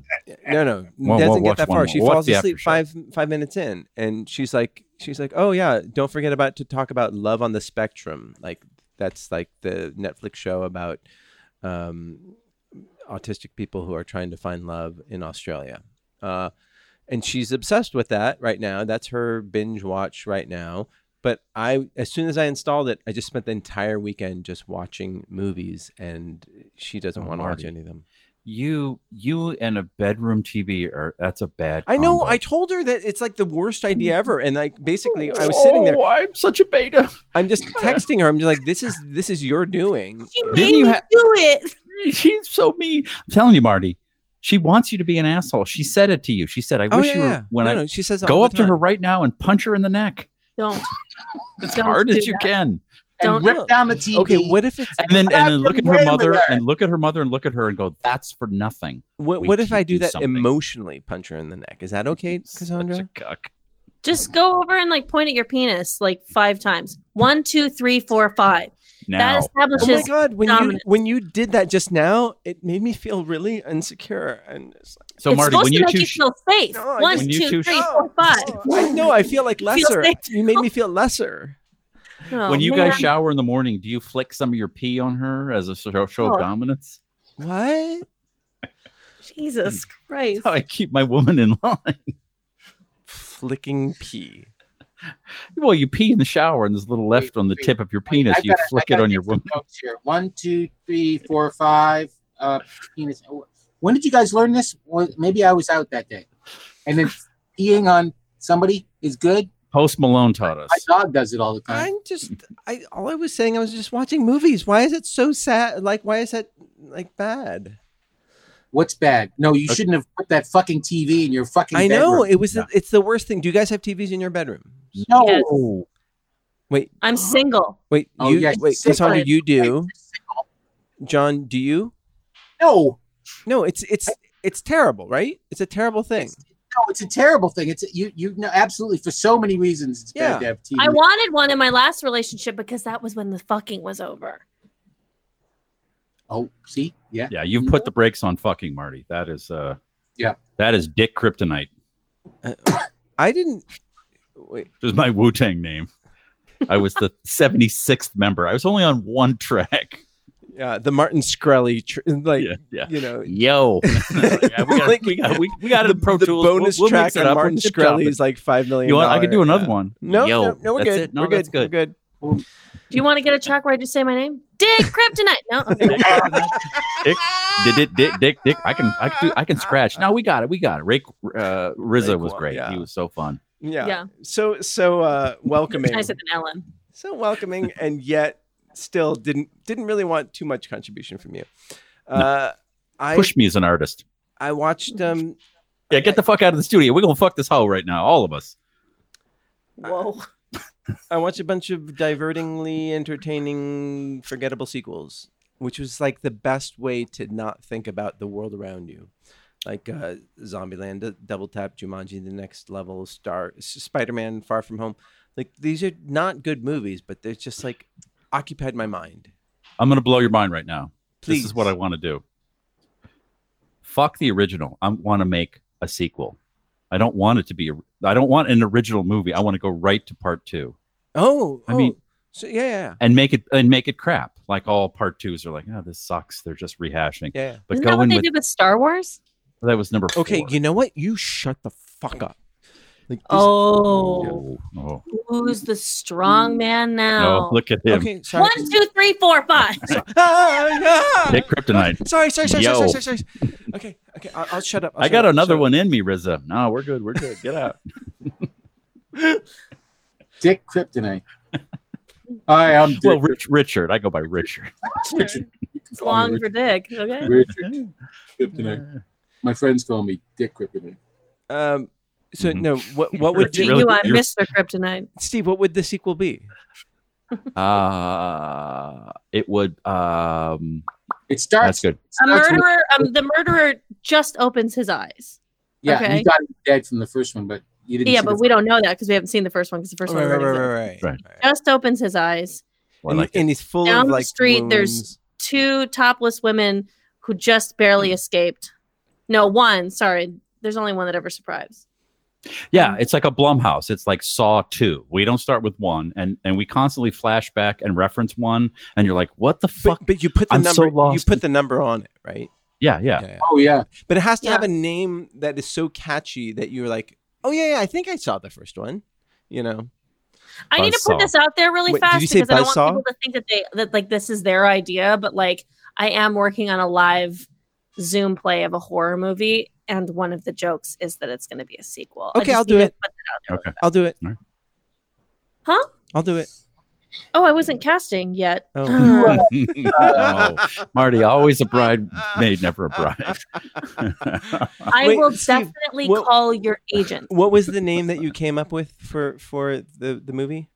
Speaker 5: No, no,
Speaker 6: Whoa, whoa,
Speaker 5: doesn't get
Speaker 6: what's
Speaker 5: that
Speaker 6: one
Speaker 5: far.
Speaker 6: more?
Speaker 5: She
Speaker 6: What's
Speaker 5: falls
Speaker 6: the
Speaker 5: asleep five five minutes in, and she's like, she's like, oh yeah, don't forget about to talk about love on the spectrum. Like that's like the Netflix show about um, autistic people who are trying to find love in Australia. Uh, and she's obsessed with that right now. That's her binge watch right now. But I, as soon as I installed it, I just spent the entire weekend just watching movies, and she doesn't
Speaker 6: Oh,
Speaker 5: want to watch
Speaker 6: Marty.
Speaker 5: any of them.
Speaker 6: You, you, and a bedroom TV are that's a bad.
Speaker 5: I know.
Speaker 6: combo.
Speaker 5: I told her that it's like the worst idea ever, and like basically, I was sitting there.
Speaker 6: Oh, I'm such a beta.
Speaker 5: I'm just texting her. I'm just like, "This is this is your doing."
Speaker 6: Didn't you ha-
Speaker 3: do it.
Speaker 6: She's so mean. I'm telling you, Marty. She wants you to be an asshole. She said it to you. She said, "I
Speaker 5: Oh,
Speaker 6: wish
Speaker 5: yeah,
Speaker 6: you were."
Speaker 5: yeah.
Speaker 6: When
Speaker 5: No,
Speaker 6: I
Speaker 5: no, she says it all
Speaker 6: "Go
Speaker 5: the
Speaker 6: up to
Speaker 5: time.
Speaker 6: her right now and punch her in the neck
Speaker 3: Don't.
Speaker 6: as
Speaker 3: Don't
Speaker 6: hard
Speaker 3: do
Speaker 6: as you
Speaker 3: that.
Speaker 6: can."
Speaker 3: Don't
Speaker 4: rip
Speaker 3: do it.
Speaker 4: down the TV.
Speaker 5: Okay, what if it's
Speaker 6: And then, and then look at
Speaker 4: way
Speaker 6: her
Speaker 4: with
Speaker 6: mother,
Speaker 4: her.
Speaker 6: and look at her mother, and look at her, and go, "That's for nothing."
Speaker 5: what,
Speaker 6: We
Speaker 5: what if I
Speaker 6: can't
Speaker 5: do that
Speaker 6: something."
Speaker 5: emotionally? Punch her in the neck. Is that okay, Cassandra?
Speaker 3: Just go over and like point at your penis like five times. One, two, three, four, five.
Speaker 6: Now.
Speaker 3: That establishes.
Speaker 5: Oh my god! When you
Speaker 3: dominance.
Speaker 5: when you did that just now, it made me feel really insecure. And it's like,
Speaker 6: So,
Speaker 3: it's
Speaker 6: Marty,
Speaker 3: supposed
Speaker 6: when
Speaker 3: to
Speaker 6: you
Speaker 3: make
Speaker 6: two,
Speaker 3: you feel safe.
Speaker 5: No, I
Speaker 3: One,
Speaker 6: just- When you
Speaker 3: two,
Speaker 6: two-
Speaker 3: three, four, five.
Speaker 5: "Oh, I know I feel like
Speaker 3: feels
Speaker 5: lesser.
Speaker 3: safe.
Speaker 5: You made me feel lesser.
Speaker 3: Oh,
Speaker 6: when you guys
Speaker 3: man.
Speaker 6: shower in the morning, do you flick some of your pee on her as a show, show
Speaker 3: Oh.
Speaker 6: of dominance?
Speaker 5: What?
Speaker 3: Jesus Christ.
Speaker 6: How I keep my woman in line.
Speaker 5: Flicking pee.
Speaker 6: Well, you pee in the shower, and there's a little left on the tip of your penis.
Speaker 8: I've
Speaker 6: You
Speaker 8: got a-
Speaker 6: flick
Speaker 8: I've
Speaker 6: it
Speaker 8: got
Speaker 6: on
Speaker 8: a
Speaker 6: your
Speaker 8: different
Speaker 6: woman.
Speaker 8: notes Here. One, two, three, four, five. Uh, penis. When did you guys learn this? Well, maybe I was out that day. And then peeing on somebody is good.
Speaker 6: Post Malone taught us.
Speaker 8: My dog does it all the time.
Speaker 5: I'm just.
Speaker 6: Mm-hmm.
Speaker 5: I all I was saying. I was just watching movies. Why is it so sad? Like why is that like bad?
Speaker 8: What's bad? No, you shouldn't have put that fucking TV in your fucking.
Speaker 5: I know
Speaker 8: bedroom.
Speaker 5: it was. It's the worst thing. Do you guys have TVs in your bedroom?
Speaker 8: No.
Speaker 3: Yes.
Speaker 6: Oh,
Speaker 5: Wait,
Speaker 3: I'm single.
Speaker 5: wait.
Speaker 8: Oh,
Speaker 5: you
Speaker 8: yeah,
Speaker 5: wait,
Speaker 8: sit
Speaker 5: Cassandra.
Speaker 8: down.
Speaker 5: You do. John, do you?
Speaker 8: No.
Speaker 5: No, it's it's it's terrible, right? It's a terrible thing.
Speaker 8: No, it's a terrible thing. It's you. You know, absolutely for so many reasons. It's
Speaker 5: Yeah.
Speaker 8: bad to have TV.
Speaker 6: Mm.
Speaker 3: I wanted one in my last relationship because that was when the fucking was over.
Speaker 8: oh, see, yeah.
Speaker 6: yeah, you've put the brakes on fucking Marty. That is, uh,
Speaker 8: Yeah.
Speaker 6: that is Dick Kryptonite.
Speaker 5: I didn't. Wait,
Speaker 6: Is my Wu Tang name. I was the 76th member. I was only on one track.
Speaker 5: yeah, the Martin Shkreli, tr- like
Speaker 6: Yeah, yeah.
Speaker 5: you know,
Speaker 6: Yo, yeah, we got
Speaker 5: Like,
Speaker 6: we got we, we got
Speaker 5: the,
Speaker 6: a pro
Speaker 5: the
Speaker 6: tools. We'll-
Speaker 5: bonus
Speaker 6: we'll mix
Speaker 5: track
Speaker 6: it
Speaker 5: on
Speaker 6: up. We'll
Speaker 5: Martin
Speaker 6: chip chop
Speaker 5: Shkreli
Speaker 6: it.
Speaker 5: is like five million.
Speaker 6: You want? I could do another
Speaker 5: yeah.
Speaker 6: one.
Speaker 5: No,
Speaker 6: Yo,
Speaker 5: no, no, we're
Speaker 6: that's
Speaker 5: good.
Speaker 6: it. No,
Speaker 5: we're good.
Speaker 6: that's
Speaker 5: We're
Speaker 6: good.
Speaker 5: good.
Speaker 3: Do you want to get a track where I just say my name? Dick Kryptonite. No. okay.
Speaker 6: Dick, Dick, Dick, Dick, Dick, Dick. I can, I can, do, I can scratch. No, we got it. We got it. Rake uh, Rizzo was
Speaker 5: Raekwon,
Speaker 6: great.
Speaker 5: yeah.
Speaker 6: He was so fun.
Speaker 5: Yeah.
Speaker 3: Yeah.
Speaker 5: So so uh, welcoming.
Speaker 3: Nicer than Ellen.
Speaker 5: so welcoming and yet still didn't didn't really want too much contribution from you. Uh, I
Speaker 6: Push me as an artist.
Speaker 5: I watched um
Speaker 6: Yeah, get the fuck out of the studio. We're gonna fuck this hoe right now, all of us.
Speaker 3: Whoa.
Speaker 5: I watched a bunch of divertingly entertaining forgettable sequels, which was like the best way to not think about the world around you. Like uh, Zombieland, D- Double Tap, Jumanji, The Next Level, Star, S- Spider-Man, Far From Home. Like these are not good movies, but they're just like occupied my mind.
Speaker 6: I'm gonna blow your mind right now. This
Speaker 5: Please.
Speaker 6: is what I want to do. Fuck the original. I want to make a sequel. I don't want it to be. a- I don't want an original movie. I want to go right to part two
Speaker 5: Oh,
Speaker 6: I
Speaker 5: oh,
Speaker 6: mean-
Speaker 5: so yeah, yeah,
Speaker 6: and make it and make it crap. Like all part twos are like, oh, this sucks. They're just rehashing.
Speaker 5: yeah.
Speaker 6: But
Speaker 3: Isn't
Speaker 6: go
Speaker 3: that what
Speaker 6: in
Speaker 3: they
Speaker 6: with
Speaker 3: did with Star Wars?
Speaker 6: that was number four.
Speaker 5: Okay, you know what? You shut the fuck up. Like this-
Speaker 3: Oh,
Speaker 6: Oh, oh.
Speaker 3: who's the strong man now?
Speaker 6: Oh, look at him.
Speaker 5: okay, sorry.
Speaker 3: One, two, three, four, five.
Speaker 5: Ah,
Speaker 6: Dick Kryptonite.
Speaker 5: no. Sorry, sorry, sorry,
Speaker 6: Yo.
Speaker 5: sorry, sorry, sorry. Okay, okay, I'll, I'll shut up. I'll
Speaker 6: I
Speaker 5: shut
Speaker 6: got
Speaker 5: up,
Speaker 6: another
Speaker 5: shut up.
Speaker 6: one in me, Rizza. No, we're good. We're good. Get out.
Speaker 8: Dick Kryptonite. Hi, I'm Dick.
Speaker 6: well, Rich, Richard. I go by Richard.
Speaker 8: Kryptonite.
Speaker 3: It's long for Dick. Okay.
Speaker 8: Richard Kryptonite. My friends call me Dick Kryptonite.
Speaker 5: Um, so
Speaker 6: Mhm.
Speaker 5: no, what what would
Speaker 6: It's
Speaker 5: the,
Speaker 3: You,
Speaker 6: really-
Speaker 3: I'm
Speaker 6: you're-
Speaker 3: Mr. Kryptonite.
Speaker 5: Steve? What would the sequel be?
Speaker 6: Uh, it would. Um,
Speaker 8: It
Speaker 6: that's
Speaker 8: starts.
Speaker 6: good.
Speaker 3: A
Speaker 8: starts with-
Speaker 3: murderer. Um, the murderer just opens his eyes.
Speaker 8: yeah,
Speaker 3: okay.
Speaker 8: you got it dead from the first one, but you didn't.
Speaker 3: Yeah,
Speaker 8: see
Speaker 3: but
Speaker 8: the-
Speaker 3: we don't know that because we haven't seen the first one. Because the first one already exists.
Speaker 6: Right.
Speaker 3: just opens his eyes.
Speaker 6: Well,
Speaker 5: And,
Speaker 6: I like it.
Speaker 5: and he's full
Speaker 3: Down
Speaker 5: of
Speaker 3: the
Speaker 5: like
Speaker 3: street, there's-
Speaker 5: wounds. Hmm.
Speaker 3: Two topless women who just barely escaped. No, one. Sorry. There's only one that ever survives.
Speaker 6: Yeah, it's like a Blumhouse. It's like Saw Two. We don't start with one, and and we constantly flash back and reference one, and you're like, what the fuck? But,
Speaker 5: you put the
Speaker 6: I'm
Speaker 5: number
Speaker 6: So lost.
Speaker 5: you put the number on it, right?
Speaker 6: yeah, yeah,
Speaker 8: Oh yeah.
Speaker 5: But it has to have a name that is so catchy that you're like, oh yeah, yeah I think I saw the first one. You know.
Speaker 3: I need to put
Speaker 5: Buzzsaw.
Speaker 3: this out there really
Speaker 5: Wait, did
Speaker 3: fast
Speaker 5: you say
Speaker 3: because I don't
Speaker 5: buzzsaw?
Speaker 3: want people to think that they that like this is their idea, but like I am working on a live Zoom play of a horror movie, and one of the jokes is that it's going to be a sequel. I
Speaker 5: Okay, I'll
Speaker 3: just
Speaker 5: do
Speaker 3: need to
Speaker 5: it.
Speaker 3: put that out there.
Speaker 6: Okay.
Speaker 5: I'll do it.
Speaker 3: Huh?
Speaker 5: I'll do it.
Speaker 3: Oh, I wasn't casting yet. Uh.
Speaker 6: Oh. No. Marty, always a bride made, never a bride.
Speaker 3: I
Speaker 5: Wait,
Speaker 3: will
Speaker 5: Steve,
Speaker 3: definitely
Speaker 5: what-
Speaker 3: call your agent.
Speaker 5: What was the name that you came up with for for the the movie?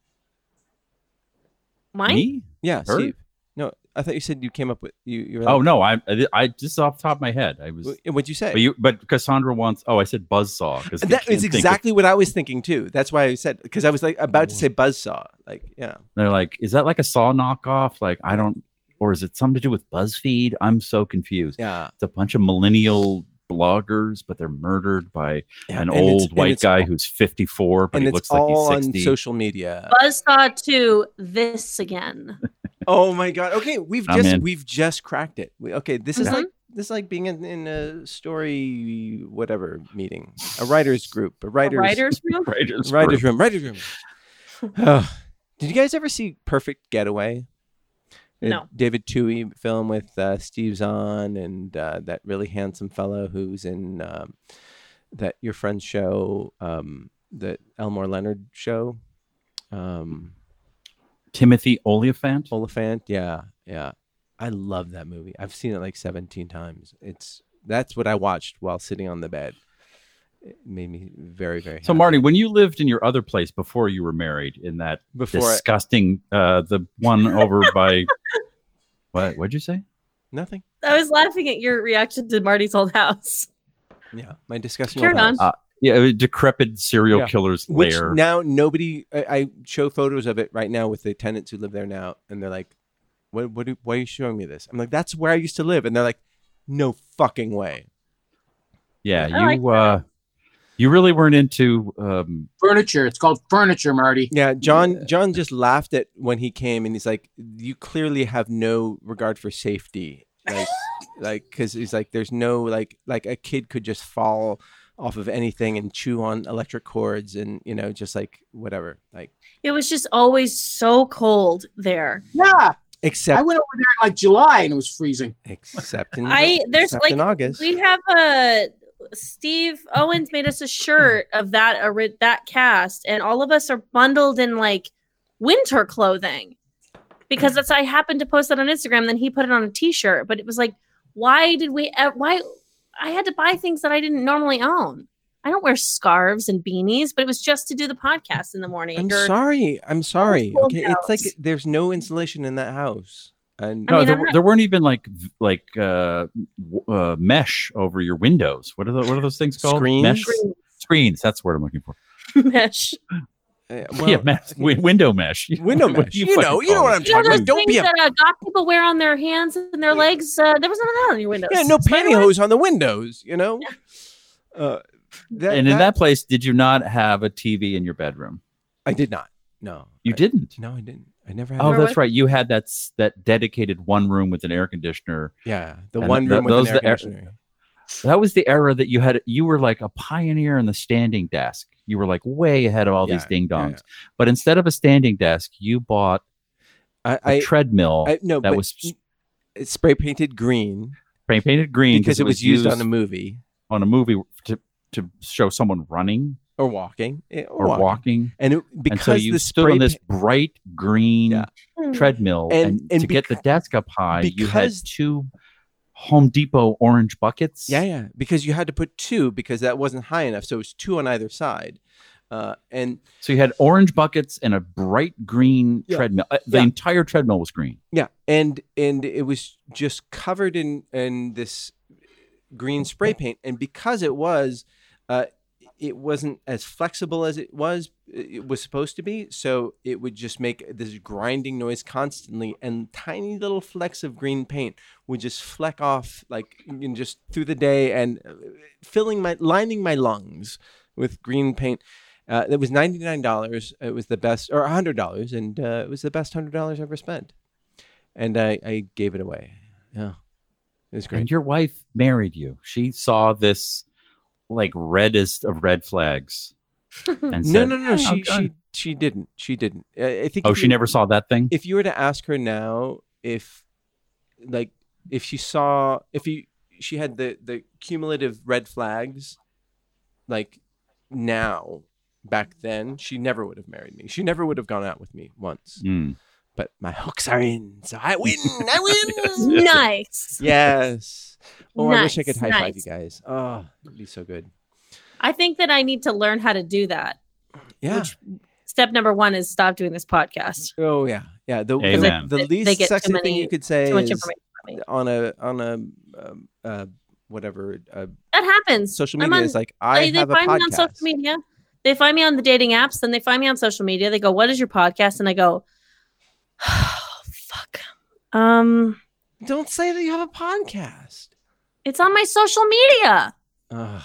Speaker 3: Mine?
Speaker 5: Yeah,
Speaker 6: Her?
Speaker 5: Steve. No, I thought you said you came up with you. you were like,
Speaker 6: Oh no, I, I I- just off the top of my head, I was.
Speaker 5: Wh- what'd you say?
Speaker 6: But you, but Cassandra wants. Oh, I said buzzsaw because
Speaker 5: That is exactly what I was thinking too. That's why I said because I was like about to
Speaker 6: Oh.
Speaker 5: say buzzsaw. Like, yeah.
Speaker 6: They're like, is that like a saw knockoff? Like I don't, or is it something to do with BuzzFeed? I'm so confused.
Speaker 5: Yeah,
Speaker 6: it's a bunch of millennial bloggers, but they're murdered by
Speaker 5: Yeah,
Speaker 6: an
Speaker 5: and it's-
Speaker 6: old
Speaker 5: and
Speaker 6: white
Speaker 5: it's
Speaker 6: guy who's 54, but
Speaker 5: and
Speaker 6: he
Speaker 5: it's
Speaker 6: looks like
Speaker 5: all
Speaker 6: he's
Speaker 5: on
Speaker 6: 60.
Speaker 5: social media.
Speaker 3: Buzzsaw to this again.
Speaker 5: Oh my god. Okay, we've
Speaker 6: I'm
Speaker 5: just
Speaker 6: in.
Speaker 5: we've just cracked it. We, okay, this is
Speaker 3: Mhm.
Speaker 5: like this is like being in, in a story whatever meeting, a writers group, a writers
Speaker 3: writers room?
Speaker 6: Writers
Speaker 5: writers
Speaker 6: group.
Speaker 5: room, writers room. Ugh. did you guys ever see Perfect Getaway? The
Speaker 3: No.
Speaker 5: David Toohey film with uh, Steve Zahn and uh, that really handsome fellow who's in um, that your friend's show, um, the Elmore Leonard show. Um,
Speaker 6: Timothy Oliphant.
Speaker 5: Oliphant. Yeah, yeah. I love that movie. I've seen it like 17 times. It's that's what I watched while sitting on the bed. It made me very, very
Speaker 6: So, Marty, when you lived in your other place before you were married, in that
Speaker 5: Before I-
Speaker 6: disgusting, uh, the one over by what? What'd you say?
Speaker 5: nothing.
Speaker 3: I was laughing at your reaction to Marty's old house.
Speaker 5: Yeah, my disgusting.
Speaker 3: Carry
Speaker 5: old house.
Speaker 3: on.
Speaker 6: Uh, yeah, a decrepit serial
Speaker 5: Yeah.
Speaker 6: killer's
Speaker 5: Which
Speaker 6: lair.
Speaker 5: now nobody. I, I show photos of it right now with the tenants who live there now, and they're like, "What? What? do- Why are you showing me this?" I'm like, "That's where I used to live," and they're like, "No fucking way."
Speaker 6: yeah,
Speaker 5: I
Speaker 6: you uh, you really weren't into um,
Speaker 8: Furniture. It's called furniture, Marty.
Speaker 5: Yeah, John. John just laughed at when he came, and he's like, "You clearly have no regard for safety, like, like, because he's like, there's no like, like a kid could just fall off of anything and chew on electric cords, and you know, just like whatever, like."
Speaker 3: It was just always so cold there.
Speaker 8: Yeah.
Speaker 5: Except
Speaker 8: I went over there in like July and it was freezing.
Speaker 5: except in
Speaker 3: I there's
Speaker 5: except
Speaker 3: like
Speaker 5: in August.
Speaker 3: we have a Steve Owens made us a shirt of that ori- that cast, and all of us are bundled in like winter clothing because that's I happened to post that on Instagram. Then he put it on a T-shirt, but it was like, why did we? eh, Why I had to buy things that I didn't normally own. I don't wear scarves and beanies, but it was just to do the podcast in the morning.
Speaker 5: I'm
Speaker 3: or-
Speaker 5: sorry. I'm sorry.
Speaker 3: cold
Speaker 5: Okay, it's like
Speaker 3: house.
Speaker 5: there's no insulation in that house. And
Speaker 6: no,
Speaker 3: mean,
Speaker 6: there,
Speaker 3: I'm not-
Speaker 6: there weren't even like v- like uh, w- uh, mesh over your windows. What are the, what are those things called? Mesh
Speaker 5: Screens?
Speaker 6: screens. That's what I'm looking for.
Speaker 3: mesh.
Speaker 5: uh,
Speaker 6: yeah,
Speaker 5: well,
Speaker 6: mesh, wi- window mesh.
Speaker 5: Window
Speaker 6: What do
Speaker 5: mesh. You know-
Speaker 6: fucking
Speaker 5: you know
Speaker 6: call
Speaker 5: what
Speaker 6: it?
Speaker 5: I'm
Speaker 3: You know
Speaker 5: talking
Speaker 3: those
Speaker 5: about. Don't be
Speaker 3: things
Speaker 5: a-
Speaker 3: that uh, goth people wear on their hands and their legs? Uh, there was none of that on your windows.
Speaker 5: yeah, no
Speaker 3: So I don't
Speaker 5: pantyhose on the windows. You know. Uh, that,
Speaker 6: and in that place, did you not have a TV in your bedroom?
Speaker 5: I did not. No,
Speaker 6: You
Speaker 5: I-
Speaker 6: didn't.
Speaker 5: No, I didn't. I never had.
Speaker 6: Oh,
Speaker 5: that.
Speaker 3: Or
Speaker 6: that's
Speaker 3: what?
Speaker 6: right. You had that s- that dedicated one room with an air conditioner.
Speaker 5: yeah, the
Speaker 6: And
Speaker 5: one
Speaker 6: th-
Speaker 5: room with
Speaker 6: those
Speaker 5: an air
Speaker 6: the air-
Speaker 5: conditioner.
Speaker 6: That was the era that you had. You were like a pioneer in the standing desk. You were like way ahead of all these
Speaker 5: Yeah,
Speaker 6: ding dongs.
Speaker 5: yeah.
Speaker 6: But instead of a standing desk, you bought
Speaker 5: I,
Speaker 6: a
Speaker 5: I,
Speaker 6: treadmill
Speaker 5: I no,
Speaker 6: that
Speaker 5: but
Speaker 6: was
Speaker 5: n- it's spray painted green
Speaker 6: spray painted green
Speaker 5: because it was used, on a movie
Speaker 6: on a movie to to show someone running
Speaker 5: or walking eh, or,
Speaker 6: or
Speaker 5: walking.
Speaker 6: walking,
Speaker 5: and it, because
Speaker 6: and so you
Speaker 5: the
Speaker 6: stood
Speaker 5: spray
Speaker 6: on this
Speaker 5: pa-
Speaker 6: bright green
Speaker 5: Yeah.
Speaker 3: know.
Speaker 6: treadmill,
Speaker 5: And-
Speaker 6: and,
Speaker 5: and
Speaker 6: to get the desk up high, you had
Speaker 5: because-
Speaker 6: two Home Depot orange buckets.
Speaker 5: Yeah, yeah. Because you had to put two because that wasn't high enough. So it was two on either side. Uh, and
Speaker 6: So you had orange buckets and a bright green
Speaker 5: Yeah.
Speaker 6: treadmill. Uh, The
Speaker 5: Yeah.
Speaker 6: entire treadmill was green.
Speaker 5: yeah, and and it was just covered in in this green spray paint. And because it was, uh, it wasn't as flexible as it was it was supposed to be so it would just make this grinding noise constantly and tiny little flecks of green paint would just fleck off like you know, just through the day and uh, filling my lining my lungs with green paint uh, it was $99 it was the best or $100 and uh, it was the best $100 I ever spent and I, I gave it away yeah it was great
Speaker 6: And your wife married you. She saw this like reddest of red flags. And
Speaker 5: no,
Speaker 6: said,
Speaker 5: no, no,
Speaker 6: "Oh,
Speaker 5: She,
Speaker 6: God."
Speaker 5: she, she didn't. She didn't. I, I think.
Speaker 6: Oh,
Speaker 5: if
Speaker 6: she
Speaker 5: you-
Speaker 6: never saw that thing?
Speaker 5: If you were to ask her now, if like if she saw if you she had the the cumulative red flags, like now back then she never would have married me. She never would have gone out with me once.
Speaker 6: Mm.
Speaker 5: But my hooks are in, so I win. I win.
Speaker 3: Nice.
Speaker 5: Yes. Oh, I wish I could
Speaker 3: Nice,
Speaker 5: high five you
Speaker 3: nice.
Speaker 5: guys. Oh, it'd be so good.
Speaker 3: I think that I need to learn how to do that.
Speaker 5: Yeah.
Speaker 3: Step number one is stop doing this podcast.
Speaker 5: Oh yeah, yeah. The the-
Speaker 3: Amen.
Speaker 5: the,
Speaker 3: They- they get
Speaker 5: least
Speaker 3: too
Speaker 5: sexy thing
Speaker 3: many-
Speaker 5: you could say
Speaker 3: too much
Speaker 5: is
Speaker 3: information
Speaker 5: on a on a um, uh, whatever uh,
Speaker 3: That happens.
Speaker 5: social
Speaker 3: I'm
Speaker 5: media
Speaker 3: on-
Speaker 5: is like I
Speaker 3: they, they
Speaker 5: have a
Speaker 3: find me on
Speaker 5: podcast.
Speaker 3: social media. They find me on the dating apps. Then they find me on social media. They go, "What is your podcast?" And I go, "Fuck, um,
Speaker 5: don't say that you have a podcast.
Speaker 3: It's on my social media.
Speaker 5: Ugh.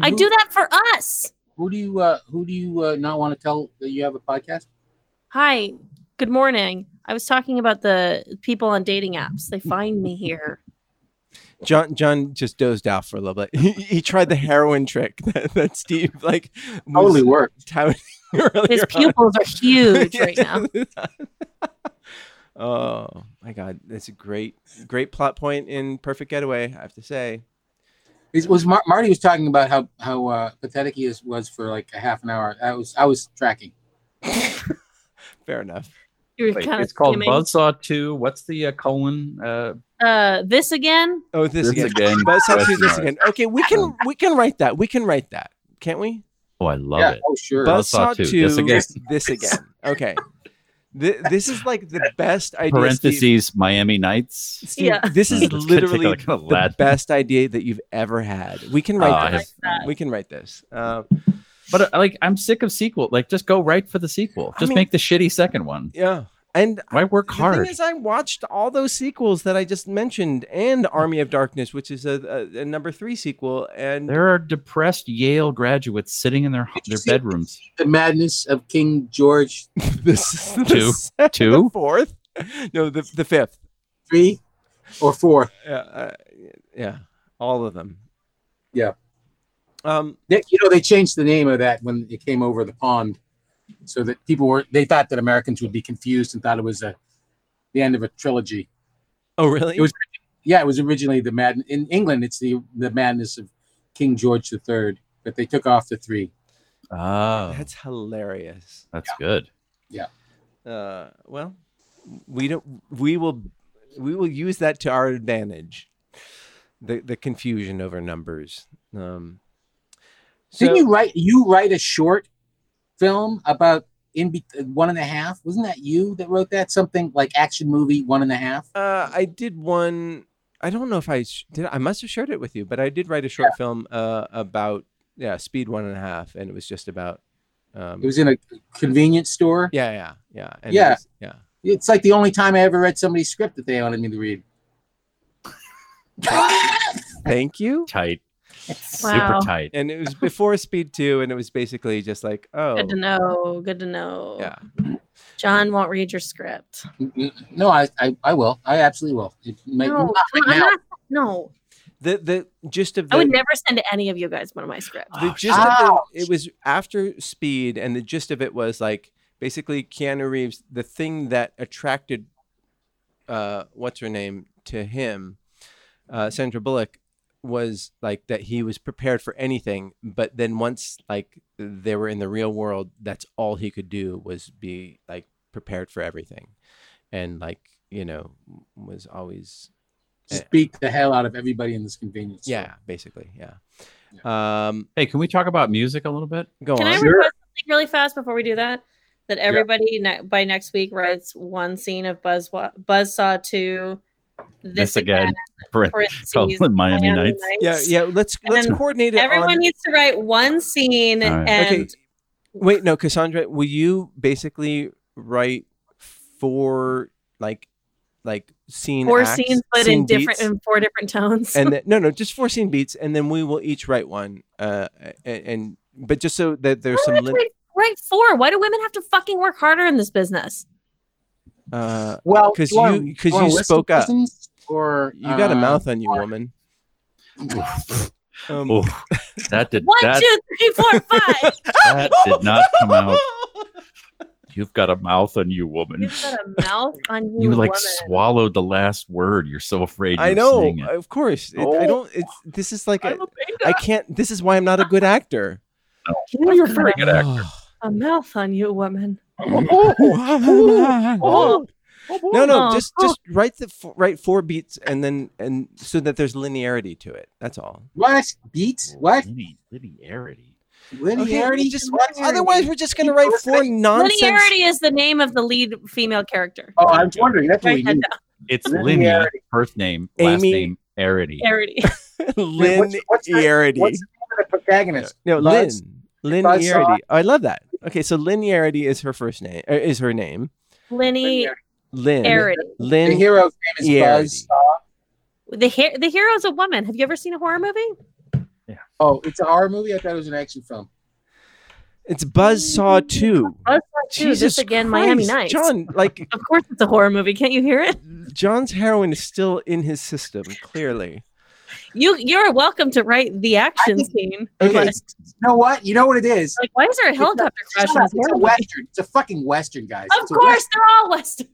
Speaker 3: I do that for us."
Speaker 8: Who do you uh, who do you uh, not want to tell that you have a podcast?
Speaker 3: Hi, good morning. I was talking about the people on dating apps. They find me here.
Speaker 5: John John just dozed out for a little bit. He, he tried the heroin trick that, that Steve like
Speaker 8: Totally worked.
Speaker 3: His pupils are huge right now.
Speaker 5: now. oh my god, that's a great great plot point in Perfect Getaway. I have to say.
Speaker 8: It was Mar- Marty was talking about how how uh, pathetic he is, was for like a half an hour. I was I was tracking.
Speaker 5: Fair enough.
Speaker 3: You were
Speaker 6: Wait,
Speaker 3: kinda
Speaker 6: it's called
Speaker 3: skimming.
Speaker 6: Buzzsaw 2. What's the uh, colon? Uh,
Speaker 3: Uh, this again?
Speaker 5: Oh, this,
Speaker 6: This
Speaker 5: again.
Speaker 6: again,
Speaker 5: But it's not
Speaker 6: question
Speaker 5: true, this
Speaker 6: mark.
Speaker 5: again. Okay, we can we can write that. We can write that, can't we?
Speaker 6: oh, I love it.
Speaker 5: Buzzsaw two.
Speaker 6: This again.
Speaker 5: This again. Okay. Th- this is like the best idea. Steve.
Speaker 6: Parentheses, Miami Nights.
Speaker 5: Steve, This is
Speaker 6: It's gonna take,
Speaker 5: literally
Speaker 6: like, a
Speaker 5: the
Speaker 6: lad-
Speaker 5: best idea that you've ever had. We can
Speaker 6: Oh,
Speaker 5: write
Speaker 6: I
Speaker 5: this. We can write this. Um,
Speaker 6: But uh, like, I'm sick of sequel. Like, just go right for the sequel.
Speaker 5: I
Speaker 6: Just
Speaker 5: mean-
Speaker 6: make the shitty second one.
Speaker 5: yeah. And
Speaker 6: Why work
Speaker 5: The
Speaker 6: hard?
Speaker 5: thing is, I watched all those sequels that I just mentioned, and Army of Darkness, which is a, a, a number three sequel, and
Speaker 6: there are depressed Yale graduates sitting in their their bedrooms.
Speaker 8: The madness of King George.
Speaker 5: this is
Speaker 6: Two.
Speaker 5: the
Speaker 6: Two?
Speaker 5: fourth, no, the the fifth,
Speaker 8: three, or four.
Speaker 5: Yeah, uh, yeah, all of them.
Speaker 8: Yeah.
Speaker 5: Um,
Speaker 8: They, you know they changed the name of that when it came over the pond, so that people were they thought that Americans would be confused and thought it was a the end of a trilogy.
Speaker 5: Oh, really?
Speaker 8: It was. Yeah, it was originally the mad in England. It's the the madness of King George III, but they took off the three.
Speaker 6: Oh,
Speaker 5: That's hilarious.
Speaker 6: that's good.
Speaker 8: Yeah.
Speaker 5: Uh, well, we don't. We will. We will use that to our advantage. The the confusion over numbers. Um,
Speaker 8: Didn't you write you write a short film about in be- one and a half? Wasn't that you that wrote that? Something like action movie one and a half.
Speaker 5: uh, I did one. I don't know if I sh- did. I must have shared it with you, but I did write a short film uh, about yeah, speed one and a half, and it was just about. Um,
Speaker 8: It was in a convenience store.
Speaker 5: Yeah, yeah, yeah, and it
Speaker 8: yeah,
Speaker 5: was- yeah.
Speaker 8: It's like the only time I ever read somebody's script that they wanted me to read.
Speaker 5: Thank you.
Speaker 6: Tight.
Speaker 3: Wow.
Speaker 6: Super tight.
Speaker 5: And it was before Speed Two, and it was basically just like, oh,
Speaker 3: Good to know. Good to know.
Speaker 5: Yeah.
Speaker 3: John won't read your script.
Speaker 8: No, I, I, I will. I absolutely will. It might,
Speaker 3: no,
Speaker 8: not right
Speaker 3: I'm
Speaker 8: now.
Speaker 3: not- no.
Speaker 5: the the gist of the,
Speaker 3: I would never send any of you guys one of my scripts.
Speaker 5: the gist of the, it was after Speed, and the gist of it was like basically Keanu Reeves. The thing that attracted uh, what's her name to him, uh, Sandra Bullock, was like that he was prepared for anything, but then once like they were in the real world, that's all he could do was be like prepared for everything, and like you know was always
Speaker 8: Just beat the hell out of everybody in this convenience store.
Speaker 5: yeah basically yeah. Um,
Speaker 6: Hey, can we talk about music a little bit?
Speaker 5: Go
Speaker 3: Can I
Speaker 5: on.
Speaker 3: request something really fast before we do that? That everybody ne- by next week writes one scene of Buzz Buzzsaw Two,
Speaker 6: This again. Brent Copeland, Miami Nights.
Speaker 5: Yeah, yeah. Let's
Speaker 3: And
Speaker 5: let's
Speaker 3: then
Speaker 5: coordinate it.
Speaker 3: Everyone
Speaker 5: on-
Speaker 3: needs to write one scene
Speaker 5: All right.
Speaker 3: and
Speaker 5: Okay. Wait, no, Cassandra, will you basically write four like like scene
Speaker 3: four
Speaker 5: acts,
Speaker 3: scenes, but
Speaker 5: scene
Speaker 3: in different
Speaker 5: beats,
Speaker 3: in four different tones.
Speaker 5: and then, no, no, just four scene beats, and then we will each write one. Uh, and, and but just so that there's some. Lim-
Speaker 3: write four. Why do women have to fucking work harder in this business?
Speaker 5: uh,
Speaker 8: Well,
Speaker 5: because
Speaker 8: you are-
Speaker 5: you because
Speaker 8: you are
Speaker 5: you
Speaker 8: listening
Speaker 5: spoke up,
Speaker 8: persons or
Speaker 5: you got a
Speaker 8: uh,
Speaker 5: mouth on you, woman. Um,
Speaker 6: Oof. that did
Speaker 3: One,
Speaker 6: that,
Speaker 3: two, three, four, five.
Speaker 6: that did not come out. You've got a mouth on you, woman.
Speaker 3: You've got a mouth on you,
Speaker 6: You like
Speaker 3: woman.
Speaker 6: swallowed the last word. You're so afraid.
Speaker 5: I
Speaker 6: you're
Speaker 5: know,
Speaker 6: saying it.
Speaker 5: of course. It,
Speaker 6: Oh.
Speaker 5: I don't. It's this is like I I can't. This is why I'm not a good actor.
Speaker 3: You've
Speaker 6: you're a
Speaker 3: got
Speaker 6: very good actor.
Speaker 3: A mouth on you, woman.
Speaker 5: no, no,
Speaker 3: Oh.
Speaker 5: just just write the f- write four beats and then and so that there's linearity to it. That's all.
Speaker 8: What beats? What
Speaker 6: linearity?
Speaker 8: Linearity.
Speaker 5: Okay, just- otherwise, we're just gonna write four nonsense.
Speaker 3: Linearity is the name of the lead female character.
Speaker 8: Oh, I was wondering. That's what we
Speaker 3: Write that
Speaker 8: need.
Speaker 6: It's
Speaker 8: Linearity.
Speaker 6: linear. First name, last
Speaker 5: Amy-
Speaker 6: name, arity.
Speaker 3: Linearity.
Speaker 5: Linearity.
Speaker 8: What's the name of the protagonist?
Speaker 5: No, Lynn.
Speaker 8: Buzz?
Speaker 5: Linearity.
Speaker 8: Buzzsaw?
Speaker 5: Oh, I love that. Okay, so linearity is her first name. Er, is her name
Speaker 3: Linny.
Speaker 5: Lynn?
Speaker 3: Arity.
Speaker 5: Lynn.
Speaker 8: The hero's name is
Speaker 5: Arity.
Speaker 8: Buzz. Saw.
Speaker 3: The hero. The hero's a woman. Have you ever seen a horror movie?
Speaker 8: Oh, it's a horror movie. I thought it was an action film.
Speaker 5: It's Buzzsaw Two.
Speaker 3: Buzzsaw 2, this
Speaker 5: Jesus
Speaker 3: again, Miami
Speaker 5: Christ.
Speaker 3: Nights.
Speaker 5: John, like
Speaker 3: Of course, it's a horror movie. Can't you hear it?
Speaker 5: John's heroin is still in his system, clearly.
Speaker 3: You you're welcome to write the action scene.
Speaker 5: Okay.
Speaker 8: You know what? You know what it is?
Speaker 3: Like, why is there a
Speaker 8: It's a-
Speaker 3: helicopter crash?
Speaker 8: shut
Speaker 3: in
Speaker 8: up,
Speaker 3: this
Speaker 8: It's
Speaker 3: horror
Speaker 8: a
Speaker 3: movie?
Speaker 8: western. It's a fucking western, guys.
Speaker 3: Of
Speaker 8: It's a
Speaker 3: course, they're all western.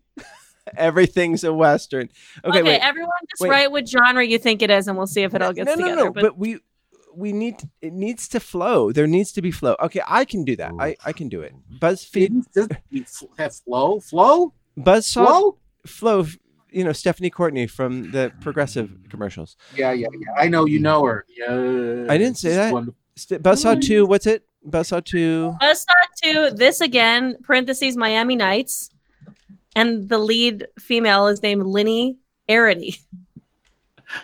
Speaker 5: Everything's a Western. Okay,
Speaker 3: Okay,
Speaker 5: wait.
Speaker 3: everyone, just
Speaker 5: Wait.
Speaker 3: write what genre you think it is, and we'll see if it all gets
Speaker 5: no, no,
Speaker 3: together.
Speaker 5: no. But, we we need it needs to flow. There needs to be flow. Okay, I can do that. I, I can do it. BuzzFeed,
Speaker 8: Western. Have flow, flow.
Speaker 5: Buzzsaw,
Speaker 8: Flow?
Speaker 5: flow. You know Stephanie Courtney from the Progressive commercials.
Speaker 8: Yeah, yeah, yeah. I know you know her. Yeah.
Speaker 5: Mm. I didn't say
Speaker 8: She's
Speaker 5: that.
Speaker 8: wonderful.
Speaker 5: St-
Speaker 3: Mm.
Speaker 5: Buzzsaw two. What's it? Buzzsaw two.
Speaker 3: Buzzsaw two. This again, parentheses Miami Nights, and the lead female is named Linny Arity.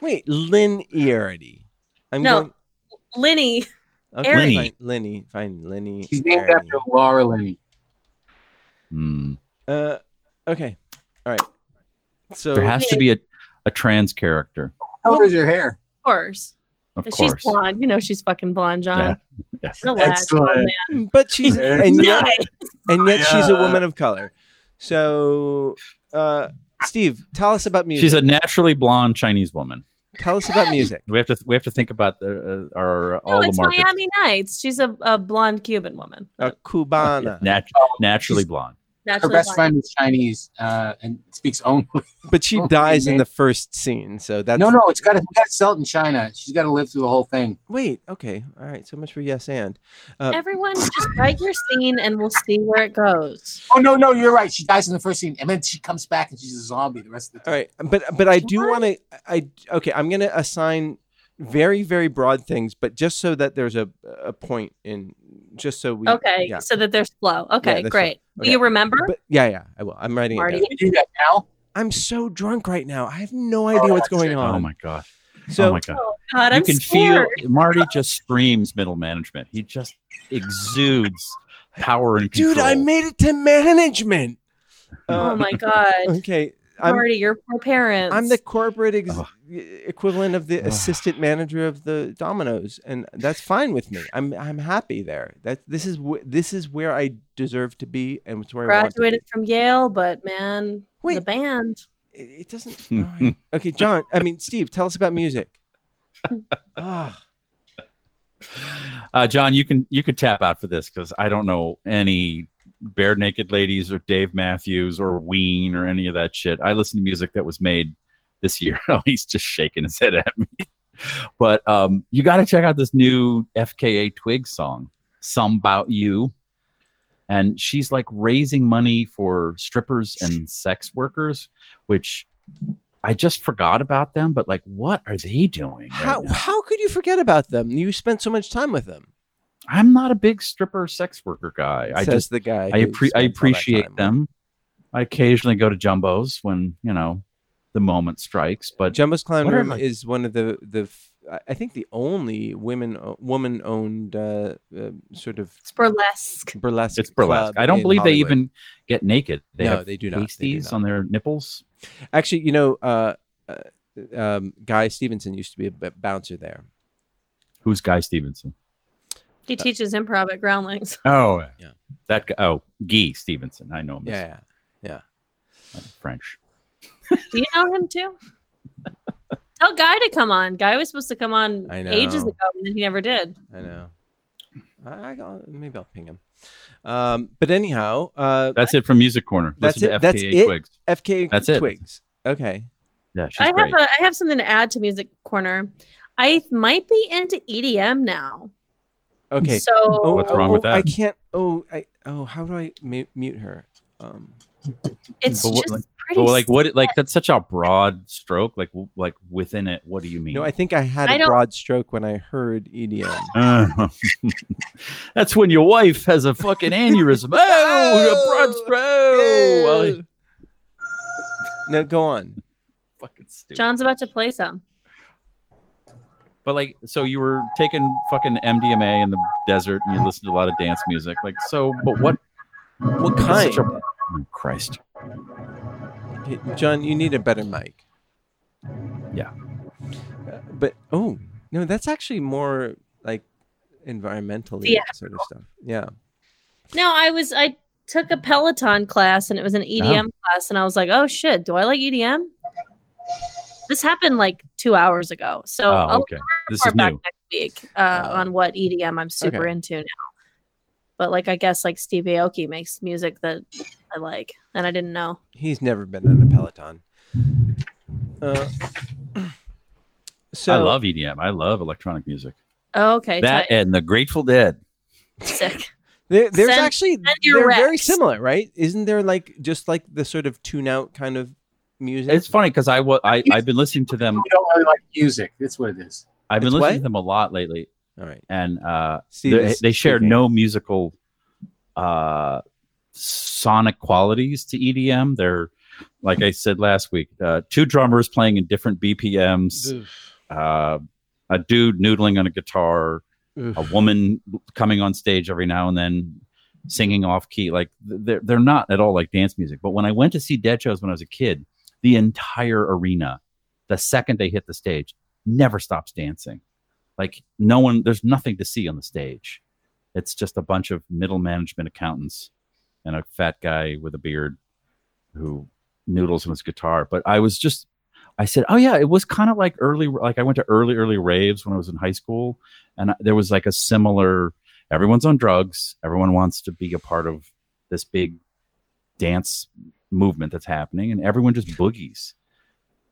Speaker 5: Wait, linearity. I'm
Speaker 3: No,
Speaker 5: going.
Speaker 3: Linny.
Speaker 5: Okay,
Speaker 3: Lenny.
Speaker 5: Fine, Lenny. Fine, Lenny.
Speaker 8: She's named
Speaker 5: Arity.
Speaker 8: after Laura Linney.
Speaker 6: Hmm.
Speaker 5: Uh, okay. All right. So
Speaker 6: There has to be a, a trans character.
Speaker 3: Oh,
Speaker 8: How does your hair?
Speaker 3: Of course.
Speaker 6: Of
Speaker 3: And
Speaker 6: course.
Speaker 3: She's blonde. You know she's fucking blonde, John.
Speaker 6: Yeah.
Speaker 3: Relax,
Speaker 8: Excellent.
Speaker 3: man.
Speaker 5: but she's and yet,
Speaker 3: Nice.
Speaker 5: and yet she's a
Speaker 8: Yeah.
Speaker 5: woman of color. So, uh, Steve, tell us about music.
Speaker 6: She's a naturally blonde Chinese woman.
Speaker 5: tell us about music.
Speaker 6: We have to we have to think about the, uh, our
Speaker 3: No,
Speaker 6: all the
Speaker 3: it's
Speaker 6: markets.
Speaker 3: Miami Nights. She's a, a blonde Cuban woman.
Speaker 5: A cubana,
Speaker 6: Nat-
Speaker 3: Oh,
Speaker 6: naturally
Speaker 8: she's-
Speaker 6: blonde.
Speaker 8: Her
Speaker 3: Naturally
Speaker 8: best
Speaker 3: blonde.
Speaker 8: friend is Chinese uh, and speaks only.
Speaker 5: but she
Speaker 8: Oh,
Speaker 5: dies in
Speaker 8: man.
Speaker 5: the first scene. So that's
Speaker 8: No, no, it's got to sell it in China. She's got to live through the whole thing.
Speaker 5: Wait, okay, all right. So much for yes and. Uh,
Speaker 3: Everyone, just write your scene, and we'll see where it goes.
Speaker 8: Oh no, no, you're right. She dies in the first scene, and then she comes back and she's a zombie the rest of the
Speaker 5: All
Speaker 8: time.
Speaker 5: right, but but I do want to. I okay. I'm going to assign very very broad things, but just so that there's a a point in. Just so we.
Speaker 3: Okay,
Speaker 5: Yeah.
Speaker 3: so that there's flow. Okay,
Speaker 5: that's right.
Speaker 3: great. Will
Speaker 5: Okay.
Speaker 3: you remember,
Speaker 5: But yeah, yeah. I will. I'm writing it
Speaker 3: Marty?
Speaker 5: down.
Speaker 8: Can we do that now?
Speaker 5: I'm so drunk right now. I have no idea what's going on.
Speaker 6: Oh my gosh.
Speaker 5: So
Speaker 6: oh my god.
Speaker 3: Oh God, I'm
Speaker 6: you can
Speaker 3: scared.
Speaker 6: feel Marty just screams middle management. He just exudes power and control.
Speaker 5: dude, I made it to management.
Speaker 6: uh,
Speaker 3: oh my God,
Speaker 5: Uh, Okay, I'm
Speaker 3: Marty, your poor parents.
Speaker 5: I'm the corporate ex-
Speaker 6: Ugh.
Speaker 5: equivalent of the
Speaker 6: Ugh.
Speaker 5: assistant manager of the Domino's, and that's fine with me. I'm I'm happy there. That this is wh- this is where I deserve to be, and it's where I want to
Speaker 3: graduated from Yale, but man, the
Speaker 5: Wait.
Speaker 3: band.
Speaker 5: be. It, it doesn't. all right. okay, John. I mean, Steve, tell us about music. Ah,
Speaker 6: uh, John, you can you can tap out for this because I don't know any bare naked ladies or Dave Matthews or Ween or any of that shit. I listen to music that was made this year. Oh, he's just shaking his head at me. But um, you got to check out this new FKA Twig song, "Some About You," and she's like raising money for strippers and sex workers, which I just forgot about them. But like, what are they doing? right
Speaker 5: how
Speaker 6: now?
Speaker 5: how could you forget about them? You spent so much time with them.
Speaker 6: I'm not a big stripper sex worker guy. I
Speaker 5: says
Speaker 6: just
Speaker 5: the guy.
Speaker 6: I,
Speaker 5: who
Speaker 6: appre-
Speaker 5: spends all
Speaker 6: I
Speaker 5: that
Speaker 6: appreciate
Speaker 5: time with-
Speaker 6: them. I occasionally go to Jumbo's when you know the moment strikes. But
Speaker 5: Jumbo's Clown
Speaker 6: What
Speaker 5: Room
Speaker 6: am I-
Speaker 5: is one of the the f- I- I think the only women woman owned uh, uh, sort of
Speaker 3: It's burlesque.
Speaker 5: burlesque.
Speaker 6: It's
Speaker 5: club
Speaker 6: burlesque. I don't
Speaker 5: in
Speaker 6: believe they
Speaker 5: Hollywood.
Speaker 6: even get naked. They
Speaker 5: no,
Speaker 6: have
Speaker 5: they do not. They do
Speaker 6: pasties
Speaker 5: not.
Speaker 6: on their nipples.
Speaker 5: Actually, you know, uh, uh, um, Guy Stevenson used to be a b- bouncer there.
Speaker 6: Who's Guy Stevenson?
Speaker 3: He teaches improv at Groundlings.
Speaker 6: Oh, yeah. That guy. Oh, Guy Stevenson. I know him. as uh,
Speaker 5: Yeah, yeah.
Speaker 6: French.
Speaker 3: Do you know him too? Tell Guy to come on. Guy was supposed to come on
Speaker 5: I
Speaker 3: ages
Speaker 5: know.
Speaker 3: ago, and then he never did.
Speaker 5: I know. I, I got- maybe I'll ping him. Um, but anyhow, uh,
Speaker 6: That's it from Music Corner.
Speaker 5: That's
Speaker 6: Listen
Speaker 5: it.
Speaker 6: to
Speaker 5: That's
Speaker 6: FKA
Speaker 5: it.
Speaker 6: Twigs.
Speaker 5: FKA
Speaker 6: That's it.
Speaker 5: Twigs. Okay.
Speaker 6: Yeah,
Speaker 3: I have a, I have something to add to Music Corner. I might be into EDM now.
Speaker 5: okay.
Speaker 3: So-
Speaker 5: oh,
Speaker 6: What's wrong
Speaker 5: oh,
Speaker 6: with that?
Speaker 5: I can't. Oh, I. Oh, how do I mu- mute her? Um,
Speaker 3: It's
Speaker 6: But what-
Speaker 3: just
Speaker 6: like,
Speaker 3: pretty.
Speaker 6: but like what? Like that's such a broad stroke. Like w- like within it, what do you mean?
Speaker 5: no, I think I had
Speaker 3: I
Speaker 5: a
Speaker 3: don't-
Speaker 5: broad stroke when I heard E EDM.
Speaker 6: Uh, that's when your wife has a fucking aneurysm. Oh, a broad stroke. Well,
Speaker 5: no, go on.
Speaker 6: fucking stupid.
Speaker 3: John's about to play some.
Speaker 6: But like, so you were taking fucking MDMA in the desert, and you listened to a lot of dance music. Like, so, but what?
Speaker 5: What
Speaker 6: that's
Speaker 5: kind?
Speaker 6: such a- oh, Christ.
Speaker 5: Y- John, you need a better mic.
Speaker 6: Yeah.
Speaker 5: Uh, But oh no, that's actually more like environmentally
Speaker 3: Yeah.
Speaker 5: sort of stuff. Yeah.
Speaker 3: No, I was I took a Peloton class and it was
Speaker 6: Oh.
Speaker 3: an EDM class and I was like, oh shit, do I like EDM? This happened like two hours ago, so
Speaker 6: Oh,
Speaker 3: I'll
Speaker 6: okay. Oh. This is
Speaker 3: report back
Speaker 6: new.
Speaker 3: next week uh, on what EDM I'm super
Speaker 5: okay.
Speaker 3: into now. But like, I guess like Steve Aoki makes music that I like, and I didn't know.
Speaker 5: He's never been on a Peloton. Uh, so
Speaker 6: I love EDM. I love electronic music.
Speaker 3: Oh, okay, tight.
Speaker 6: that and the Grateful Dead.
Speaker 3: sick.
Speaker 5: there, there's
Speaker 3: Send-
Speaker 5: actually
Speaker 3: send your
Speaker 5: they're very
Speaker 3: recs.
Speaker 5: similar, right? Isn't there like just like the sort of tune out kind of music?
Speaker 6: It's funny because I wa- I I've been listening to them.
Speaker 8: We don't really like music. That's what it is.
Speaker 6: I've been
Speaker 5: It's
Speaker 6: listening
Speaker 5: what?
Speaker 6: to them a lot lately,
Speaker 5: All right.
Speaker 6: and uh,
Speaker 5: Steve
Speaker 6: they,
Speaker 5: is
Speaker 6: they share
Speaker 5: speaking.
Speaker 6: no musical uh, sonic qualities to EDM. They're like I said last week, uh, two drummers playing in different BPMs, uh, a dude noodling on a guitar,
Speaker 5: Oof.
Speaker 6: a woman coming on stage every now and then singing off key. Like th- they're they're not at all like dance music. But when I went to see Dead shows when I was a kid, the entire arena, the second they hit the stage, never stops dancing. Like no one, there's nothing to see on the stage. It's just a bunch of middle management accountants and a fat guy with a beard who noodles on his guitar. But I was just, I said, oh yeah, it was kind of like early, like I went to early, early raves when I was in high school, and I- there was like a similar. Everyone's on drugs. Everyone wants to be a part of this big dance movement that's happening, and everyone just boogies,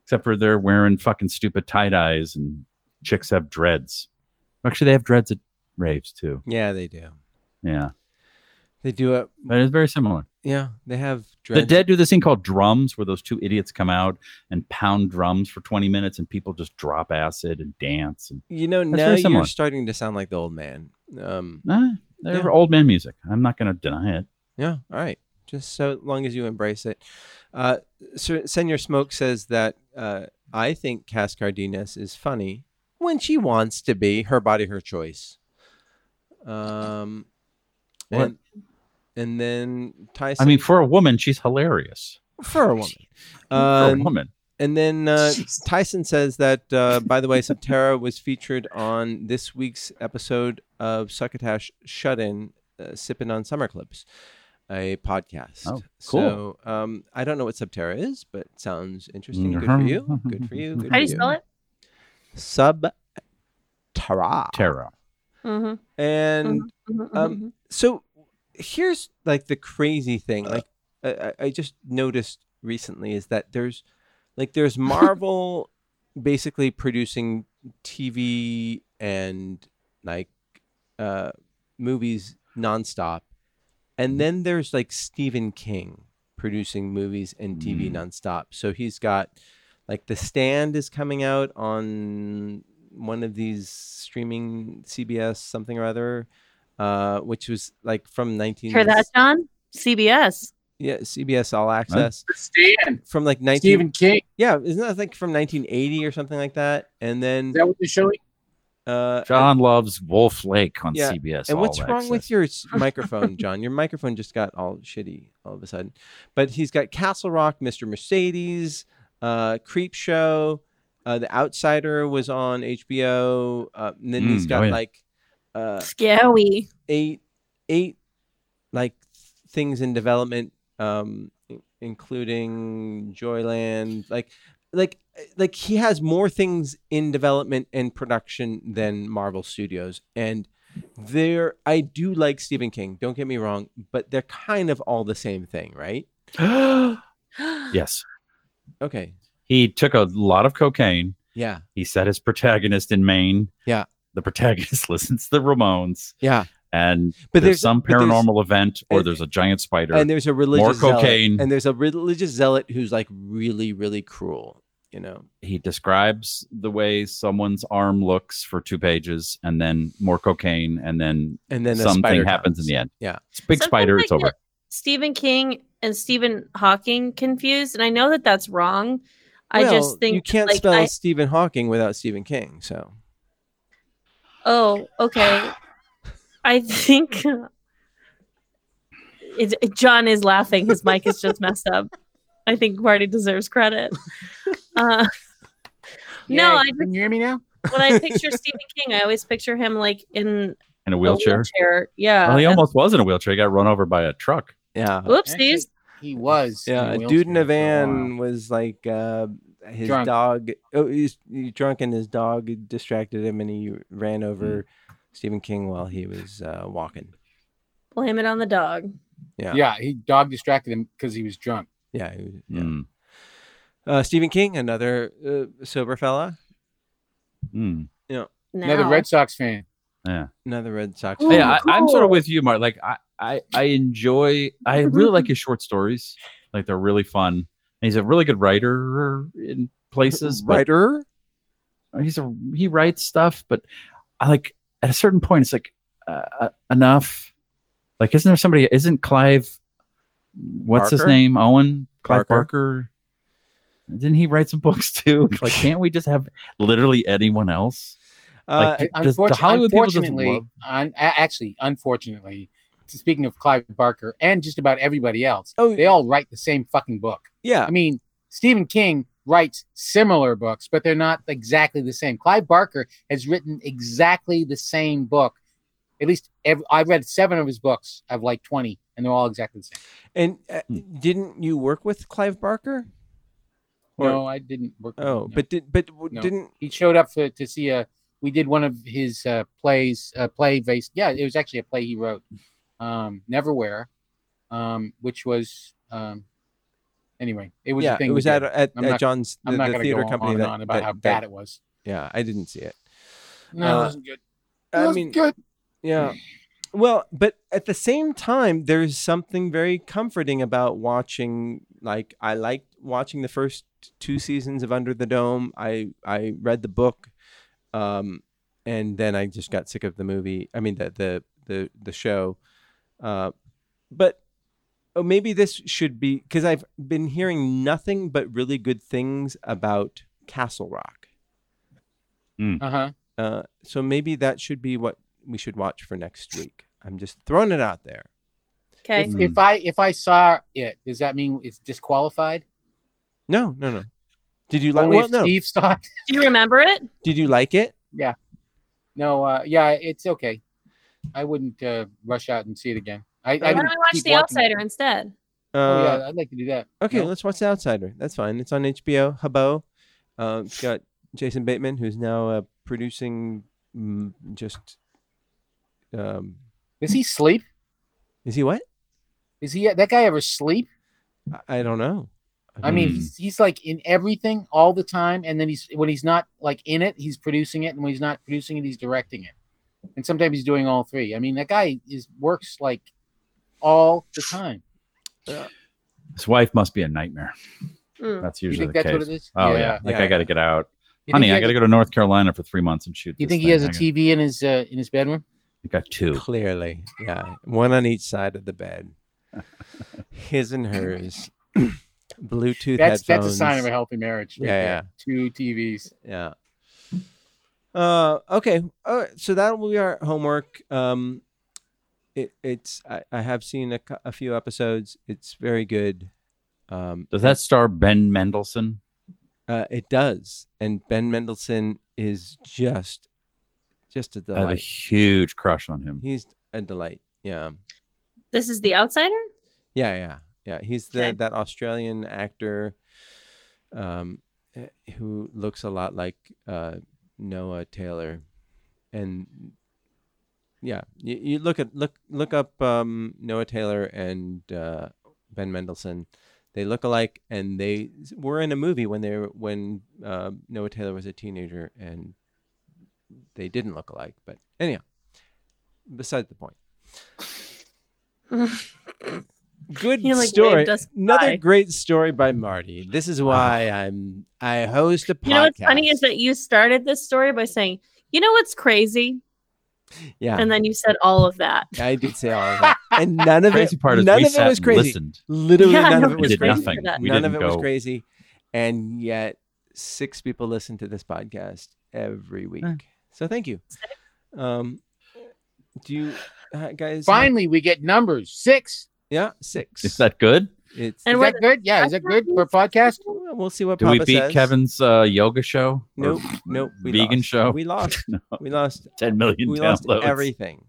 Speaker 6: except for they're wearing fucking stupid tie dyes and chicks have dreads. Actually, they have dreads at raves too.
Speaker 5: Yeah, they do.
Speaker 6: Yeah,
Speaker 5: They do it.
Speaker 6: but it's very similar.
Speaker 5: Yeah, they have
Speaker 6: The
Speaker 5: dreads.
Speaker 6: dead do this thing called drums, where those two idiots come out and pound drums for 20 minutes, and people just drop acid and dance. And
Speaker 5: You know,
Speaker 6: very
Speaker 5: now you're
Speaker 6: similar.
Speaker 5: starting to sound like the old man. Um,
Speaker 6: Eh, they're
Speaker 5: Yeah.
Speaker 6: old man music. I'm not going to deny it.
Speaker 5: Yeah. All right. Just so long as you embrace it. Uh, Sir, Senor Smoke says that uh, I think Cass Cardenas is funny when she wants to be. Her body, her choice. Um,
Speaker 6: What?
Speaker 5: and, and then Tyson.
Speaker 6: I mean, for a woman, she's hilarious.
Speaker 5: for a woman.
Speaker 6: For a
Speaker 5: Um,
Speaker 6: woman,
Speaker 5: and then uh,
Speaker 8: Jeez.
Speaker 5: Tyson says that, uh, by the way, Subterra was featured on this week's episode of Succotash Shut In, uh, Sippin' on Summer Clips, a podcast.
Speaker 6: Oh,
Speaker 5: So
Speaker 6: cool.
Speaker 5: um, I don't know what Subterra is, but it sounds interesting. Good for you. Good for you. Good
Speaker 3: How
Speaker 5: for
Speaker 3: do you spell it?
Speaker 5: Subterra.
Speaker 6: Tara.
Speaker 3: hmm
Speaker 5: And
Speaker 3: mm-hmm,
Speaker 5: Um, so here's like the crazy thing like I, I- I just noticed recently is that there's like there's marvel basically producing tv and like uh movies nonstop and then there's like stephen king producing movies and tv
Speaker 6: Mm.
Speaker 5: nonstop so he's got like the stand is coming out on one of these streaming cbs something or other uh, which was like from 19
Speaker 3: Hear that, John? CBS.
Speaker 5: Yeah, CBS All Access.
Speaker 8: Stan.
Speaker 5: From like 19
Speaker 8: Stephen King.
Speaker 5: Yeah, isn't that like from 1980 or something like that? And then Is
Speaker 8: that what they're showing?
Speaker 5: Uh,
Speaker 6: John loves Wolf Lake on CBS.
Speaker 5: And what's
Speaker 6: All
Speaker 5: wrong with your s- microphone, John? Your microphone just got all shitty all of a sudden. But he's got Castle Rock, Mr. Mercedes, uh, Creep Show, uh, The Outsider was on HBO. Uh, and then he's
Speaker 6: Mm,
Speaker 5: got
Speaker 6: oh yeah.
Speaker 5: like uh,
Speaker 3: Scary.
Speaker 5: eight eight like things in development, um, in- including Joyland. Like like like he has more things in development and production than Marvel Studios and there I do like Stephen King, don't get me wrong, but they're kind of all the same thing, right?
Speaker 6: Access. Yes.
Speaker 5: Okay.
Speaker 6: He took a lot of cocaine.
Speaker 5: Yeah.
Speaker 6: He set his protagonist in Maine.
Speaker 5: Yeah.
Speaker 6: The protagonist listens to the Ramones.
Speaker 5: Yeah.
Speaker 6: And
Speaker 5: But
Speaker 6: but
Speaker 5: there's-
Speaker 6: there's some
Speaker 5: but there's-
Speaker 6: paranormal event or
Speaker 5: and-
Speaker 6: there's a giant spider.
Speaker 5: And there's a religious
Speaker 6: More
Speaker 5: zealot-
Speaker 6: cocaine.
Speaker 5: and there's a religious zealot who's like really really cruel, you know.
Speaker 6: he describes the way someone's arm looks for two pages and then more cocaine and then
Speaker 5: And then a
Speaker 6: something
Speaker 5: spider
Speaker 6: happens
Speaker 5: comes.
Speaker 6: in the end.
Speaker 5: Yeah.
Speaker 6: It's a big spider, it's over.
Speaker 3: Stephen King and Stephen Hawking confused, and I know that that's wrong. I
Speaker 5: Well,
Speaker 3: just think
Speaker 5: you can't
Speaker 3: like,
Speaker 5: spell
Speaker 3: I-
Speaker 5: Stephen Hawking without Stephen King, so
Speaker 3: Oh, okay. I think it, it- John is laughing. His mic is just messed up. I think Marty deserves credit. Uh, no, I
Speaker 8: can you hear me now?
Speaker 3: When I picture Stephen King, I always picture him like in
Speaker 6: In a wheelchair. Uh,
Speaker 3: Yeah.
Speaker 6: well, he
Speaker 3: and-
Speaker 6: almost was in a wheelchair. He got run over by a truck.
Speaker 5: Yeah.
Speaker 3: Oopsies.
Speaker 8: He was.
Speaker 5: Yeah, a dude in a van was like uh, his
Speaker 8: Drunk.
Speaker 5: dog. Oh, he's he drunk, and his dog distracted him, and he
Speaker 8: Mm.
Speaker 5: ran over Stephen King while he was uh, walking.
Speaker 3: Blame it on the dog.
Speaker 5: Yeah,
Speaker 8: Yeah, he dog distracted him because he was drunk.
Speaker 5: yeah. he was-
Speaker 8: Mm.
Speaker 5: yeah.
Speaker 6: Hmm.
Speaker 5: Uh, Stephen King, another uh, sober fella.
Speaker 6: Mm.
Speaker 5: Yeah,
Speaker 8: Another Red Sox fan.
Speaker 6: Yeah.
Speaker 5: another Red Sox.
Speaker 8: Oh,
Speaker 5: fan.
Speaker 6: yeah, I, I'm sort of with you, Mark. Like I, I, I enjoy. I really like his short stories. Like they're really fun. And he's a really good writer in places. but-
Speaker 5: Writer?
Speaker 6: He's a he writes stuff, but I like at a certain point it's like uh, uh, enough. Like isn't there somebody? Isn't Clive? What's his
Speaker 5: Barker?
Speaker 6: name? Owen
Speaker 5: Barker.
Speaker 6: Clive Barker. Didn't he write some books too? Like, can't we just have literally anyone else?
Speaker 5: Uh,
Speaker 6: Like, does the
Speaker 8: Unfortu-
Speaker 6: Hollywood people just
Speaker 8: unfortunately,
Speaker 6: love
Speaker 8: un- a- actually, unfortunately, speaking of Clive Barker and just about everybody else,
Speaker 5: Oh.
Speaker 8: they all write the same fucking book.
Speaker 5: Yeah.
Speaker 8: I mean, Stephen King writes similar books, but they're not exactly the same. Clive Barker has written exactly the same book. At least ev I've read seven of his books. I've like 20, and they're all exactly the same.
Speaker 5: And uh,
Speaker 8: Hmm.
Speaker 5: didn't you work with Clive Barker?
Speaker 8: no, I didn't work. with
Speaker 5: Oh,
Speaker 8: him, no.
Speaker 5: but did but w-
Speaker 8: No.
Speaker 5: didn't
Speaker 8: he showed up for, to see a? We did one of his uh, plays, uh, play based. Yeah, it was actually a play he wrote, um, Neverwhere, um, which was um, anyway. It was
Speaker 5: yeah?
Speaker 8: a thing.
Speaker 5: It
Speaker 8: we
Speaker 5: was at
Speaker 8: did.
Speaker 5: at,
Speaker 8: I'm
Speaker 5: at
Speaker 8: not-
Speaker 5: John's the,
Speaker 8: I'm not
Speaker 5: the
Speaker 8: gonna
Speaker 5: theater
Speaker 8: go
Speaker 5: company
Speaker 8: on and
Speaker 5: that,
Speaker 8: on about
Speaker 5: that-
Speaker 8: how
Speaker 5: that-
Speaker 8: bad it was.
Speaker 5: Yeah, I didn't see it.
Speaker 8: No,
Speaker 5: uh,
Speaker 8: it wasn't good.
Speaker 5: I
Speaker 8: It was
Speaker 5: mean-
Speaker 8: good.
Speaker 5: Yeah. Well, but at the same time, there's something very comforting about watching. Like I liked watching the first two seasons of Under the Dome. I I read the book, um, and then I just got sick of the movie. I mean the the the the show, uh, but oh, maybe this should be because I've been hearing nothing but really good things about Castle Rock.
Speaker 8: Uh huh.
Speaker 5: Uh, so maybe that should be what we should watch for next week. I'm just throwing it out there.
Speaker 3: Okay.
Speaker 8: If, if I if I saw it, does that mean it's disqualified?
Speaker 5: No, no, no. Did you like?
Speaker 8: Only
Speaker 5: Well,
Speaker 8: if
Speaker 5: no.
Speaker 8: Steve saw it.
Speaker 3: Do you remember it?
Speaker 5: Did you like it?
Speaker 8: Yeah. No. Uh, yeah. It's okay. I wouldn't uh, rush out and see it again. I, I
Speaker 3: Why don't
Speaker 8: would
Speaker 3: I watch
Speaker 8: keep
Speaker 3: The
Speaker 8: watching it.
Speaker 3: Outsider instead?
Speaker 5: Uh,
Speaker 8: Oh, yeah, I'd like to do that.
Speaker 5: Okay,
Speaker 8: No?
Speaker 5: let's watch The Outsider. That's fine. It's on HBO. Hubbo. Um, it's got Jason Bateman, who's now uh, producing. mm, Just. Um,
Speaker 8: Does he sleep?
Speaker 5: is he what?
Speaker 8: Is he that guy ever sleep?
Speaker 5: I, I don't know.
Speaker 8: I mean,
Speaker 6: Hmm.
Speaker 8: he's, he's like in everything all the time, and then he's when he's not like in it, he's producing it, and when he's not producing it, he's directing it, and sometimes he's doing all three. I mean, that guy is works like all the time.
Speaker 6: His wife must be a nightmare.
Speaker 3: Mm.
Speaker 6: That's
Speaker 8: You
Speaker 6: usually
Speaker 8: think
Speaker 6: the
Speaker 8: that's
Speaker 6: case.
Speaker 8: what it is?
Speaker 6: Oh yeah,
Speaker 8: Yeah.
Speaker 6: like
Speaker 5: Yeah.
Speaker 6: I got to get out.
Speaker 8: You think
Speaker 6: Honey,
Speaker 8: he
Speaker 6: I
Speaker 8: has
Speaker 6: got to
Speaker 8: a-
Speaker 6: go to North Carolina for three months and shoot.
Speaker 8: You
Speaker 6: this
Speaker 8: think he
Speaker 6: thing.
Speaker 8: has
Speaker 6: I
Speaker 8: a
Speaker 6: got-
Speaker 8: TV in his uh, in his bedroom?
Speaker 6: I got two.
Speaker 5: Clearly, yeah. One on each side of the bed. his and hers, Bluetooth
Speaker 14: That's
Speaker 5: headphones.
Speaker 14: that's a sign of a healthy marriage. right
Speaker 5: Yeah,
Speaker 14: there. Two TVs.
Speaker 5: Yeah. Uh, okay. All right. So that will be our homework. Um, it, it's I, I have seen a, cou- a few episodes. It's very good. Um,
Speaker 6: Does that star Ben Mendelsohn?
Speaker 5: Uh, it does, and Ben Mendelsohn is just just a
Speaker 6: I have a
Speaker 5: delight.
Speaker 6: huge crush on him.
Speaker 5: He's a delight. Yeah.
Speaker 3: This is The Outsider?
Speaker 5: Yeah, yeah, yeah. He's the that Australian actor, um, eh, who looks a lot like uh, Noah Taylor, and yeah, you, you look at look look up um, Noah Taylor and uh, Ben Mendelsohn. They look alike, and they s- were in a movie when they were, when uh, Noah Taylor was a teenager, and they didn't look alike. But anyhow, besides the point. Good
Speaker 3: He, like, waved
Speaker 5: story.
Speaker 3: us
Speaker 5: Another
Speaker 3: by.
Speaker 5: great story by Marty. This is why I'm I host a podcast.
Speaker 3: You know what's funny is that you started this story by saying, you know what's crazy?
Speaker 5: yeah,
Speaker 3: And then you said all of that.
Speaker 5: I did say all of that, and none of
Speaker 6: Crazy
Speaker 5: it.
Speaker 6: part is
Speaker 5: none
Speaker 6: we
Speaker 5: of it
Speaker 6: sat
Speaker 5: was
Speaker 6: and
Speaker 5: crazy.
Speaker 6: listened.
Speaker 5: Literally,
Speaker 3: Yeah,
Speaker 5: none
Speaker 3: no,
Speaker 5: of it
Speaker 3: we
Speaker 5: was
Speaker 3: did
Speaker 5: crazy.
Speaker 3: nothing. We
Speaker 5: None of it
Speaker 6: didn't
Speaker 5: was
Speaker 6: go-
Speaker 5: crazy, and yet six people listen to this podcast every week. So thank you. Um, do you uh, guys?
Speaker 14: Finally, we get numbers. Six.
Speaker 5: yeah, six.
Speaker 6: Is that good?
Speaker 5: It's
Speaker 14: is that good? Yeah, is that good for a podcast?
Speaker 5: We'll see what
Speaker 6: Do we
Speaker 5: Papa
Speaker 6: beat
Speaker 5: says.
Speaker 6: Kevin's uh, yoga show? or
Speaker 5: Nope, nope. We
Speaker 6: vegan
Speaker 5: lost.
Speaker 6: show.
Speaker 5: We lost.
Speaker 6: No.
Speaker 5: We lost.
Speaker 6: 10 million
Speaker 5: We
Speaker 6: downloads.
Speaker 5: lost everything.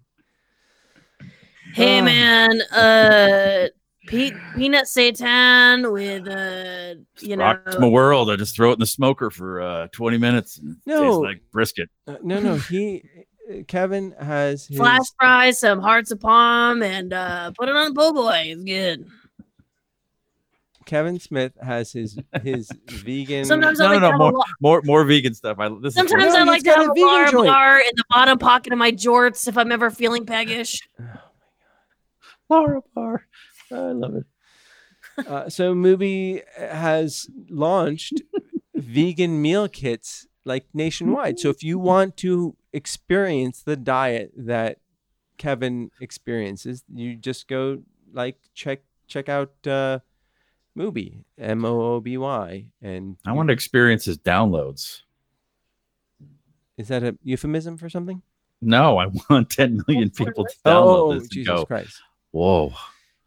Speaker 3: Hey man, uh Pete Peanut Satan with uh you know
Speaker 6: Rocked my world. I just throw it in the smoker for uh, 20 minutes. And it
Speaker 3: No.
Speaker 6: tastes like brisket.
Speaker 5: Uh, no, no. He, uh, Kevin has his.
Speaker 3: flash fries, some hearts of palm, and uh put it on the po' boy. It's good.
Speaker 5: Kevin Smith has his his vegan.
Speaker 3: Sometimes I No, like no, to no, have a
Speaker 6: More,
Speaker 3: lo-
Speaker 6: more, more vegan stuff. I, this
Speaker 3: Sometimes
Speaker 6: is
Speaker 3: I
Speaker 6: great.
Speaker 3: like to
Speaker 5: got a
Speaker 3: have a
Speaker 5: vegan
Speaker 3: bar
Speaker 5: joint.
Speaker 3: bar in the bottom pocket of my jorts if I'm ever feeling peggish.
Speaker 6: Laura Bar. I love it.
Speaker 5: Uh, so Mubi has launched vegan meal kits like nationwide. So if you want to experience the diet that Kevin experiences, you just go like check check out uh, Mubi M O O B Y and
Speaker 6: I want to experience his downloads.
Speaker 5: is that a euphemism for something?
Speaker 6: No, I want 10 million people to download
Speaker 5: Oh,
Speaker 6: this. and
Speaker 5: Jesus
Speaker 6: go,
Speaker 5: Christ.
Speaker 6: Whoa.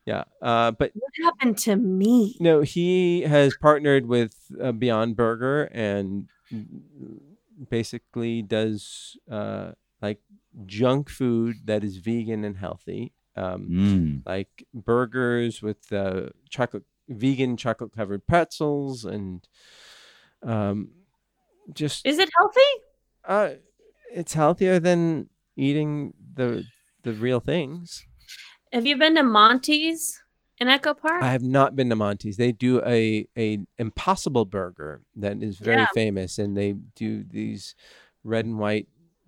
Speaker 5: Yeah, uh, but
Speaker 3: What happened to me?
Speaker 5: No, he has partnered with uh, Beyond Burger and basically does uh, like junk food that is vegan and healthy, um,
Speaker 6: Mm.
Speaker 5: like burgers with uh, chocolate, vegan chocolate covered pretzels, and um, just
Speaker 3: Is it healthy?
Speaker 5: uh, it's healthier than eating the the real things.
Speaker 3: Have you been to Monty's in Echo Park?
Speaker 5: I have not been to Monty's. They do a a Impossible Burger that is very
Speaker 3: Yeah.
Speaker 5: famous, and they do these red and white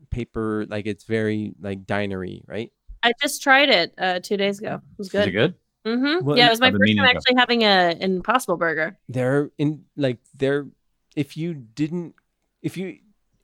Speaker 5: paper, like it's very like dinery, right?
Speaker 3: I just tried it uh two days ago. It was good.
Speaker 5: it good?
Speaker 3: Mm-hmm.
Speaker 5: Well,
Speaker 3: yeah, it was my
Speaker 5: I've been
Speaker 3: first
Speaker 5: meaning
Speaker 3: time
Speaker 5: to go.
Speaker 3: actually having a an Impossible Burger.
Speaker 5: They're in like they're if you didn't if you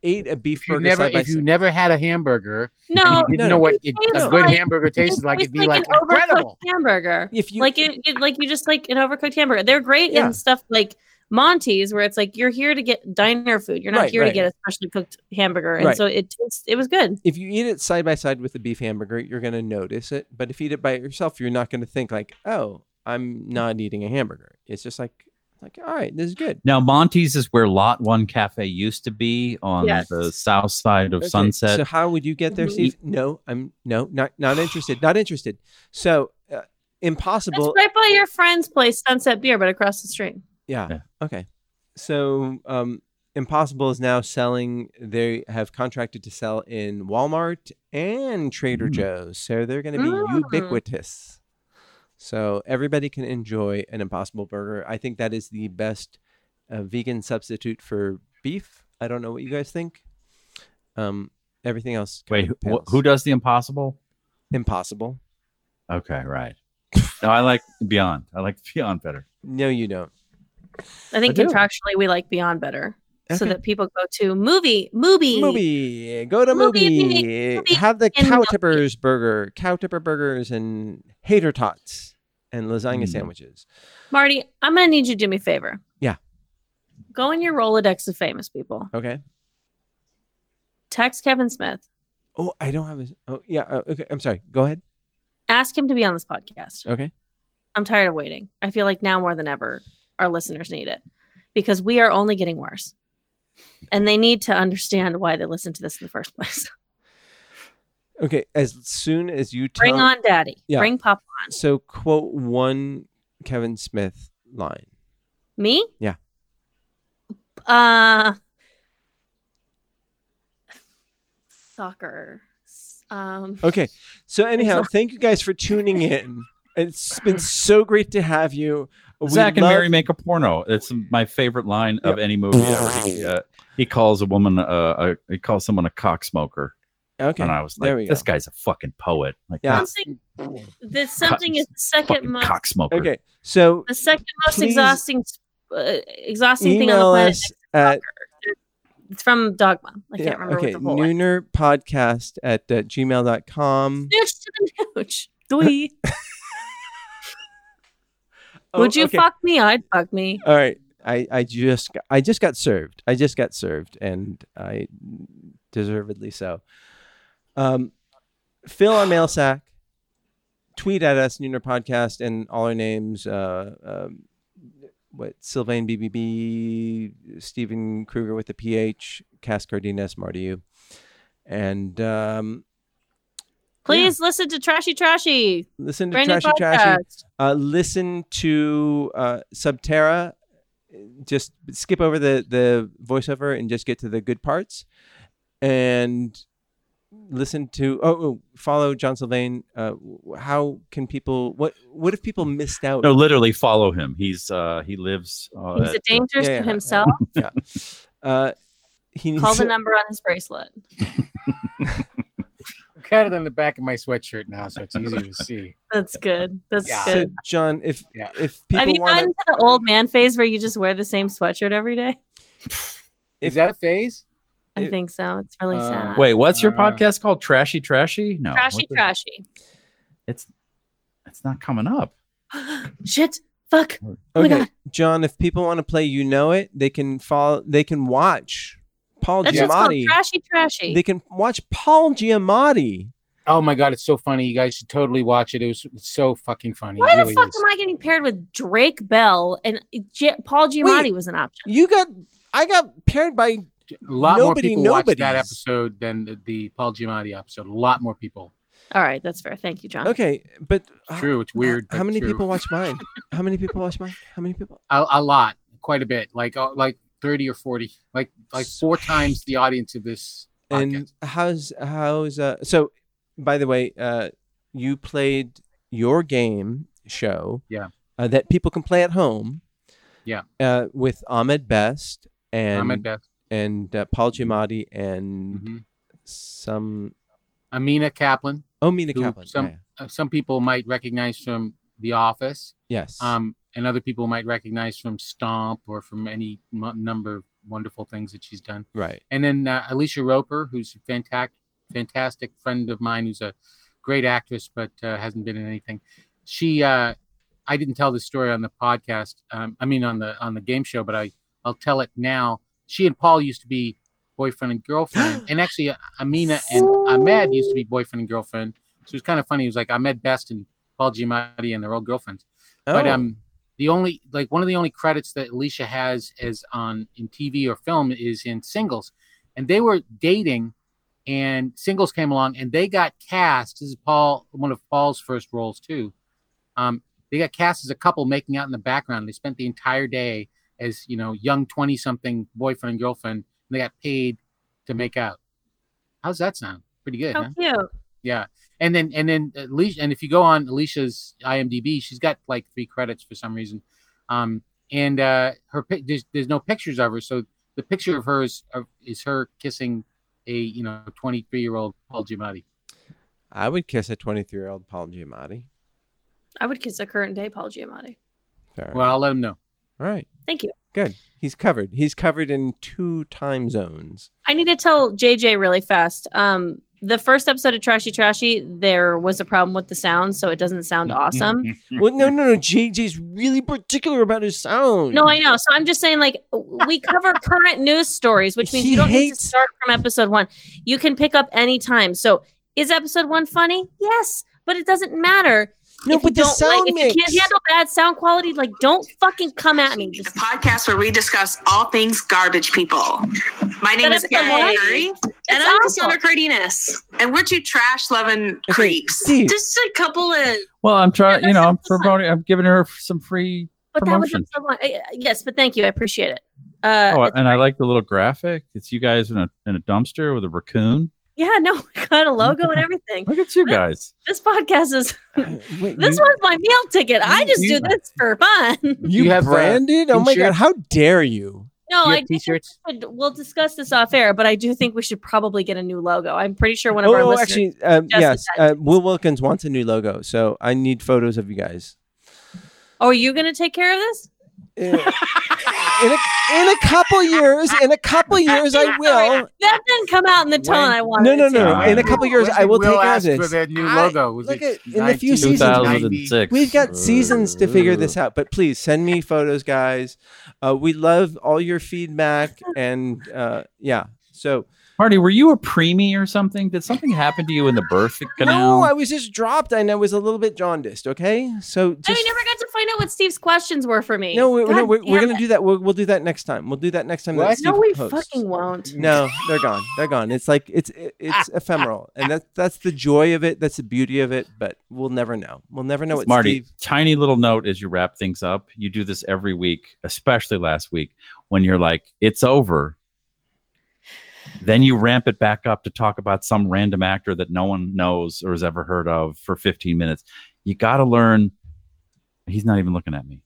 Speaker 5: ate a beef
Speaker 14: If you
Speaker 5: burger
Speaker 14: never,
Speaker 5: side by
Speaker 14: if you
Speaker 5: side-
Speaker 14: never had a hamburger, and
Speaker 3: No,
Speaker 14: you didn't
Speaker 5: No,
Speaker 14: know what
Speaker 5: it
Speaker 14: it,
Speaker 5: tastes
Speaker 14: a good
Speaker 5: like-
Speaker 14: hamburger tasted like. It'd be like,
Speaker 3: an
Speaker 14: incredible.
Speaker 3: overcooked hamburger.
Speaker 5: If you
Speaker 3: like it, it- like you just like an overcooked hamburger. They're great
Speaker 5: Yeah.
Speaker 3: in stuff like Monty's, where it's like you're here to get diner food. You're not
Speaker 5: Right,
Speaker 3: here
Speaker 5: right.
Speaker 3: to get a specially cooked hamburger. And
Speaker 5: Right.
Speaker 3: so it tastes it was good.
Speaker 5: if you eat it side by side with a beef hamburger, you're gonna notice it. But if you eat it by yourself, you're not gonna think like, oh, I'm not eating a hamburger. It's just like like all right, this is good.
Speaker 6: Now, Monty's is where Lot One Cafe used to be on
Speaker 5: Yes.
Speaker 6: the south side of
Speaker 5: Okay,
Speaker 6: Sunset.
Speaker 5: So how would you get there,
Speaker 6: Mhm.
Speaker 5: Steve? No, I'm no, not not interested. Not interested. So uh,
Speaker 3: It's
Speaker 5: impossible.
Speaker 3: right by your friend's place, Sunset Beer, but across the street.
Speaker 5: Yeah. Okay. So um, Impossible is now selling. They have contracted to sell in Walmart and Trader
Speaker 6: Mm-hmm.
Speaker 5: Joe's, so they're going to be
Speaker 3: Mm.
Speaker 5: ubiquitous. So everybody can enjoy an Impossible Burger. I think that is the best uh, vegan substitute for beef. I don't know what you guys think. Um, everything else.
Speaker 6: Wait, who, wh- who does the impossible?
Speaker 5: Impossible.
Speaker 6: Okay, right. no, I like Beyond. I like Beyond better.
Speaker 5: No, you don't.
Speaker 3: I think
Speaker 6: I do.
Speaker 3: contractually we like Beyond better. So
Speaker 5: Okay.
Speaker 3: that people go to movie, movie,
Speaker 5: Movie. Go to
Speaker 3: Movie,
Speaker 5: movie.
Speaker 3: movie,
Speaker 5: Have the
Speaker 3: and
Speaker 5: cow tippers burger, cow tipper burgers, and hater tots. and lasagna
Speaker 6: Mm.
Speaker 5: sandwiches.
Speaker 3: Marty, I'm gonna need you to do me a favor.
Speaker 5: Yeah.
Speaker 3: Go in your Rolodex of famous people.
Speaker 5: Okay.
Speaker 3: Text Kevin Smith.
Speaker 5: Oh, I don't have his. Oh, yeah. uh, okay. I'm sorry. Go ahead.
Speaker 3: Ask him to be on this podcast.
Speaker 5: Okay.
Speaker 3: I'm tired of waiting. I feel like now more than ever, our listeners need it because we are only getting worse. And they need to understand why they listened to this in the first place.
Speaker 5: Okay. As soon as you tell,
Speaker 3: Bring on daddy.
Speaker 5: Yeah.
Speaker 3: Bring Papa on.
Speaker 5: So quote one Kevin Smith line.
Speaker 3: Me?
Speaker 5: Yeah.
Speaker 3: Uh soccer. Um
Speaker 5: Okay. So anyhow,
Speaker 3: sorry.
Speaker 5: thank you guys for tuning in. It's been so great to have you. We
Speaker 6: Zach and
Speaker 5: love-
Speaker 6: Mary make a porno. It's my favorite line of any movie. ever. He, uh, he calls a woman, uh, uh, he calls someone a cock smoker.
Speaker 5: Okay,
Speaker 6: And I was
Speaker 5: there
Speaker 6: like,
Speaker 5: we
Speaker 6: this
Speaker 5: go.
Speaker 6: guy's a fucking poet. Like,
Speaker 5: Yeah.
Speaker 6: that's
Speaker 3: something this something is the second
Speaker 6: fucking
Speaker 3: most
Speaker 6: cock smoker.
Speaker 5: Okay. So
Speaker 3: the second most
Speaker 5: Please
Speaker 3: exhausting uh, exhausting thing on the
Speaker 5: email
Speaker 3: planet.
Speaker 5: us at
Speaker 3: It's from Dogma. I
Speaker 5: yeah,
Speaker 3: can't remember
Speaker 5: okay,
Speaker 3: what the whole one.
Speaker 5: nooner podcast at uh, gmail.com.
Speaker 3: Snitch to the nooch. Dwee.
Speaker 5: Oh,
Speaker 3: Would you
Speaker 5: okay.
Speaker 3: fuck me? I'd fuck me.
Speaker 5: All right. I, I just got- I just got served. I just got served, and I deservedly so. Um, fill our mail sack, tweet at us Nooner Podcast and all our names. Uh, um, what Sylvain BBB, Stephen Kruger with the PH, Cass Cardenas, Marty U, and um,
Speaker 3: Please listen to Trashy Trashy.
Speaker 5: listen to
Speaker 3: Brand new
Speaker 5: Trashy Trashy.
Speaker 3: podcast.
Speaker 5: Uh, listen to uh, Subterra. Just skip over the the voiceover and just get to the good parts. And listen to oh, oh, follow John Sylvain. Uh, w- how can people? What what if people missed out?
Speaker 6: No, literally follow him. He's uh, he lives. Uh,
Speaker 3: He's a
Speaker 6: at-
Speaker 3: danger
Speaker 5: yeah,
Speaker 3: to
Speaker 5: yeah.
Speaker 3: himself.
Speaker 5: Yeah. Uh, he
Speaker 3: Call
Speaker 5: needs
Speaker 3: the number on his bracelet.
Speaker 8: I've got it on the back of my sweatshirt now, so it's easier to see.
Speaker 3: That's good. That's
Speaker 5: So,
Speaker 3: good.
Speaker 5: John, if if
Speaker 3: Have
Speaker 5: people
Speaker 3: you gotten
Speaker 5: want
Speaker 3: to the old man phase where you just wear the same sweatshirt every day?
Speaker 8: Is that a phase?
Speaker 3: I think so. It's really
Speaker 6: Uh,
Speaker 3: sad.
Speaker 6: Wait, what's your podcast called? Trashy Trashy? No.
Speaker 3: trashy
Speaker 6: what the-
Speaker 3: Trashy.
Speaker 6: It's it's not coming up.
Speaker 3: Shit. Fuck. Oh my
Speaker 5: okay,
Speaker 3: God.
Speaker 5: John, if people want to play, you know it. They can follow. They can watch Paul
Speaker 3: That's just called
Speaker 5: Giamatti.
Speaker 3: Trashy Trashy.
Speaker 5: They can watch Paul Giamatti.
Speaker 8: Oh my god, it's so funny. You guys should totally watch it. It was it's so fucking funny.
Speaker 3: Why
Speaker 8: It
Speaker 3: the
Speaker 8: really
Speaker 3: fuck
Speaker 8: is.
Speaker 3: am I getting paired with Drake Bell and J- Paul Giamatti was an option?
Speaker 5: You got, I got paired by
Speaker 8: A lot
Speaker 5: Nobody
Speaker 8: more people watched that
Speaker 5: nobody's.
Speaker 8: episode than the, the Paul Giamatti episode. A lot more people.
Speaker 3: All right, that's fair. Thank you, John.
Speaker 5: Okay, but
Speaker 8: It's true. It's weird.
Speaker 5: How
Speaker 8: but
Speaker 5: many
Speaker 8: true.
Speaker 5: people watch mine? How many people watch mine? How many people?
Speaker 8: A, a lot, quite a bit. Like uh, like thirty or forty. Like like four times the audience of this.
Speaker 5: And how's how's uh? So, by the way, uh, you played your game show.
Speaker 8: Yeah.
Speaker 5: Uh, that people can play at home.
Speaker 8: Yeah.
Speaker 5: Uh, with Ahmed Best and
Speaker 8: Ahmed Best. Mm-hmm.
Speaker 5: and uh, Paul Giamatti and some
Speaker 8: Amina Kaplan.
Speaker 5: Oh, Mina
Speaker 8: who
Speaker 5: Kaplan,
Speaker 8: Some
Speaker 5: yeah.
Speaker 8: uh, some people might recognize from The Office.
Speaker 5: Yes.
Speaker 8: Um, and other people might recognize from Stomp or from any m- number of wonderful things that she's done.
Speaker 5: right.
Speaker 8: And then uh, Alicia Roper, who's a fantastic, fantastic friend of mine, who's a great actress but uh, hasn't been in anything. She, uh, I didn't tell this story on the podcast. Um, I mean, on the on the game show, but I I'll tell it now. She and Paul used to be boyfriend and girlfriend, and actually, uh, Amina and Ahmed used to be boyfriend and girlfriend. So it's kind of funny. It was like Ahmed Best and Paul Giamatti, and they're all girlfriends. But
Speaker 5: Oh.
Speaker 8: um, the only like one of the only credits that Alicia has as on in TV or film is in singles, and they were dating, and singles came along, and they got cast. This is Paul, one of Paul's first roles too. Um, they got cast as a couple making out in the background. They spent the entire day as you know young twenty something boyfriend and girlfriend, and they got paid to make out. How's that sound? Pretty good.
Speaker 3: How
Speaker 8: huh?
Speaker 3: cute.
Speaker 8: Yeah, and then and then Alicia, and if you go on Alicia's IMDb, she's got like three credits for some reason, um, and uh, her pic- there's there's no pictures of her, so the picture of her is of, is her kissing a you know 23 year old Paul Giamatti.
Speaker 5: I would kiss a 23 year old Paul Giamatti.
Speaker 3: I would kiss a current day Paul Giamatti.
Speaker 5: Fair.
Speaker 8: Well, I'll let him know.
Speaker 5: All right.
Speaker 3: Thank you.
Speaker 5: Good. He's covered. He's covered in two time zones.
Speaker 3: I need to tell JJ really fast. Um, the first episode of Trashy Trashy, there was a problem with the sound, so it doesn't
Speaker 5: Mm-hmm.
Speaker 3: sound awesome.
Speaker 5: well, no, no, no. JJ's really particular about his sound.
Speaker 3: No, I know. So I'm just saying, like, we cover current news stories, which means
Speaker 5: He
Speaker 3: you don't need
Speaker 5: hates-
Speaker 3: to start from episode one. You can pick up any time. So is episode one funny? Yes, but it doesn't matter.
Speaker 5: No,
Speaker 3: If
Speaker 5: but
Speaker 3: you
Speaker 5: the
Speaker 3: don't
Speaker 5: sound
Speaker 3: like, if you
Speaker 5: mix-
Speaker 3: can't handle bad sound quality, like don't fucking come at me. Just
Speaker 13: podcast where we discuss all things garbage people. My name
Speaker 3: That
Speaker 13: is Erin
Speaker 3: episode
Speaker 13: Murray,
Speaker 3: one.
Speaker 13: and
Speaker 3: It's
Speaker 13: I'm
Speaker 3: awesome.
Speaker 13: Cassandra Cardenas, and we're two trash loving creeps.
Speaker 6: Steve.
Speaker 13: Just a couple of.
Speaker 6: Well, I'm trying. You know, I'm promoting. I'm giving her some free
Speaker 3: But that was
Speaker 6: promotion.
Speaker 3: episode one. Uh, Yes, but thank you. I appreciate it. Uh,
Speaker 6: oh, and I like the little graphic. It's you guys in a in a dumpster with a raccoon.
Speaker 3: yeah, no, we got a logo and everything.
Speaker 6: Look at you guys.
Speaker 3: This podcast is this
Speaker 5: uh, you-
Speaker 3: was my meal ticket. I just
Speaker 5: you-
Speaker 3: do this for fun.
Speaker 5: You,
Speaker 8: have, uh,
Speaker 5: branded? oh my god!
Speaker 8: insurance?
Speaker 5: How dare you?
Speaker 3: No,
Speaker 8: you
Speaker 3: I
Speaker 8: have
Speaker 3: do think
Speaker 8: t-shirts?
Speaker 3: we should- we'll discuss this off air, but I do think we should probably get a new logo. I'm pretty sure one of our
Speaker 5: oh,
Speaker 3: listeners
Speaker 5: actually, um,
Speaker 3: suggested
Speaker 5: yes.
Speaker 3: that.
Speaker 5: Uh, Will Wilkins wants a new logo, so I need photos of you guys
Speaker 3: Oh, are you gonna take care of this?
Speaker 5: in a, in a couple years. In a couple years, I will.
Speaker 3: That didn't come out in the tone I wanted.
Speaker 5: No, no,
Speaker 3: it to.
Speaker 5: no. In a couple years, I will take care of
Speaker 8: Uh, ask for
Speaker 5: this.
Speaker 8: their new
Speaker 5: I-
Speaker 8: logo. Was
Speaker 5: Look
Speaker 8: it
Speaker 5: at in a few
Speaker 8: 1990?
Speaker 5: seasons. We've got seasons to figure this out, but please send me photos, guys. Uh, we love all your feedback, and uh, yeah. So
Speaker 6: Marty, were you a preemie or something? Did something happen to you in the birth canal?
Speaker 5: no, I was just dropped, and I was a little bit jaundiced. Okay, so
Speaker 3: I
Speaker 5: just
Speaker 3: never got to find out what Steve's questions were for me.
Speaker 5: no, we, no,
Speaker 3: God
Speaker 5: we're, we're
Speaker 3: damn
Speaker 5: gonna
Speaker 3: it.
Speaker 5: do that. We'll, we'll do that next time. We'll do that next time. That
Speaker 3: No,
Speaker 5: Steve
Speaker 3: we
Speaker 5: posts.
Speaker 3: fucking won't.
Speaker 5: No, they're gone. They're gone. It's like it's it- it's ephemeral, and that's that's the joy of it. That's the beauty of it. But we'll never know. We'll never know what
Speaker 6: Marty,
Speaker 5: Steve.
Speaker 6: tiny little note as you wrap things up. You do this every week, especially last week when you're like, it's over. Then you ramp it back up to talk about some random actor that no one knows or has ever heard of for 15 minutes. You got to learn. He's not even looking at me.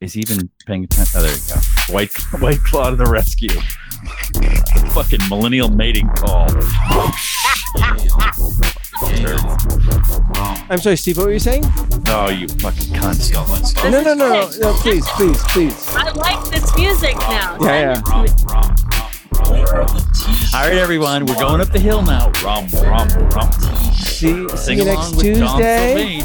Speaker 6: Is he even paying attention? Oh, there you go. White, white claw to the rescue. The fucking millennial mating call.
Speaker 5: I'm sorry, Steve. What were you saying?
Speaker 6: Oh, you fucking cunt.
Speaker 5: No, no, no, no, no. Please, please, please.
Speaker 3: I like this music now.
Speaker 5: Yeah, yeah.
Speaker 6: All right, everyone, we're going up the hill now. Rum, rum, rum.
Speaker 5: See, see
Speaker 6: Sing
Speaker 5: you
Speaker 6: along
Speaker 5: next
Speaker 6: with John
Speaker 5: Tuesday.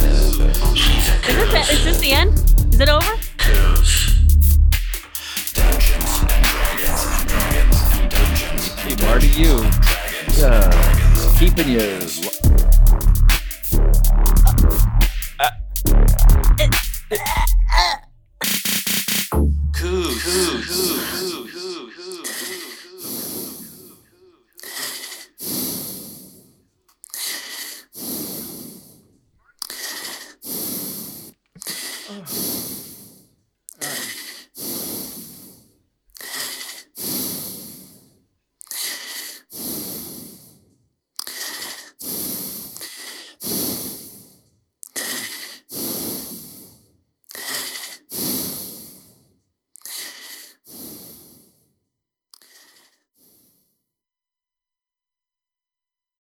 Speaker 3: Is this, it? Is this the end? Is it over?
Speaker 6: Hey, Marty, you. Uh, keeping you.
Speaker 15: Coos.